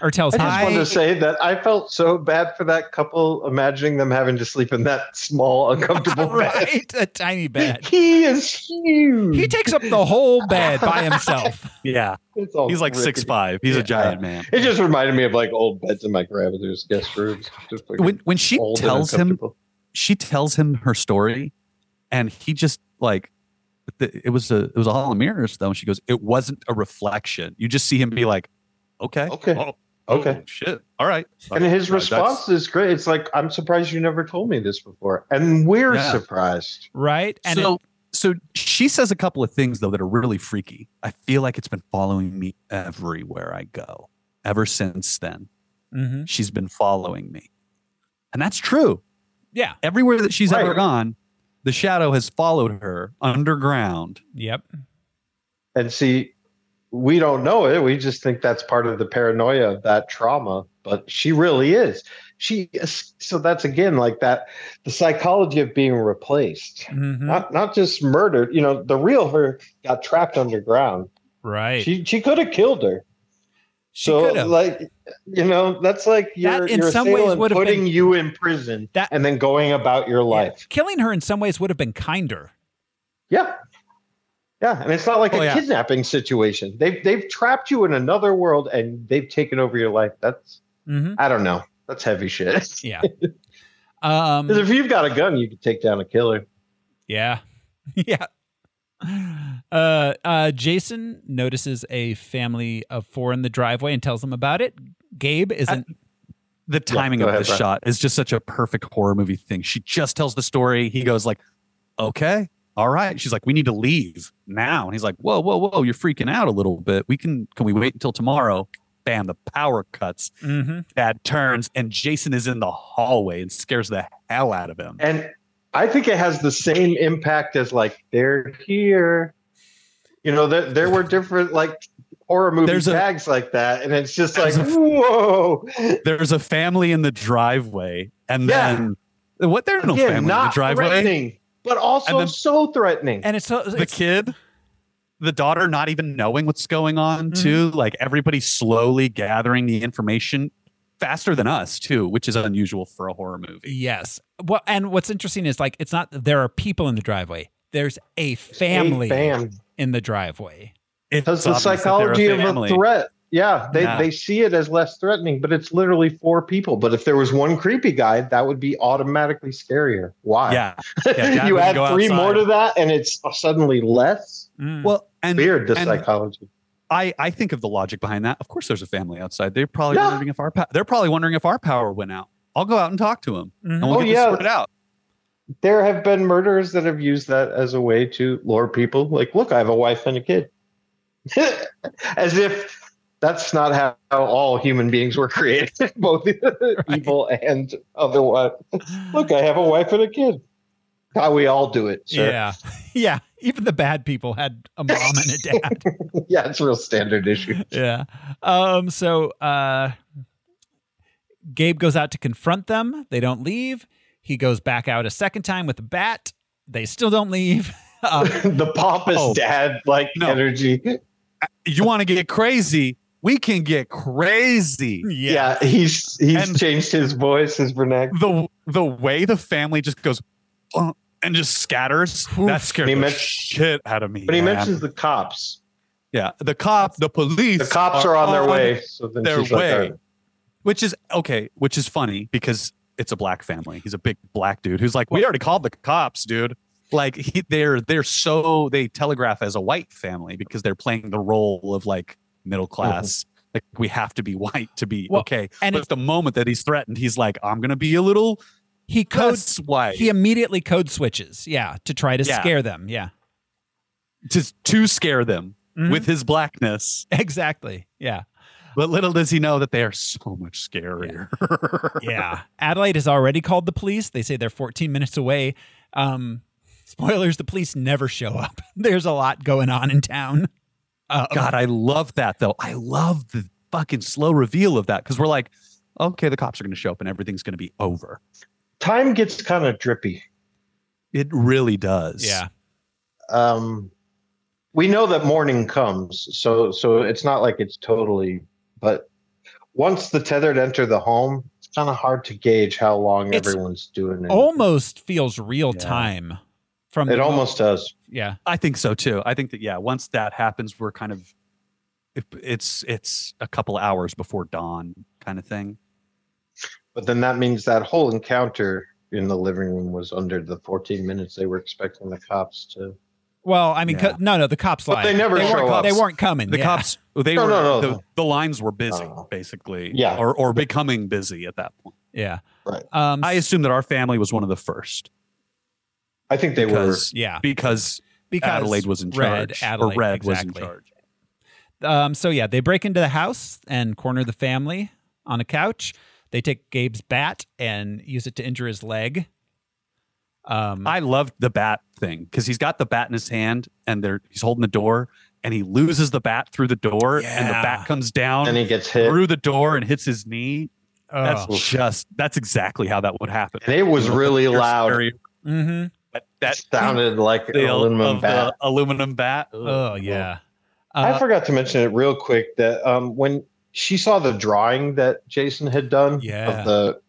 A: or tells
B: I
A: him.
B: just wanted to say that I felt so bad for that couple, imagining them having to sleep in that small, uncomfortable bed.
A: right, a tiny bed.
B: He is huge.
A: He takes up the whole bed by himself.
C: Yeah.
B: It's all
C: He's like
B: rickety.
C: six five. He's
B: Yeah.
C: a giant man.
B: It just reminded me of like old beds in my grandmother's guest rooms. Just like
C: When when she
B: old and
C: tells him
B: uncomfortable.
C: she tells him her story and he just like th- it was a it was a hall of mirrors though and she goes it wasn't a reflection you just see him be like okay
B: Okay.
C: oh,
B: Okay.
C: oh, shit all right
B: And his
C: Like, that's-
B: response is great. It's like, I'm surprised you never told me this before. And we're
C: Yeah.
B: surprised.
A: Right? And
C: so so she says a couple of things though that are really freaky i feel like it's been following me everywhere i go ever since then
A: it, mhm.
C: she's been following me and that's true
A: yeah.
C: everywhere that she's ever
B: Right.
C: gone the shadow has followed her underground
A: Yep.
B: And see, we don't know it. We just think that's part of the paranoia of that trauma, but she really is. She is, so that's again like that the psychology of being replaced.
A: Mhm.
C: Mm-hmm.
B: Not not just murdered, you know, the real her got trapped underground.
A: Right.
B: She she could have killed her.
A: She
B: So
A: could've.
B: like you know, that's like your,
A: That in
B: your
A: some ways
B: assailant
A: would've
B: putting
A: been-
B: you in prison
A: That-
B: and then going about your life.
A: Killing her in some ways would have been kinder.
B: Yeah. Yeah. And it's not like
C: Oh,
B: a
C: yeah.
B: kidnapping situation. They've they've trapped you in another world and they've taken over your life. That's
A: hmm
B: I don't know. That's heavy shit. Because
A: Yeah. Um,
B: if you've got a gun, you can take down a killer.
A: Yeah. yeah. Uh, uh, Jason notices a family of four in the driveway and tells them about it. Gabe isn't.
C: the timing
B: go
C: of
B: ahead,
C: this
B: Brian.
C: shot is just such a perfect horror movie thing. She just tells the story. He goes like, "Okay, all right." She's like, "We need to leave now," and he's like, "Whoa, whoa, whoa! You're freaking out a little bit. We can can we wait until tomorrow?" Bam! The power cuts.
A: Mhm.
C: Dad turns, and Jason is in the hallway and scares the hell out of him.
B: And I think it has the same impact as like they're here. You know, there there were different like horror movie
C: There's a-
B: tags like that. And it's just like,
C: There's a-
B: whoa.
C: There's a family in the driveway, and
B: Yeah.
C: then what? There are no
B: Yeah,
C: family in the
B: not
C: driveway.
B: threatening, but also
C: And then-
B: so threatening.
A: And it's, so
C: the
A: it's
C: kid the daughter not even knowing what's going on too like everybody slowly gathering the information faster than us too which is unusual for a horror movie
A: yes. Well, and what's interesting is like it's not that there are people in the driveway. There's a family
B: Bam.
A: in the driveway.
C: It's
B: because the
C: obvious that
B: psychology
C: they're
B: of a
C: family.
B: threat yeah they,
C: Yeah.
B: they see it as less threatening but it's literally four people but if there was one creepy guy that would be automatically scarier why
C: yeah, yeah Dad
B: you
C: wouldn't
B: add
C: go
B: three
C: outside.
B: more to that and it's suddenly less
A: Mm.
C: well and
B: weird the
C: and
B: psychology
C: i i think of the logic behind that of course there's a family outside they're probably
B: Yeah.
C: wondering if our pa- they're probably wondering if our power went out i'll go out and talk to him
A: Mhm.
C: and we'll
B: Oh,
C: get this
B: yeah.
C: sorted out
B: there have been murderers that have used that as a way to lure people like look i have a wife and a kid as if that's not how all human beings were created both evil and otherwise Look, I have a wife and a kid. How we all do it. Sir. Yeah.
A: Yeah. Yeah. Even the bad people had a mom and a dad.
B: it's a real standard issue.
A: yeah. Um, so uh, Gabe goes out to confront them. They don't leave. He goes back out a second time with a bat. They still don't leave. Um,
B: the pompous
C: Oh.
B: dad like
C: No.
B: energy.
C: you want to get crazy we can get crazy
B: Yeah. he's he's
C: And-
B: changed his voice, his vernacular.
C: the the way the family just goes "Uh," and just scatters that scared
B: He
C: the
B: men-
C: shit out of me.
B: But he
C: man.
B: mentions the cops.
C: yeah, the cop, the police,
B: The cops are on their way. So then
C: their
B: she's like,
C: way.
B: "Oh,
C: which is okay, which is funny because it's a black family. He's a big black dude who's like, we already called the cops, dude. Like he, they're they're so they telegraph as a white family because they're playing the role of like middle class. Like we have to be white to be
A: Well,
C: okay.
A: and
C: but
A: it-
C: the moment that he's threatened, he's like, I'm gonna be a little
A: he codes.
C: cuss white.
A: He immediately code switches. Yeah, to try to
C: Yeah.
A: scare them. Yeah.
C: to to scare them
A: Mhm.
C: with his blackness.
A: exactly. Yeah.
C: But little does he know that they are so much scarier.
A: Yeah. Adelaide has already called the police. They say they're 14 minutes away. Um, spoilers: the police never show up. There's a lot going on in town. Uh,
C: God, I love that though. I love the fucking slow reveal of that because we're like, okay, the cops are going to show up and everything's going to be over.
B: Time gets kind of drippy.
C: It really does.
A: Yeah.
B: Um we know that morning comes, so so it's not like it's totally but once the tethered enter the home, it's kind of hard to gauge how long
A: It's
B: everyone's doing. anything.
A: Almost feels real time from
B: it
A: the mo-
B: almost does.
A: yeah.
C: I think so too. I think that yeah, once that happens, we're kind of it, it's it's a couple hours before dawn kind of thing.
B: But then that means that whole encounter in the living room was under the 14 minutes they were expecting the cops to.
A: Well, I mean, co-
C: Yeah.
A: no, no, the cops
B: But
A: lied.
B: they never
A: they, weren't,
B: show up.
A: they weren't coming.
C: The
A: yeah.
C: cops they
B: No,
C: were
B: no, no,
C: the,
B: no.
C: the lines were busy
B: No.
C: basically.
B: Yeah.
C: Or or becoming busy at that point.
A: Yeah.
B: Right.
A: Um,
C: I assume that our family was one of the first
B: I think they were.
C: because
A: yeah.
C: because,
A: Because
C: Adelaide was in
A: Red,
C: charge
A: Adelaide,
C: or Red was
A: exactly.
C: in charge.
A: Um, so yeah, they break into the house and corner the family on a couch. They take Gabe's bat and use it to injure his leg. Um,
C: I loved the bat thing because he's got the bat in his hand and they're he's holding the door and he loses the bat through the door and the
A: Yeah.
C: bat comes down
B: And he gets hit.
C: through the door and hits his knee. That's
A: ugh.
C: just that's exactly how that would happen.
B: And it was really
C: You're
B: loud.
C: very-
A: Mhm.
C: That,
B: That
C: that
B: sounded like an
C: detail
B: aluminum
C: of the
B: bat.
C: aluminum bat.
A: Oh yeah.
B: I
A: Uh,
B: forgot to mention it real quick that um, when she saw the drawing that Jason had done
A: Yeah.
B: of the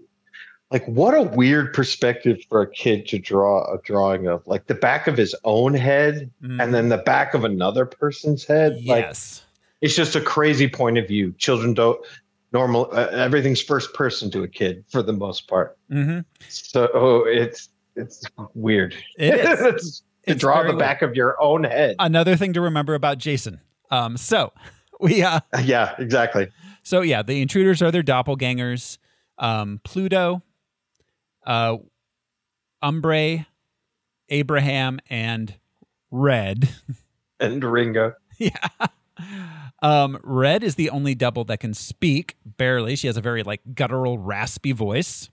B: like what a weird perspective for a kid to draw a drawing of like the back of his own head
A: mm,
B: and then the back of another person's head like
A: yes.
B: it's just a crazy point of view children don't normal uh, everything's first person to a kid for the most part
A: mm-hmm.
B: so it's it's weird
A: It is.
B: It's- to
A: It's
B: draw
A: very
B: the
A: weird. Uh,
B: back of your own head
A: Another thing to remember about Jason. Um, so we uh,
B: yeah exactly
A: So yeah, the intruders are their doppelgangers. Um, Pluto, uh, Umbre, Abraham, and Red.
B: and ringo
A: yeah. Um, Red is the only double that can speak barely. She has a very like guttural, raspy voice,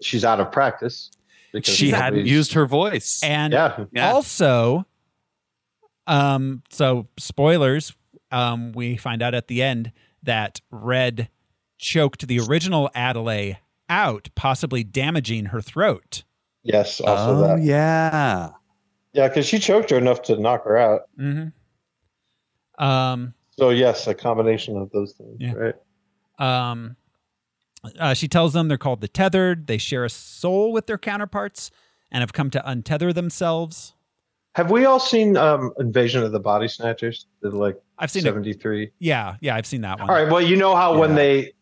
B: she's out of practice because
C: She hadn't
B: nobody's-
C: used her voice.
A: and
B: yeah
C: Yeah.
A: also, um, so spoilers. Um, we find out at the end that Red choked the original Adelaide out, possibly damaging her throat.
B: yes also
C: oh
B: that
C: yeah.
B: yeah because she choked her enough to knock her out
A: Mm-hmm. Um,
B: so yes a combination of those things
A: Yeah.
B: right
A: um, uh, she tells them they're called the tethered. They share a soul with their counterparts and have come to untether themselves.
B: have we all seen um invasion of the body snatchers the like
A: I've seen it.
B: 73
A: Yeah, yeah, I've seen that one.
B: All right. Well, you know how when
C: Yeah.
B: they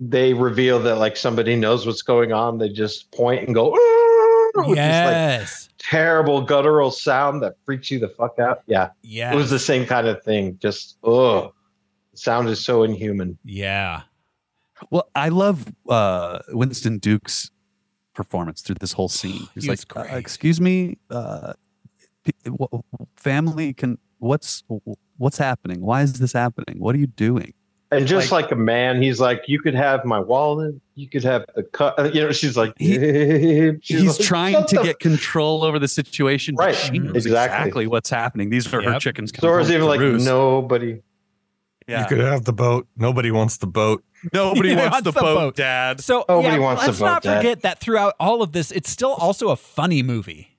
B: they reveal that like somebody knows what's going on, they just point and go, "Ooh," which is like
A: Yes.
B: terrible guttural sound that freaks you the fuck out. Yeah,
A: yes.
B: it was the same kind of thing. Just oh, the sound is so inhuman.
A: yeah.
C: Well, I love uh, Winston Duke's performance through this whole scene. He's
A: He was
C: like, uh,
A: great.
C: "Excuse me, uh, p- w- w- family can what's what's happening? Why is this happening? What are you doing?"
B: And just like, a man, he's like, you could have my wallet, you could have the cut. You know, she's like,
C: He-
B: she's
C: He's
B: like,
C: trying
B: "Shut
C: to
B: the
C: get control over the situation. but
B: Right,
C: she knows
B: exactly.
C: exactly. what's happening. These are her
A: Yep.
C: chickens.
B: f-"
C: coming
B: Zora's
C: home
B: even
C: to
B: like
C: roost.
B: nobody.
D: You
C: Yeah.
D: could have the boat. Nobody wants the boat.
C: nobody
A: Yeah,
C: wants
A: wants
C: the,
A: the
C: boat,
A: boat.
C: Dad.
A: So
B: Nobody
A: yeah,
B: wants to
A: let's not
B: vote that.
A: forget that throughout all of this, it's still also a funny movie.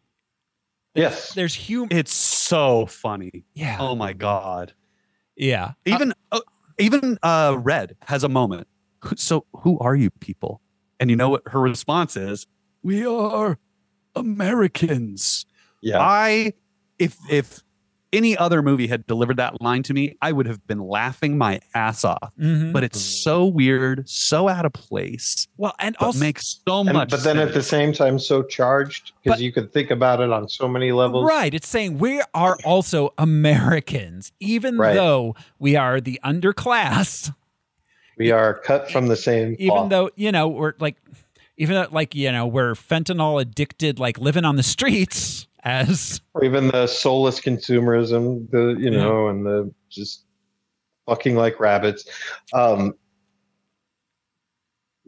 B: Yes.
A: There's humor.
C: It's so funny.
A: Yeah.
C: Oh my god.
A: Yeah.
C: even uh, even uh red has a moment Who- so who are you people and you know what her response is we are americans
B: Yeah.
C: i if if any other movie had delivered that line to me i would have been laughing my ass off
A: Mhm.
C: but it's so weird so out of place
A: well, and
C: but
A: also
C: makes so
B: And-
C: much
B: but then at the
C: sense.
B: same time, so charged
A: But-
B: because you could think about it on so many levels.
A: Right. It's saying we are also Americans, even
B: Right.
A: though we are the underclass,
B: We are cut from the same.
A: even
B: cloth.
A: though, you know, we're like, even though, like, you know, we're fentanyl addicted, like living on the streets as,
B: Or even the soulless consumerism, the you know, and the just fucking like rabbits. Um,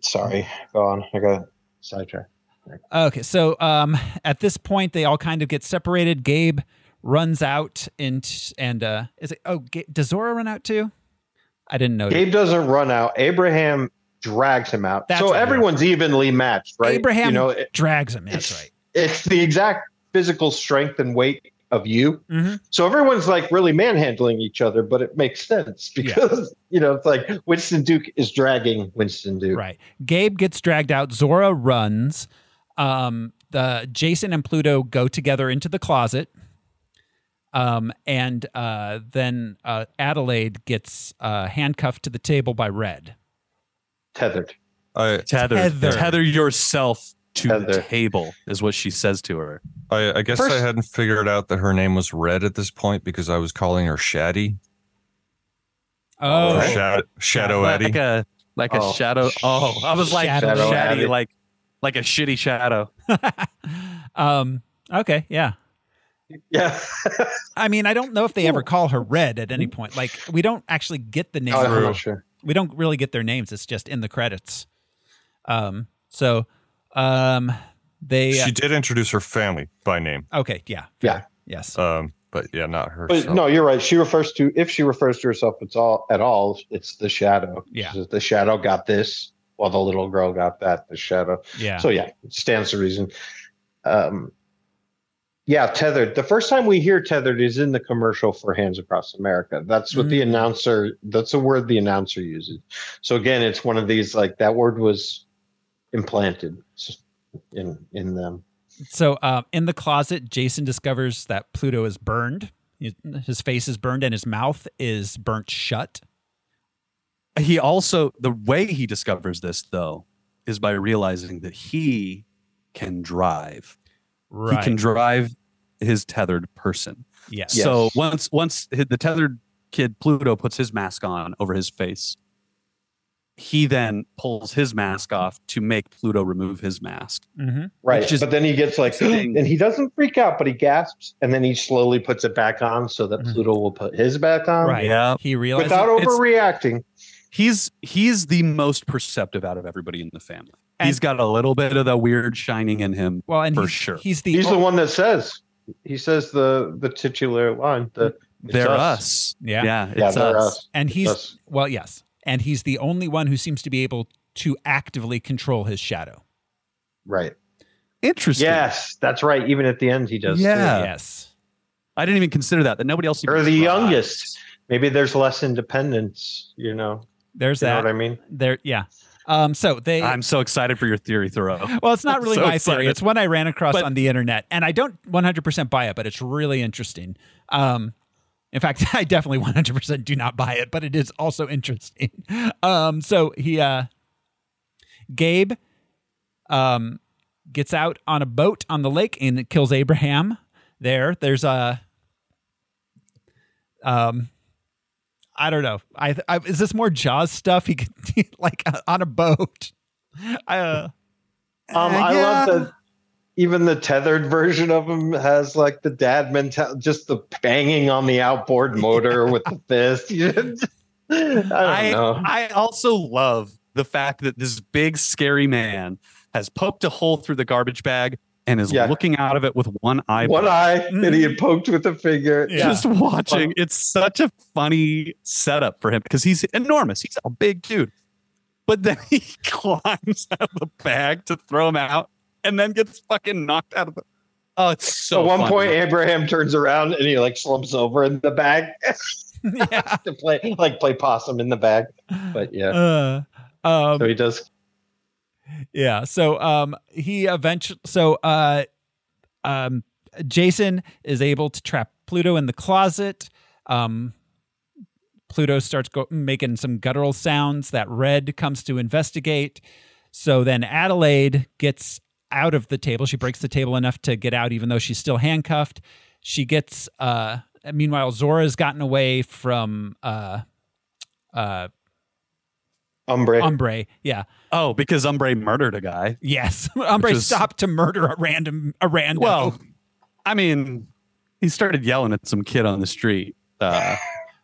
B: sorry, go on. I got sidetracked.
A: okay. So um, at this point, they all kind of get separated. Gabe runs out and, and, uh, is it, oh, Ga- does Zora run out too? I didn't know.
B: Gabe doesn't run out. Abraham drags him out.
A: That's
B: so
A: right.
B: everyone's evenly matched, right?
A: Abraham
B: you know, it-
A: drags him. That's
B: it's,
A: right.
B: it's the exact physical strength and weight of you.
A: Mhm.
B: So everyone's like really manhandling each other, but it makes sense because you know it's like Winston Duke is dragging Winston Duke.
A: Right. Gabe gets dragged out. Zora runs. Um, the Jason and Pluto go together into the closet. Um, and uh, then uh, Adelaide gets uh, handcuffed to the table by Red.
B: Tethered.
D: I
C: Tether,
A: Tether.
C: tether, yourself to the
B: Tether.
C: table is what she says to her.
D: I, I guess I
B: First-
D: hadn't figured out that her name was Red at this point because I was calling her Shaddy
A: Oh,
D: or Shad- Shadow Eddie.
C: like a like a
B: Oh.
C: shadow. Oh, I was like
A: Shadow
C: shaddy,
B: Addy.
C: like like a shitty shadow.
A: um, okay, yeah.
B: Yeah.
A: I mean, I don't know if they ever call her Red at any point. Like, we don't actually get the name.
B: Oh, I'm
D: True.
B: not sure.
A: we don't really get their names. It's just in the credits. Um, so, um, they uh,
D: She did introduce her family by name,
A: okay, yeah,
B: Yeah.
A: yes,
D: um, but yeah, not her.
B: But no, you're right. She refers to if she refers to herself it's all at all, it's the shadow.
A: Yeah.
B: She says, the shadow got this while the little girl got that, the shadow.
A: yeah,
B: So yeah, it stands to reason. Um yeah, tethered. The first time we hear tethered is in the commercial for Hands Across America. That's what the
C: Mm.
B: announcer that's a word the announcer uses. So again, it's one of these like that word was implanted in in them.
A: So uh, in the closet, Jason discovers that Pluto is burned. His- His face is burned and his mouth is burnt shut.
C: He also the way he discovers this though is by realizing that he can drive. He can drive his tethered person.
A: yes.
B: Yeah.
C: So
B: Yes.
C: once once hi- the tethered kid Pluto puts his mask on over his face, he then pulls his mask off to make Pluto remove his mask.
A: Mhm.
B: Right.
C: Which is-
B: but then he gets like,
C: Ding.
B: and he doesn't freak out, but he gasps, and then he slowly puts it back on so that
A: Mhm.
B: Pluto will put his back on
A: Right.
C: yeah.
A: He realizes.
B: without
C: it's-
B: overreacting.
C: He's he's the most perceptive out of everybody in the family.
A: And-
C: he's got a little bit of the weird shining in him.
A: well, and
C: for
A: he's,
C: sure.
A: he's the
B: He's the
A: o-
B: one that says, he says the the titular line. The, It's
C: they're
B: us.
C: us.
A: Yeah.
C: Yeah,
B: yeah,
C: it's
B: they're
C: us.
B: us.
A: and
B: It's
A: he's
B: us.
A: well, yes, and he's the only one who seems to be able to actively control his shadow.
B: right.
C: Interesting.
B: Yes, that's right. Even at the end, he does. too.
C: Yeah.
A: Yes. I
C: I didn't even consider that. That nobody else
B: Or
C: even
B: the
C: tries.
B: youngest. Maybe there's less independence. You know,
A: There's
B: you know
A: that.
B: what I mean?
A: There. Yeah. Um. So they.
C: I'm so excited for your theory, Thoreau.
A: well, it's not
C: I'm
A: really
C: so
A: my theory.
C: excited.
A: It's one I ran across
C: But-
A: on the internet, and I don't 100% buy it, but it's really interesting. Um, in fact, I definitely 100% do not buy it, but it is also interesting. Um, so he, uh, Gabe, um, gets out on a boat on the lake and it kills Abraham. There, there's a, um, I don't know. I, I is this more Jaws stuff? He could, like uh, on a boat. I, uh,
B: Um, I love that even the tethered version of him has like the dad mentality, just the banging on the outboard motor with the fist. You just- I don't
C: I,
B: know.
C: I also love the fact that this big scary man has poked a hole through the garbage bag and is
B: Yeah.
C: looking out of it with one eye.
B: One eye that he
C: Mm.
B: had poked with a finger.
A: Yeah.
C: Just watching. It's such a funny setup for him because he's enormous. He's a big dude. But then he climbs out of the bag to throw him out and then gets fucking knocked out of the. Oh, it's so.
B: At one
C: funny.
B: point, Abraham turns around and he like slumps over in the bag
A: yeah.
B: to play like play possum in the bag. But yeah,
A: Uh, um,
B: so he does.
A: yeah. So um, he eventually. So uh, um, Jason is able to trap Pluto in the closet. Um, Pluto starts go- making some guttural sounds that Red comes to investigate. So then Adelaide gets out of the table. She breaks the table enough to get out, even though she's still handcuffed. She gets. Uh, meanwhile, Zora's gotten away from uh, uh,
B: Umbre.
A: Umbre. Yeah.
C: Oh, because Umbre murdered a guy.
A: Yes, Ombre
C: Which is-
A: stopped to murder a random a random.
C: Well, I mean, he started yelling at some kid on the street. Uh,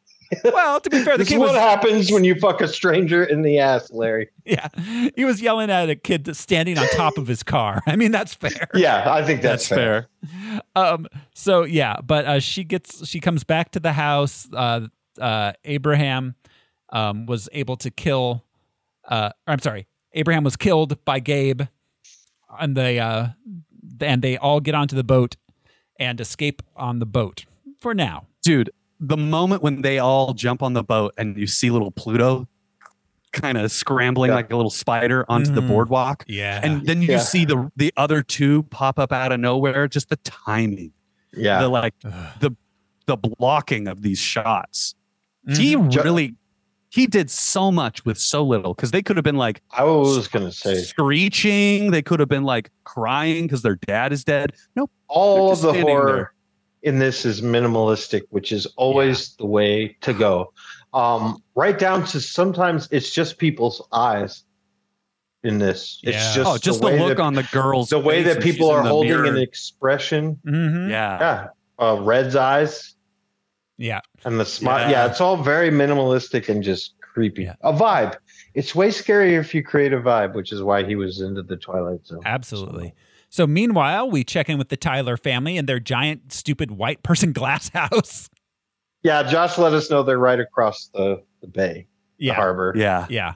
A: well, to be fair, the
B: this
A: kid
B: is what
A: was
B: happens when you fuck a stranger in the ass, Larry.
A: yeah, he was yelling at a kid that's standing on top of his car. I mean, that's fair.
B: Yeah, I think that's, fair.
A: Um. So yeah, but uh, she gets she comes back to the house. Uh. Uh. Abraham, um, was able to kill. Uh. I'm sorry. Abraham was killed by Gabe, and they uh, and they all get onto the boat, and escape on the boat for now.
C: dude the moment when they all jump on the boat and you see little pluto kind of scrambling
B: Yeah.
C: like a little spider onto the
A: Mhm.
C: boardwalk
A: Yeah.
C: and then you
B: Yeah.
C: see the the other two pop up out of nowhere just the timing
B: Yeah.
C: the like the the blocking of these shots
A: Mm-hmm.
C: he
B: Ju-
C: really he did so much with so little because they could have been like
B: I was going to say
C: screeching they could have been like crying because their dad is dead nope They're
B: all of
C: just
B: the
C: standing
B: horror
C: there.
B: in this is minimalistic, which is always the way to go. Um, right down to sometimes it's just people's eyes in this. It's
A: Yeah.
B: just,
C: oh just the,
B: way
C: look
B: that,
C: on the girls
B: the way
C: face
B: that
C: when she's
B: people
C: in
B: are
C: the
B: holding
C: mirror.
B: an expression.
A: Mhm.
C: yeah
B: Yeah. Uh, Red's eyes
A: Yeah.
B: and the smile.
C: Yeah.
B: Yeah. it's all very minimalistic and just creepy.
A: Yeah.
B: A vibe. It's way scarier if you create a vibe, which is why he was into the Twilight Zone.
A: Absolutely. So meanwhile, we check in with the Tyler family and their giant, stupid white person glass house.
B: Yeah, Josh let us know they're right across the, the bay, the harbor.
C: yeah
A: Yeah.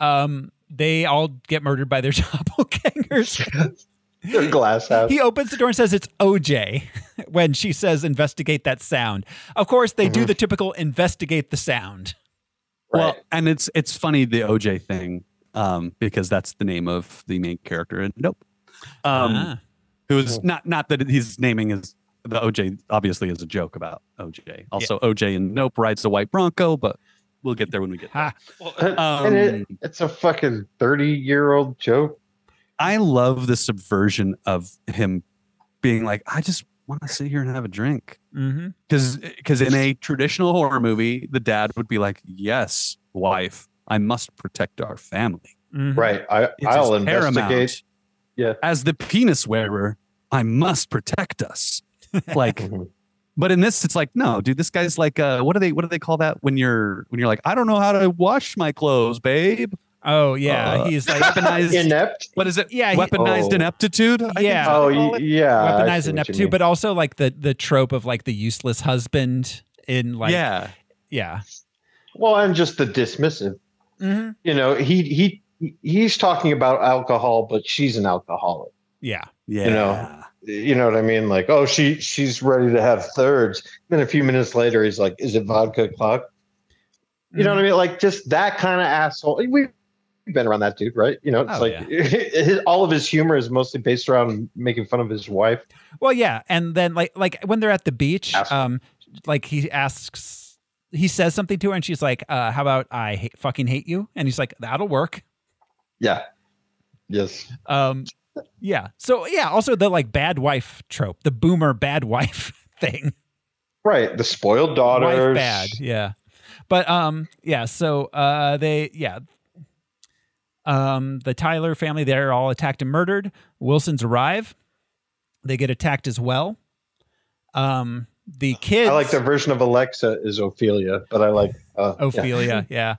A: Um, they all get murdered by their doppelgangers.
B: Their glass house.
A: he opens the door and says it's OJ when she says investigate that sound. Of course, they do the typical investigate the sound.
B: Right.
C: Well, and it's it's funny the OJ thing um, because that's the name of the main character in Nope, um,
A: Ah.
C: who is not not that he's naming his the OJ obviously is a joke about OJ. Also, OJ in Nope rides the white Bronco, but we'll get there when we get there.
A: Ha.
C: Um,
B: and it, it's a fucking 30 year old joke.
C: I love the subversion of him being like, I just want to sit here and have a drink.
A: Mm-hmm.
C: because because in a traditional horror movie, the dad would be like, "Yes, wife, I must protect our family.
A: Mm-hmm.
B: Right. I,
C: It
B: I'll
C: is
B: investigate. Yeah.
C: As the penis wearer, I must protect us." Like,
B: Mhm.
C: but in this, it's like, no, dude, this guy's like, uh, what do they what do they call that when you're when you're like, I don't know how to wash my clothes, babe.
A: Oh yeah,
C: Uh,
A: he's like
C: Weaponized.
B: Inept.
C: what is it?
A: Yeah, he-
C: weaponized
B: Oh.
C: ineptitude. I think
A: Yeah.
C: is what
B: Oh,
C: they call
B: y-
C: it.
B: yeah. I
A: weaponized
B: see
A: and
B: what
A: up
B: you
A: to,
B: mean.
A: but also like the the trope of like the useless husband in like
C: yeah.
A: yeah.
B: well, and just the dismissive.
A: Mm-hmm.
B: You know, he he he's talking about alcohol, but she's an alcoholic.
A: Yeah.
C: Yeah.
B: know. You know what I mean? Like, oh, she she's ready to have thirds. Then a few minutes later, he's like, "Is it vodka clock?" You know what I mean? Like just that kind of asshole. We've been around that dude, right? You know, it's
A: Oh,
B: like his, all of his humor is mostly based around making fun of his wife.
A: Mm-hmm. Well, yeah, and then like like when they're at the beach,
B: Asshole.
A: um, like he asks, he says something to her, and she's like, uh, "How about I hate, fucking hate you?" And he's like, "That'll work."
B: Yeah. Yes.
A: Um, yeah. So yeah, also the like bad wife trope, the boomer bad wife thing,
B: Right. The spoiled
A: wife
B: daughters.
A: bad, yeah. But um, yeah. So uh, they yeah. Um, the Tyler family, they're all attacked and murdered. Wilson's arrive. They get attacked as well. Um, the kids.
B: I like their version of Alexa is Ophelia, but I like uh, yeah.
A: Ophelia, yeah.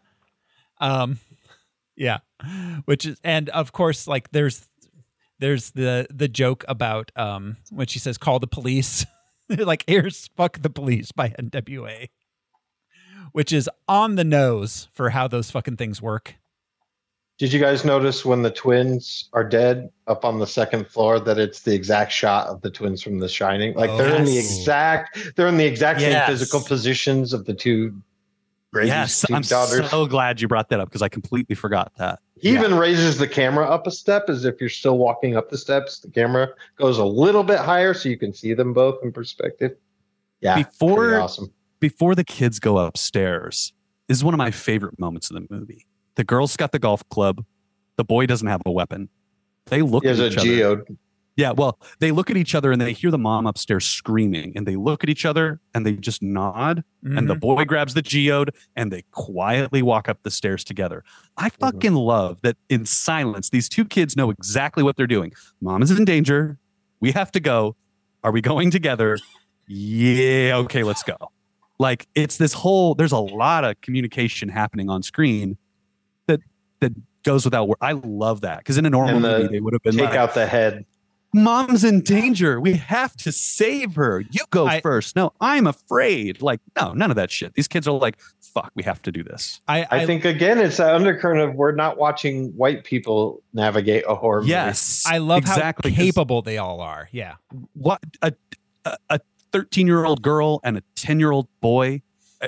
A: Um yeah. Which is and of course like there's there's the the joke about um when she says call the police. like here's fuck the police by NWA. Which is on the nose for how those fucking things work.
B: Did you guys notice when the twins are dead up on the second floor that it's the exact shot of the twins from The Shining? Like they're in the
C: Oh, Yes.
B: exact they're in the exact
C: Yes.
B: same physical positions of the two Grady's
C: Yes,
B: two
C: I'm
B: daughters.
C: so glad you brought that up because I completely forgot that.
B: He
C: Yeah.
B: even raises the camera up a step as if you're still walking up the steps. The camera goes a little bit higher so you can see them both in perspective. Yeah. pretty
C: Before-
B: awesome.
C: before the kids go upstairs this is one of my favorite moments of the movie. The girl's got the golf club. The boy doesn't have a weapon. They look
B: There's a
C: at each other.
B: geode.
C: Yeah, well, they look at each other and they hear the mom upstairs screaming and they look at each other and they just nod and the
B: Mm-hmm.
A: Mhm.
C: boy grabs the geode and they quietly walk up the stairs together. I
B: Mm-hmm.
C: fucking love that in silence these two kids know exactly what they're doing. Mom is in danger. We have to go. Are we going together? Yeah, okay, let's go. Like it's this whole there's a lot of communication happening on screen that that goes without word. I love that cuz in a normal
B: And the
C: movie they would have been
B: Take
C: like
B: out the head.
C: mom's in danger. We have to save her. You go
A: I-
C: first. No, I'm afraid. Like, no, none of that shit. These kids are like, fuck, we have to do this.
A: I, I,
B: I think again, it's that undercurrent of we're not watching white people navigate a horror movie.
C: Yes.
A: I love
C: exactly,
A: how
C: 'cause
A: capable they all are. Yeah.
C: What a a- a 13 year old girl and a 10 year old boy.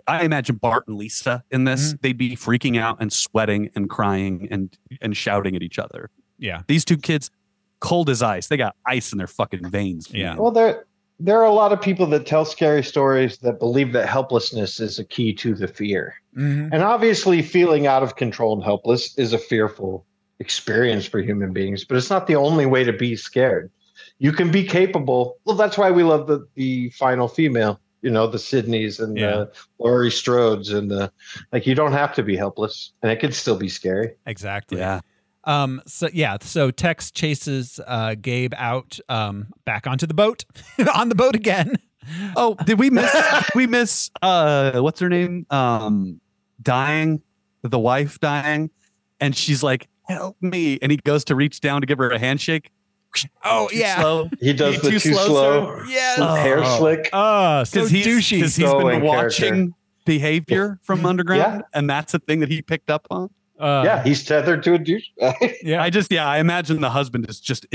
C: I- I imagine Bart and Lisa in
A: Mm-hmm.
C: this. They'd be freaking out and sweating and crying and and shouting at each other.
A: Yeah.
C: These two kids, cold as ice. They got ice in their fucking veins.
A: Yeah.
C: man.
B: Well, there there are a lot of people that tell scary stories that believe that helplessness is a key to the fear.
C: Mm-hmm.
A: Mhm.
B: And obviously, feeling out of control and helpless is a fearful experience for human beings, but it's not the only way to be scared. You can be capable. Well, that's why we love the, the final female, you know, the Sydneys and
A: Yeah.
B: the Laurie Strodes and the like. You don't have to be helpless, and it could still be scary.
A: Exactly.
C: Yeah.
A: Um, so yeah, so Tex chases uh, Gabe out um, back onto the boat, on the boat again.
C: Oh, did we miss? did we miss? Uh, what's her name? Um, dying, the wife dying, and she's like, "Help me!" And he goes to reach down to give her a handshake.
A: Oh
C: Too
A: yeah,
C: slow.
B: He does
C: Be
B: the
C: too
B: too
C: slow,
B: slow,
A: yes.
C: Oh.
B: hair slick.
A: Ah, so
C: he's,
A: douchey.
C: 'cause he's
B: So
C: been
B: in
C: watching
B: character.
C: behavior from underground,
B: Yeah.
C: and that's a thing that he picked up on.
A: Uh,
B: yeah, he's tethered to a douchebag.
A: Yeah.
C: I just, yeah, I imagine the husband is just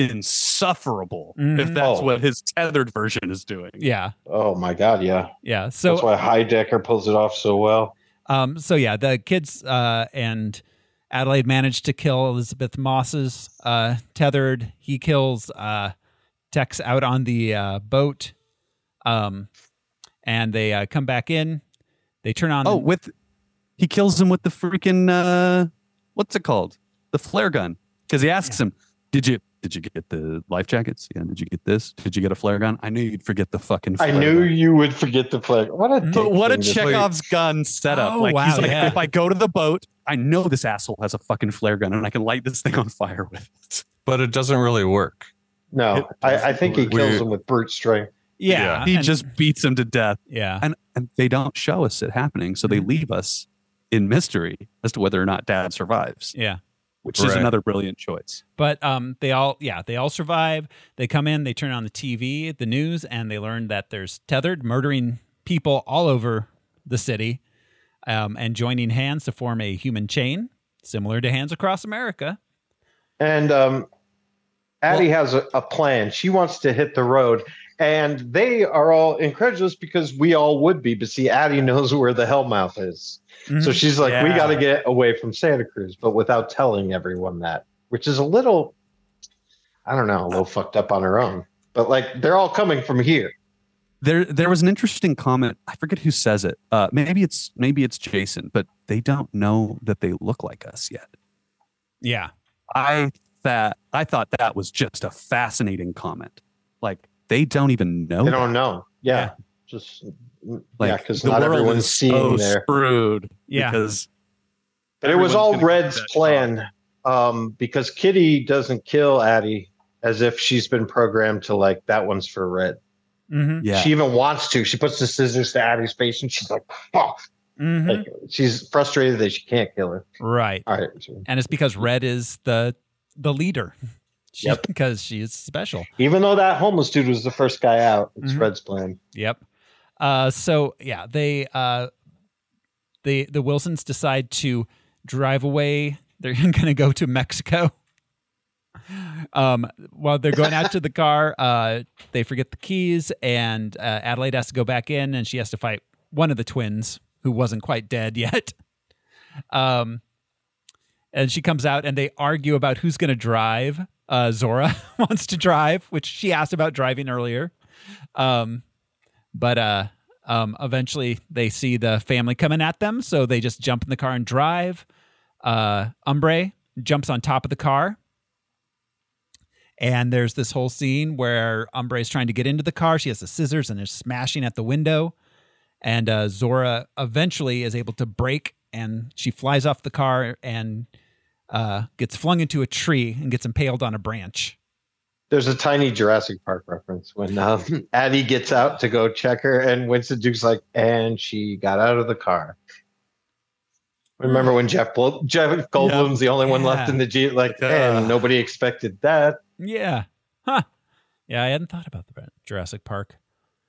C: insufferable if
A: Mhm.
C: that's
B: Oh.
C: what his tethered version is doing.
A: yeah,
B: oh my god, yeah.
A: yeah. So
B: That's why Heidecker pulls it off so well.
A: Um, so yeah, the kids uh, and Adelaide managed to kill Elizabeth Moss's uh, tethered. He kills uh, Tex out on the uh, boat, um, and they uh, come back in. They turn on.
C: Oh, with he kills him with the freaking uh, what's it called? The flare gun. Because he asks him, "Did you did you get the life jackets? Yeah, did you get this? Did you get a flare gun? I knew you'd forget the fucking." Flare
B: I knew
C: Gun.
B: you would forget the flag. What a
C: But
B: dick
C: Mm-hmm. what a
B: thing to do.
C: Chekhov's gun setup!
A: Oh,
C: like
A: wow,
C: he's like,
A: yeah.
C: if I go to the boat, I know this asshole has a fucking flare gun, and I can light this thing on fire with it.
D: but it doesn't really work.
B: No, I, I think he
D: We-
B: kills him with brute strength.
A: yeah,
D: yeah.
C: He
A: and-
C: just beats him to death, Mm-hmm.
A: yeah,
C: and and they don't show us it happening, so they leave us in mystery as to whether or not Dad survives,
A: yeah.
C: which is
D: Right.
C: another brilliant choice.
A: But um, they all yeah they all survive. They come in. They turn on the TV, the news, and they learn that there's tethered murdering people all over the city, um, and joining hands to form a human chain similar to Hands Across America.
B: And um, Addie has a, a plan. She wants to hit the road. And they are all incredulous because we all would be. But see, Addie knows where the Hellmouth is. So
A: Mhm.
B: she's like, we
C: Mm-hmm. Yeah.
B: got to get away from Santa Cruz, but without telling everyone that, which is a little, I don't know, a little fucked up on her own. But like, they're all coming from here.
C: there there was an interesting comment i forget who says it uh maybe it's maybe it's jason but they don't know that they look like us yet
A: yeah.
C: i that i thought that was just a fascinating comment like they don't even know
B: They
C: that.
B: don't know. Yeah.
A: Yeah.
B: Just, yeah,
C: like
B: because
C: the
B: not
C: world
B: everyone's
C: is
B: seeing
C: so
B: there.
C: screwed
A: Yeah.
C: because
B: But it
C: Everyone's
B: was all
C: gonna get
B: Red's
C: that
B: plan um, because Kitty doesn't kill Addie as if she's been programmed to like that one's for Red.
A: Mm-hmm.
C: yeah
B: She even wants to. She puts the scissors to Addie's face and she's like, "Fuck!"
A: hmm
B: Like, she's frustrated that she can't kill her.
A: Right.
B: All right, so-
A: And it's because Red is the the leader. She,
B: Yep.
A: Because she is special.
B: even though that homeless dude was the first guy out, it's
C: Mm-hmm.
A: Mhm.
B: Red's plan.
A: Yep. Uh, so yeah, they uh, the the Wilsons decide to drive away. They're going to go to Mexico. Um, while they're going out to the car, uh, they forget the keys, and uh, Adelaide has to go back in, and she has to fight one of the twins who wasn't quite dead yet. Um, and she comes out, and they argue about who's going to drive. Uh, Zora wants to drive, which she asked about driving earlier. Um, but uh, um, eventually they see the family coming at them, so they just jump in the car and drive. Uh, Umbre jumps on top of the car, and there's this whole scene where Umbre is trying to get into the car. She has the scissors and is smashing at the window, and uh, Zora eventually is able to break, and she flies off the car and uh, gets flung into a tree and gets impaled on a branch.
B: There's a tiny Jurassic Park reference when um, Addie gets out to go check her, and Winston Duke's like, and she got out of the car. Remember when Jeff Blo- Jeff Goldblum's the only one left
A: Yeah.
B: in the Jeep? Like,
C: Uh.
B: and nobody expected that.
A: Yeah. Huh. Yeah, I hadn't thought about the Jurassic Park.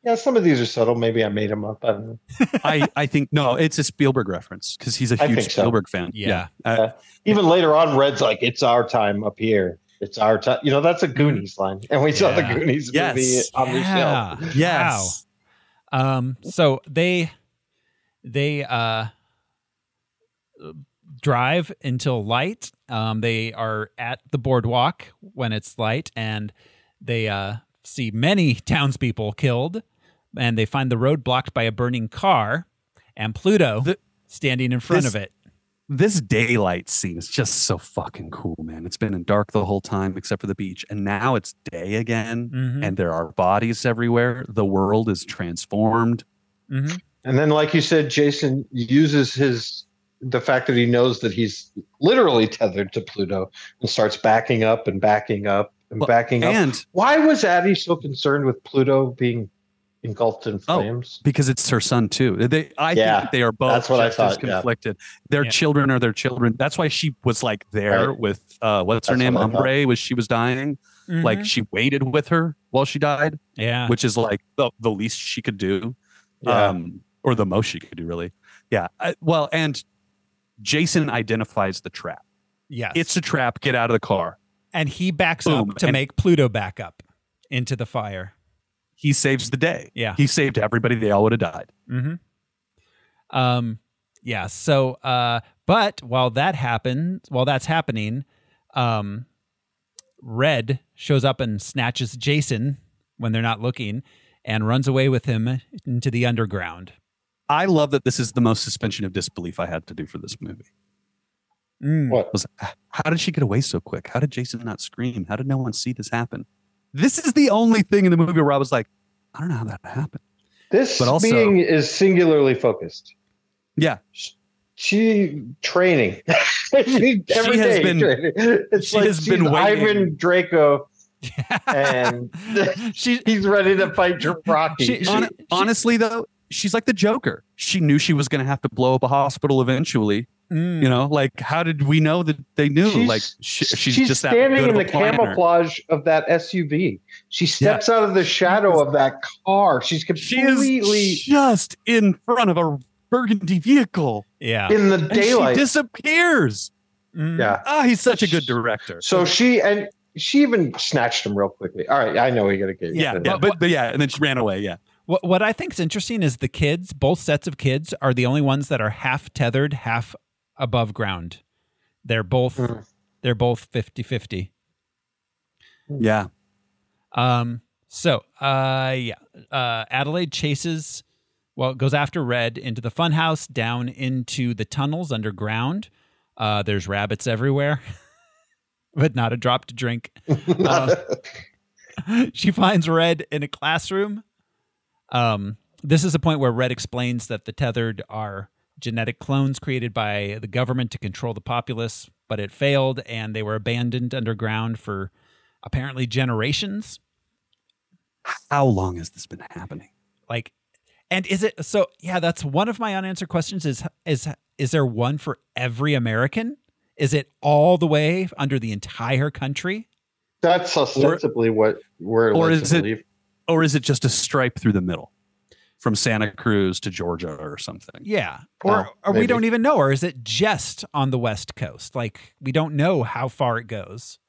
B: Yeah, some of these are subtle. Maybe I made them up. I don't know.
C: I, I think no, it's a Spielberg reference because he's a
B: I
C: huge
B: think so.
C: Spielberg fan.
A: Yeah.
C: Uh,
B: Yeah. Even later on, Red's like, "It's our time up here. It's our time." You know, that's a Goonies line, and we saw the
A: Yeah.
B: Goonies
C: Yes.
B: movie on the
A: Yeah. Wow.
B: shelf.
C: yes.
A: Um, so they they uh, drive until light. Um, they are at the boardwalk when it's light, and they uh, see many townspeople killed, and they find the road blocked by a burning car, and Pluto
C: The-
A: standing in front
C: this-
A: of it.
C: This daylight scene is just so fucking cool, man. It's been in dark the whole time except for the beach, and now it's day again,
A: Mhm.
C: and there are bodies everywhere. The world is transformed.
A: hmm
B: And then, like you said, Jason uses his the fact that he knows that he's literally tethered to Pluto and starts backing up and backing up and
C: Well,
B: backing up.
C: And
B: Why was Addie so concerned with Pluto being engulfed in
C: Oh,
B: flames?
C: because it's her son too. They, I
B: Yeah,
C: think they are both
B: that's what I
C: just as
B: thought, yeah.
C: conflicted. Their
A: Yeah.
C: children are their children. That's why she was like there
B: Right.
C: with uh, what's her
B: That's
C: name,
B: what I thought.
C: Umbre, was she was dying. Like she waited with her while she died,
A: Mm-hmm. yeah,
C: which is like the, the least she could do,
B: Yeah.
C: um, or the most she could do, really. Yeah. I, well, and Jason identifies the trap.
A: yes.
C: It's a trap. Get out of the car.
A: and he backs
C: Boom.
A: up to
C: And-
A: make Pluto back up into the fire.
C: He saves the day.
A: Yeah.
C: He saved everybody. They all would have died.
A: Mm-hmm. Um, yeah. So, uh, but while that happens, while that's happening, um, Red shows up and snatches Jason when they're not looking, and runs away with him into the underground.
C: I love that this is the most suspension of disbelief I had to do for this movie.
A: Mm.
B: What?
C: was how did she get away so quick? How did Jason not scream? How did no one see this happen? This is the only thing in the movie where I was like, I don't know how that happened.
B: This
C: But also-
B: being is singularly focused.
C: Yeah.
B: She training. she, every
C: has
B: day
C: been-
B: training. It's
C: she
B: like
C: has been
B: she's Ivan
C: waiting.
B: Draco and
A: she,
B: he's ready to fight Rocky.
A: She-
C: Hon- honestly, though, she's like the Joker. She knew she was going to have to blow up a hospital eventually.
A: Mm.
C: You know, like how did we know that they knew?
B: Hmm. She's-
C: like sh- she's, just that
B: standing
C: good
B: in
C: of a
B: the
C: planner.
B: camouflage of that SUV. She steps out of the shadow of that car. She's
C: She
B: completely
C: is just in front of a burgundy vehicle,
A: yeah.
B: in the
C: and
B: daylight.
C: she disappears.
A: Mm.
B: yeah.
C: Ah, he's such a good director.
B: So she and she even snatched him real quickly. All right, I know we got to get you.
C: yeah,
B: to
C: yeah,
B: that.
C: but, but yeah, and then she ran away. Yeah.
A: What What I think is interesting is the kids. Both sets of kids are the only ones that are half tethered, half above ground. They're both.
B: Mm.
A: They're both 50-50.
C: Yeah.
A: Um, so, uh, yeah, uh, Adelaide chases, well, goes after Red into the funhouse, down into the tunnels underground. Uh, there's rabbits everywhere, but not a drop to drink. Uh, she finds Red in a classroom. Um, this is a point where Red explains that the tethered are genetic clones created by the government to control the populace, but it failed and they were abandoned underground for apparently generations.
C: how long has this been happening?
A: Like, and is it so? Yeah, that's one of my unanswered questions. Is is is there one for every American? Is it all the way under the entire country?
B: that's ostensibly what we're
C: or
B: led
C: is
B: to
C: it-
B: believe.
C: Or is it just a stripe through the middle from Santa Cruz to Georgia or something?
A: Yeah, or
B: Oh,
A: or we
B: maybe.
C: e-,
A: don't even know, or is it just on the West Coast? Like, we don't know how far it goes.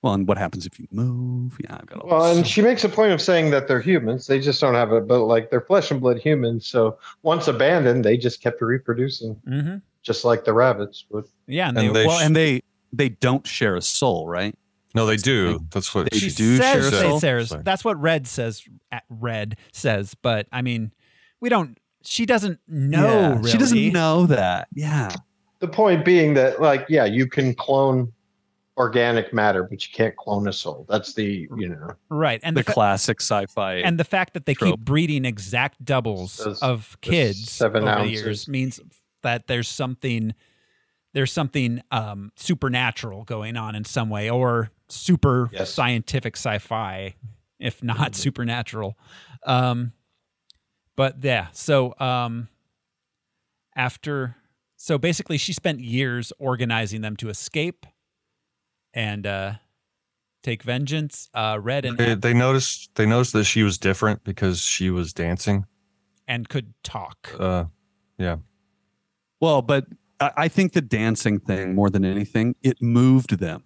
C: Well, and what happens if you move? Yeah, I've got all
B: Well, and
C: this.
B: she makes a point of saying that they're humans. They just don't have a but like they're flesh and blood humans. So once abandoned, they just kept reproducing,
A: Mm-hmm.
B: just like the rabbits would.
A: Yeah, and,
D: And
A: they,
D: they
C: Well,
D: sh-
C: and they they don't share a soul, right?
D: No, they do. That's what
C: They
A: she
C: do
A: says
D: share
A: they
D: soul.
A: shares-
D: Sorry.
A: That's what Red says. At Red says, but I mean, we don't. She doesn't know.
C: Yeah,
A: really.
C: she doesn't know that. Yeah,
B: The point being that, like, yeah, you can clone organic matter, but you can't clone a soul. That's the you know
A: Right, and
C: the
A: the, fa-
C: classic sci-fi.
A: and the fact that they
C: trope.
A: keep breeding exact doubles
B: Those-
A: of
B: those
A: kids
B: seven
A: over the
B: ounces.
A: years means that there's something there's something um, supernatural going on in some way or super
B: Yes. Mm-hmm.
A: scientific sci-fi if not supernatural um, but yeah so um, after so basically she spent years organizing them to escape and uh Take Vengeance. Uh, Red and
D: They, they noticed they noticed that she was different because she was dancing.
A: and could talk.
D: Uh, yeah.
C: Well, but I, I think the dancing thing more than anything, it moved them.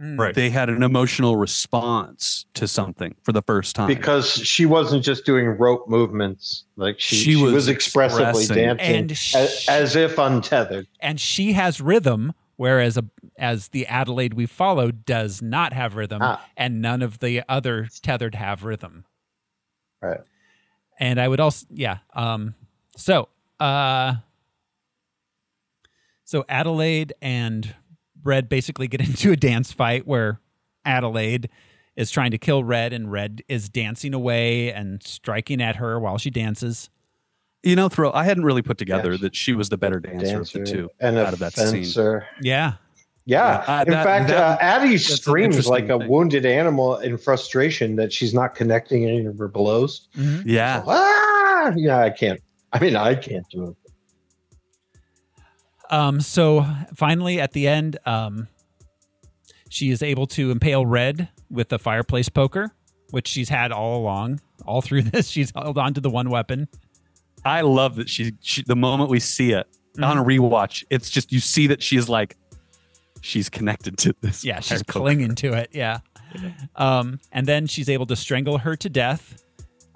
A: Mm.
D: Right.
C: They had an emotional response to something for the first time.
B: because she wasn't just doing rope movements like she, she, was, expressively
C: expressing.
B: dancing
A: And
B: a-
A: she-
B: as, if untethered
A: And she has rhythm, whereas a, as the Adelaide we follow does not have rhythm,
B: Ah.
A: and none of the other tethered have rhythm.
B: Right.
A: And I would also, yeah. Um. So, uh, so Adelaide and Red basically get into a dance fight where Adelaide is trying to kill Red, and Red is dancing away and striking at her while she dances.
C: you know, throw I hadn't really put together
B: Yes.
C: that she was the better dancer,
B: dancer
C: of the two
B: and
C: out of that scene.
B: fencer
A: Yeah.
B: yeah,
C: Yeah, uh,
B: in
C: that-
B: fact
C: that-
B: uh, addie
C: an
B: screams like a
C: interesting thing.
B: wounded animal in frustration that she's not connecting any of her blows
A: Mhm.
C: Yeah.
B: ah! yeah i can't i mean i can't do it
A: Um, so finally, at the end, um, she is able to impale Red with the fireplace poker, which she's had all along. All through this, she's held on to the one weapon.
C: I love that she, she the moment we see it on a
A: Mm-hmm.
C: rewatch, it's just you see that she's like she's connected to this.
A: Yeah, she's
C: fire poker.
A: clinging to it. Yeah. Um, and then she's able to strangle her to death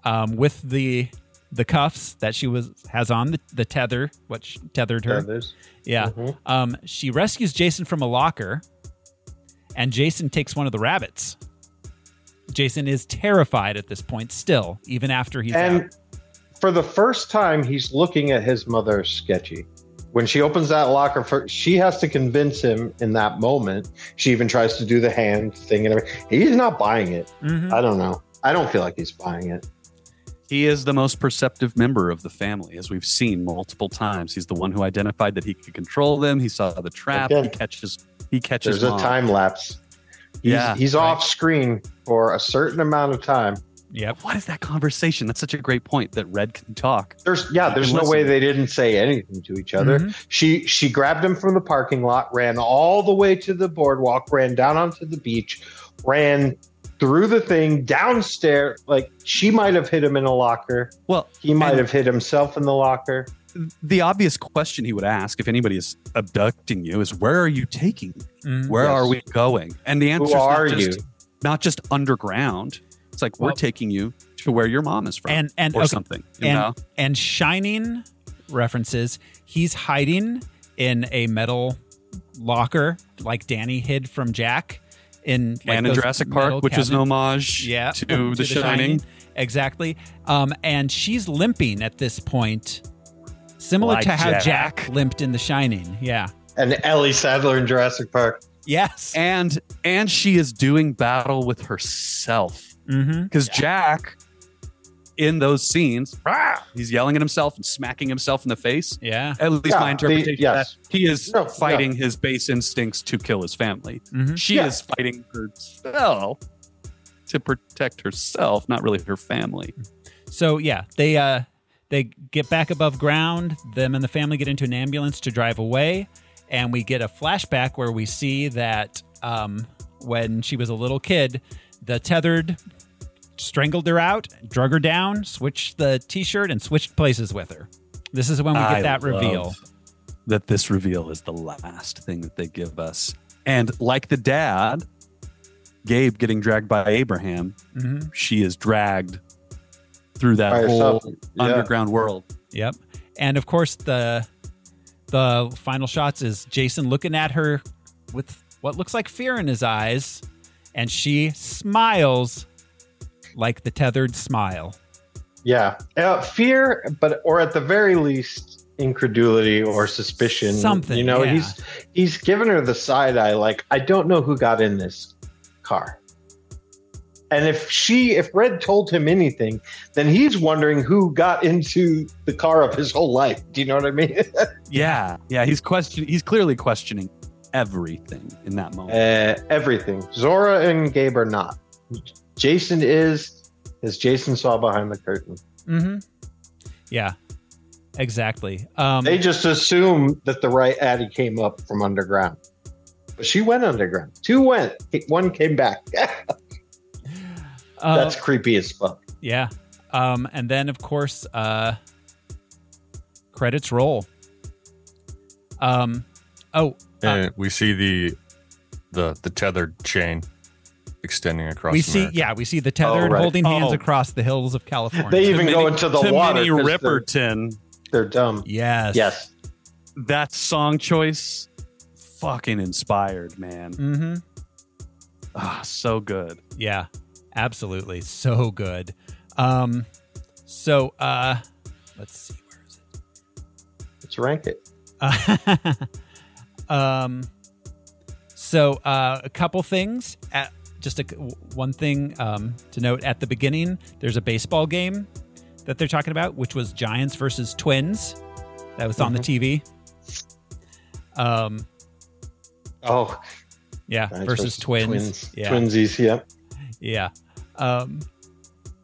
A: um, with the the cuffs that she was has on the, the tether, which tethered her.
B: Others.
A: Yeah.
B: Mhm.
A: Um, she rescues Jason from a locker, and Jason takes one of the rabbits. Jason is terrified at this point, still, even after he's out.
B: and for the first time he's looking at his mother sketchy when she opens that locker for she has to convince him in that moment she even tries to do the hand thing and everything he's not buying it
A: Mhm.
B: i don't know i don't feel like he's buying it
C: He is the most perceptive member of the family, as we've seen multiple times. He's the one who identified that he could control them. He saw the trap.
B: Again,
C: he catches. He catches.
B: there's a
C: mom.
B: time lapse he's,
C: Yeah,
B: he's
C: right.
B: off screen for a certain amount of time
A: Yep.
C: What is that conversation? That's such a great point that Red can talk.
B: there's yeah there's no
C: Listen.
B: way they didn't say anything to each other
A: Mhm.
B: she she grabbed him from the parking lot ran all the way to the boardwalk ran down onto the beach ran through the thing downstairs like she might have hit him in a locker
C: Well,
B: he might
C: And-
B: have hit himself in the locker
C: the obvious question he would ask if anybody is abducting you is, "Where are you taking? me?
A: Mhm.
C: Where
B: Yes.
C: are we going?" And the answer
B: who
C: is not
B: are
C: just,
B: you
C: Not just underground. It's like we're
A: Well-
C: taking you to where your mom is from,
A: And and
C: or
A: okay,
C: something. You
A: and
C: know?
A: and shining references. He's hiding in a metal locker, like Danny hid from Jack in like
C: and in
A: those
C: Jurassic
A: metal
C: Park, which is an
A: cabin-
C: homage
A: yeah, um,
C: to, The, Shining.
A: Exactly. Um, and she's limping at this point, similar
C: Like
A: to how Jack.
C: Jack.
A: limped in The Shining. Yeah.
B: and ellie sadler in jurassic park
A: Yes.
C: and and she is doing battle with herself
A: mm-hmm.
C: because Jack, in those scenes, "Rah!" he's yelling at himself and smacking himself in the face.
A: Yeah.
C: At least
B: Yeah,
C: my
B: the-
C: interpretation. of
B: yes.
C: that he is
B: No,
C: fighting his base instincts to kill his family.
A: Mhm.
C: She
B: Yeah.
C: is fighting herself to protect herself, not really her family.
A: So yeah, they uh, they get back above ground. Them and the family get into an ambulance to drive away, and we get a flashback where we see that um, when she was a little kid, the tethered strangled her out, drug her down, switched the T-shirt, and switched places with her. This is when we get
C: I
A: that
C: love
A: reveal.
C: That this reveal is the last thing that they give us, and like the dad, Gabe getting dragged by Abraham,
A: hmm
C: she is dragged through that
B: by
C: whole
B: herself yeah.
C: underground world.
A: Yep. And of course the the final shots is Jason looking at her with what looks like fear in his eyes and she smiles like the tethered smile.
B: yeah uh, fear but or at the very least incredulity or suspicion
A: Something,
B: you know
A: yeah.
B: he's he's given her the side eye like i don't know who got in this car and if she if red told him anything then he's wondering who got into the car of his whole life do you know what i mean
C: Yeah, yeah. He's question. He's clearly questioning everything in that moment.
B: uh, everything zora and gabe are not jason is as jason saw behind the curtain
A: Mhm. Yeah. Exactly. Um
B: they just assume that the right addy came up from underground But she went underground. Two went. One came back.
A: Uh,
B: That's creepy as fuck.
A: Yeah. Um, and then, of course, uh, credits roll. Um, oh,
D: And we see the the the tethered chain extending across.
A: we see.
D: America.
A: Yeah, we see the tethered
B: right.
A: holding hands
C: Oh.
A: across the hills of California.
B: They even go
C: Mini-
B: into the
C: to
B: water.
C: Minnie
B: 'cause they're-
C: Riperton.
B: They're, dumb.
A: yes.
B: Yes.
C: That song choice, fucking inspired, man.
A: Mm-hmm.
C: Ah, so good.
A: Yeah, absolutely. So good. Um, so uh, let's see. Where is it?
B: Let's rank it.
A: Uh, um, so uh, a couple things. At, just a, one thing um, to note at the beginning. There's a baseball game that they're talking about, which was Giants versus Twins. That was on the TV. Um,
B: Oh,
A: yeah,
B: Giants
A: versus, twins.
B: twins.
A: Yeah.
B: Twinsies. Yeah.
A: Yeah. Um,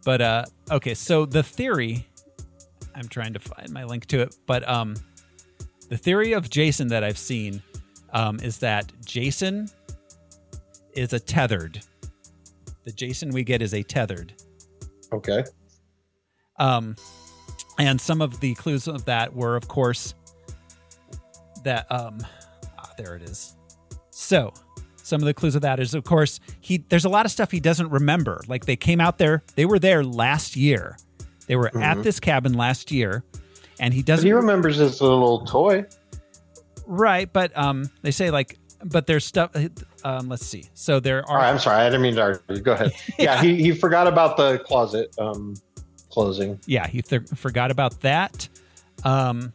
A: but uh, okay, so the theory, I'm trying to find my link to it, but um, the theory of Jason that I've seen um, is that Jason is a tethered. The Jason we get is a tethered.
B: Okay.
A: Um, and some of the clues of that were, of course, that um, ah, there it is. So, some of the clues of that is, of course, he. There's a lot of stuff he doesn't remember. Like they came out there, they were there last year. They were at this cabin last year, and he
B: Mm-hmm. But
A: doesn't.
B: he remembers his little toy.
A: right, but um, they say like, but there's stuff. Um, let's see. So there
B: All right.
A: are.
B: I'm sorry. I didn't mean to argue. Go ahead. Yeah. He, he forgot about the closet um, closing.
A: yeah, he th- forgot about that. Um,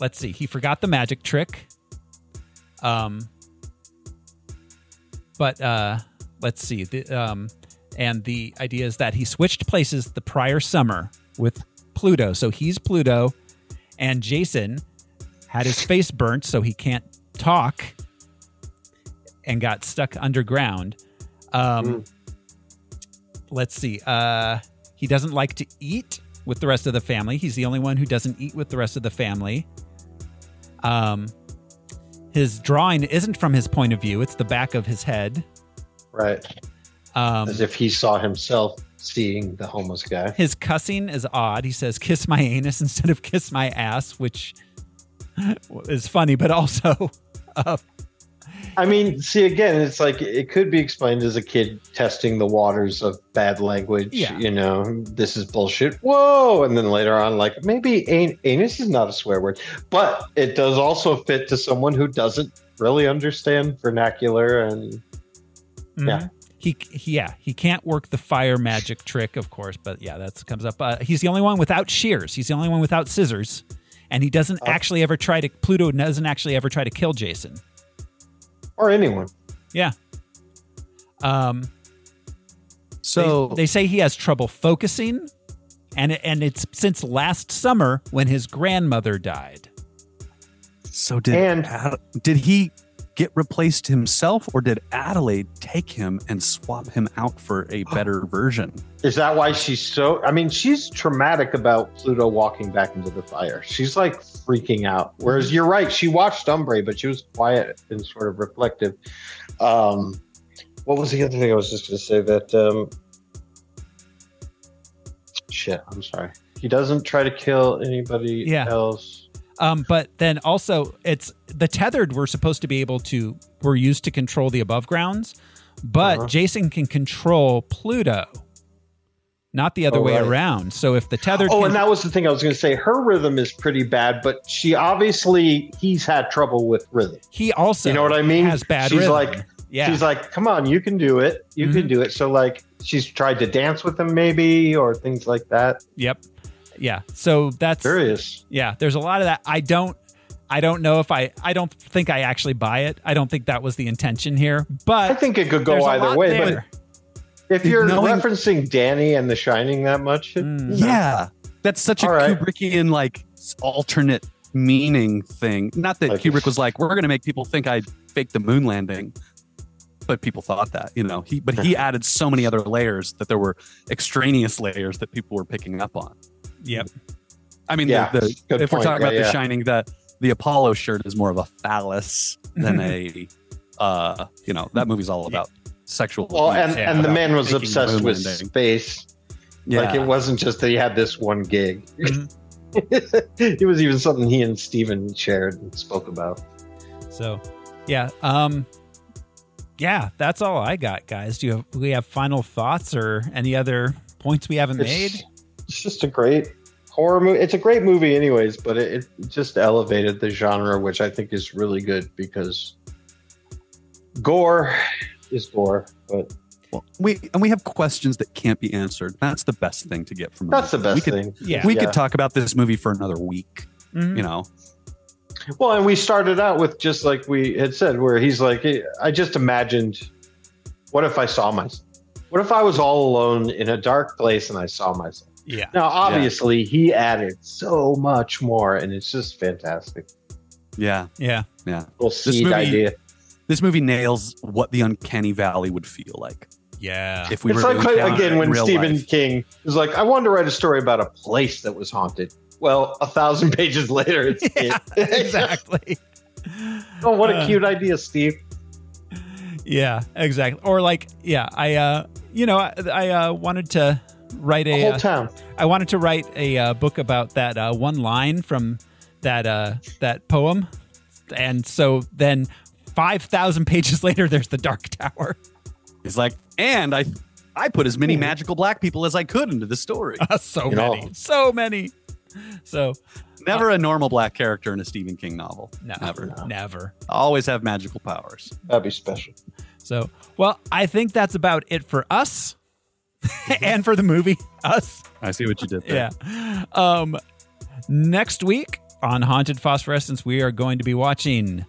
A: let's see, he forgot the magic trick. Um, but uh, let's see. The, um, and the idea is that he switched places the prior summer with Pluto, so he's Pluto, and Jason had his face burnt, so he can't talk, and got stuck underground. Um, Let's see. Uh, he doesn't like to eat with the rest of the family. He's the only one who doesn't eat with the rest of the family. Um, his drawing isn't from his point of view; it's the back of his head.
B: Right.
A: Um,
B: As if he saw himself seeing the homeless guy.
A: his cussing is odd. He says "kiss my anus" instead of "kiss my ass," which is funny, but also uh,
B: I mean, see, again, it's like it could be explained as a kid testing the waters of bad language.
A: Yeah.
B: You know, this is bullshit. Whoa. And then later on, like, maybe an- anus is not a swear word, but it does also fit to someone who doesn't really understand vernacular. And Yeah.
A: Mm-hmm. He, he- yeah, he can't work the fire magic trick, of course, but yeah, that comes up. Uh, he's the only one without shears. He's the only one without scissors, and he doesn't actually ever try to. Pluto doesn't actually ever try to kill Jason.
B: or anyone.
A: Yeah. Um.
C: So
A: they, they say he has trouble focusing, and it, and it's since last summer when his grandmother died.
C: So did
B: And-
C: Ad- did he get replaced himself, or did Adelaide take him and swap him out for a better version?
B: Is that why she's so? I mean, she's traumatic about Pluto walking back into the fire. She's like freaking out.
A: Mhm.
B: Whereas you're right, she watched Umbre, but she was quiet and sort of reflective. Um, what was the other thing I was just going to say? That um, shit. I'm sorry. He doesn't try to kill anybody
A: Yeah.
B: else.
A: Um, but then also, it's the tethered were supposed to be able to were used to control the above grounds, but
B: Uh-huh.
A: Jason can control Pluto, not the other
B: Oh,
A: way
B: right.
A: around. So if the tethered,
B: Oh,
A: can-
B: and that was the thing I was going to say. Her rhythm is pretty bad, but she obviously he's had trouble with rhythm.
A: he also,
B: you know what I mean?
A: has bad.
B: She's
A: rhythm.
B: like,
A: yeah,
B: She's like, come on, you can do it. You can
C: Mm-hmm.
A: Mhm.
B: do it. So, like, she's tried to dance with him, maybe, or things like that.
A: yep, yeah. So that's
B: Curious.
A: yeah there's a lot of that i don't i don't know if i i don't think i actually buy it i don't think that was the intention here but
B: I think it could
A: there's
B: go
A: a
B: either
A: lot
B: way.
A: there.
B: But if you're
C: Knowing-
B: referencing Danny and The Shining that much, it-
A: Mm.
C: Yeah, that's such a
B: All right.
C: Kubrickian like s- alternate meaning thing. Not that
B: Like-
C: Kubrick was like, we're going to make people think I faked the moon landing, but people thought that, you know. He but he added so many other layers that there were extraneous layers that people were picking up on.
A: yep
C: I mean,
B: Yeah,
C: the, the,
B: good
C: if we're
B: point.
C: talking
B: Yeah,
C: about
B: yeah.
C: The Shining, the the Apollo shirt is more of a phallus than a uh, you know, that movie's all about sexual.
B: Well,
C: abuse,
B: and, and the
C: about
B: man was
C: taking
B: obsessed
C: women
B: with
C: and-
B: space.
C: Yeah. Mm-hmm.
B: Like it wasn't just that he had this one gig. it was even something he and Steven shared and spoke about.
A: So, yeah, um, yeah, that's all I got, guys. Do you have, we have final thoughts or any other points we haven't made?
B: It's, it's just a great horror movie. It's a great movie, anyways, but it, it just elevated the genre, which I think is really good because gore is gore, but
C: Well, we and we have questions that can't be answered. That's the best thing to get from. a
B: that's the
C: movie. we
B: best
C: could,
B: thing.
A: Yeah. Mm-hmm.
C: We
B: Yeah.
C: could talk about this movie for another week. You know,
B: Well, and we started out with just like we had said, where he's like, I just imagined, what if I saw myself? What if I was all alone in a dark place and I saw myself?
A: Yeah.
B: Now, obviously, he added so much more, and it's just fantastic.
C: yeah,
A: Yeah.
C: yeah.
B: Little seed
C: movie-
B: idea.
C: This movie nails what the uncanny valley would feel like
A: Yeah.
C: if we
B: it's
C: were
B: like
C: to encounter it
B: again
C: in
B: when
C: real
B: Stephen
C: life.
B: King was like, I wanted to write a story about a place that was haunted. Well, a thousand pages later, it's
A: Yeah, exactly.
B: oh, what a
A: Uh,
B: cute idea, Steve.
A: Yeah, exactly. Or like, yeah, I, uh, you know, I, I uh, wanted to write
B: A
A: a,
B: whole
A: uh,
B: town.
A: I wanted to write a uh, book about that uh, one line from that uh, that poem, and so then five thousand pages later, there's the Dark Tower.
C: He's like, and I, I put as many magical black people as I could into the story.
A: so
B: You know.
A: many, so many. So
C: Never a normal black character in a Stephen King novel.
A: no,
C: Never.
A: never.
C: Always have magical powers.
B: That'd be special.
A: So well, I think that's about it for us. and for the movie, us.
C: I see what you did there.
A: Yeah. Um, next week on Haunted Phosphorescence, we are going to be watching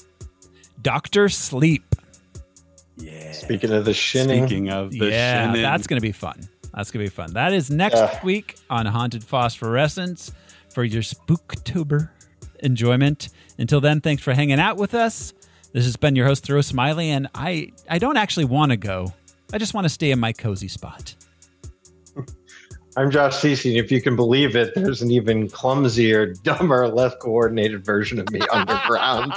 A: Doctor Sleep.
C: Yeah.
B: Speaking of the shinning,
C: Speaking of the
A: yeah,
C: shinning.
A: that's going to be fun. That's going to be fun. That is next
B: Yeah.
A: week on Haunted Phosphorescence for your Spooktober enjoyment. Until then, thanks for hanging out with us. This has been your host, Thoreau Smiley, and I, I don't actually want to go. I just want to stay in my cozy spot.
B: I'm Josh Cece, and if you can believe it, there's an even clumsier, dumber, less coordinated version of me underground.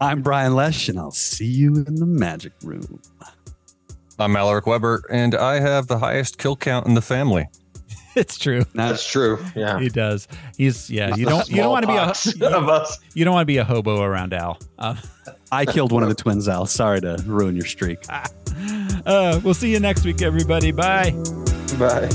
C: I'm Brian Lesh, and I'll see you in the magic room.
D: I'm Alaric Weber, and I have the highest kill count in the family.
A: It's true.
B: That's true. Yeah.
A: He does. He's yeah. You don't. You don't want to be
B: Smallpox
A: a.
B: of us.
A: You don't want to be a hobo around Al. Uh,
C: I killed one of the twins, Al. Sorry to ruin your streak.
A: uh, we'll see you next week, everybody. Bye.
B: Bye.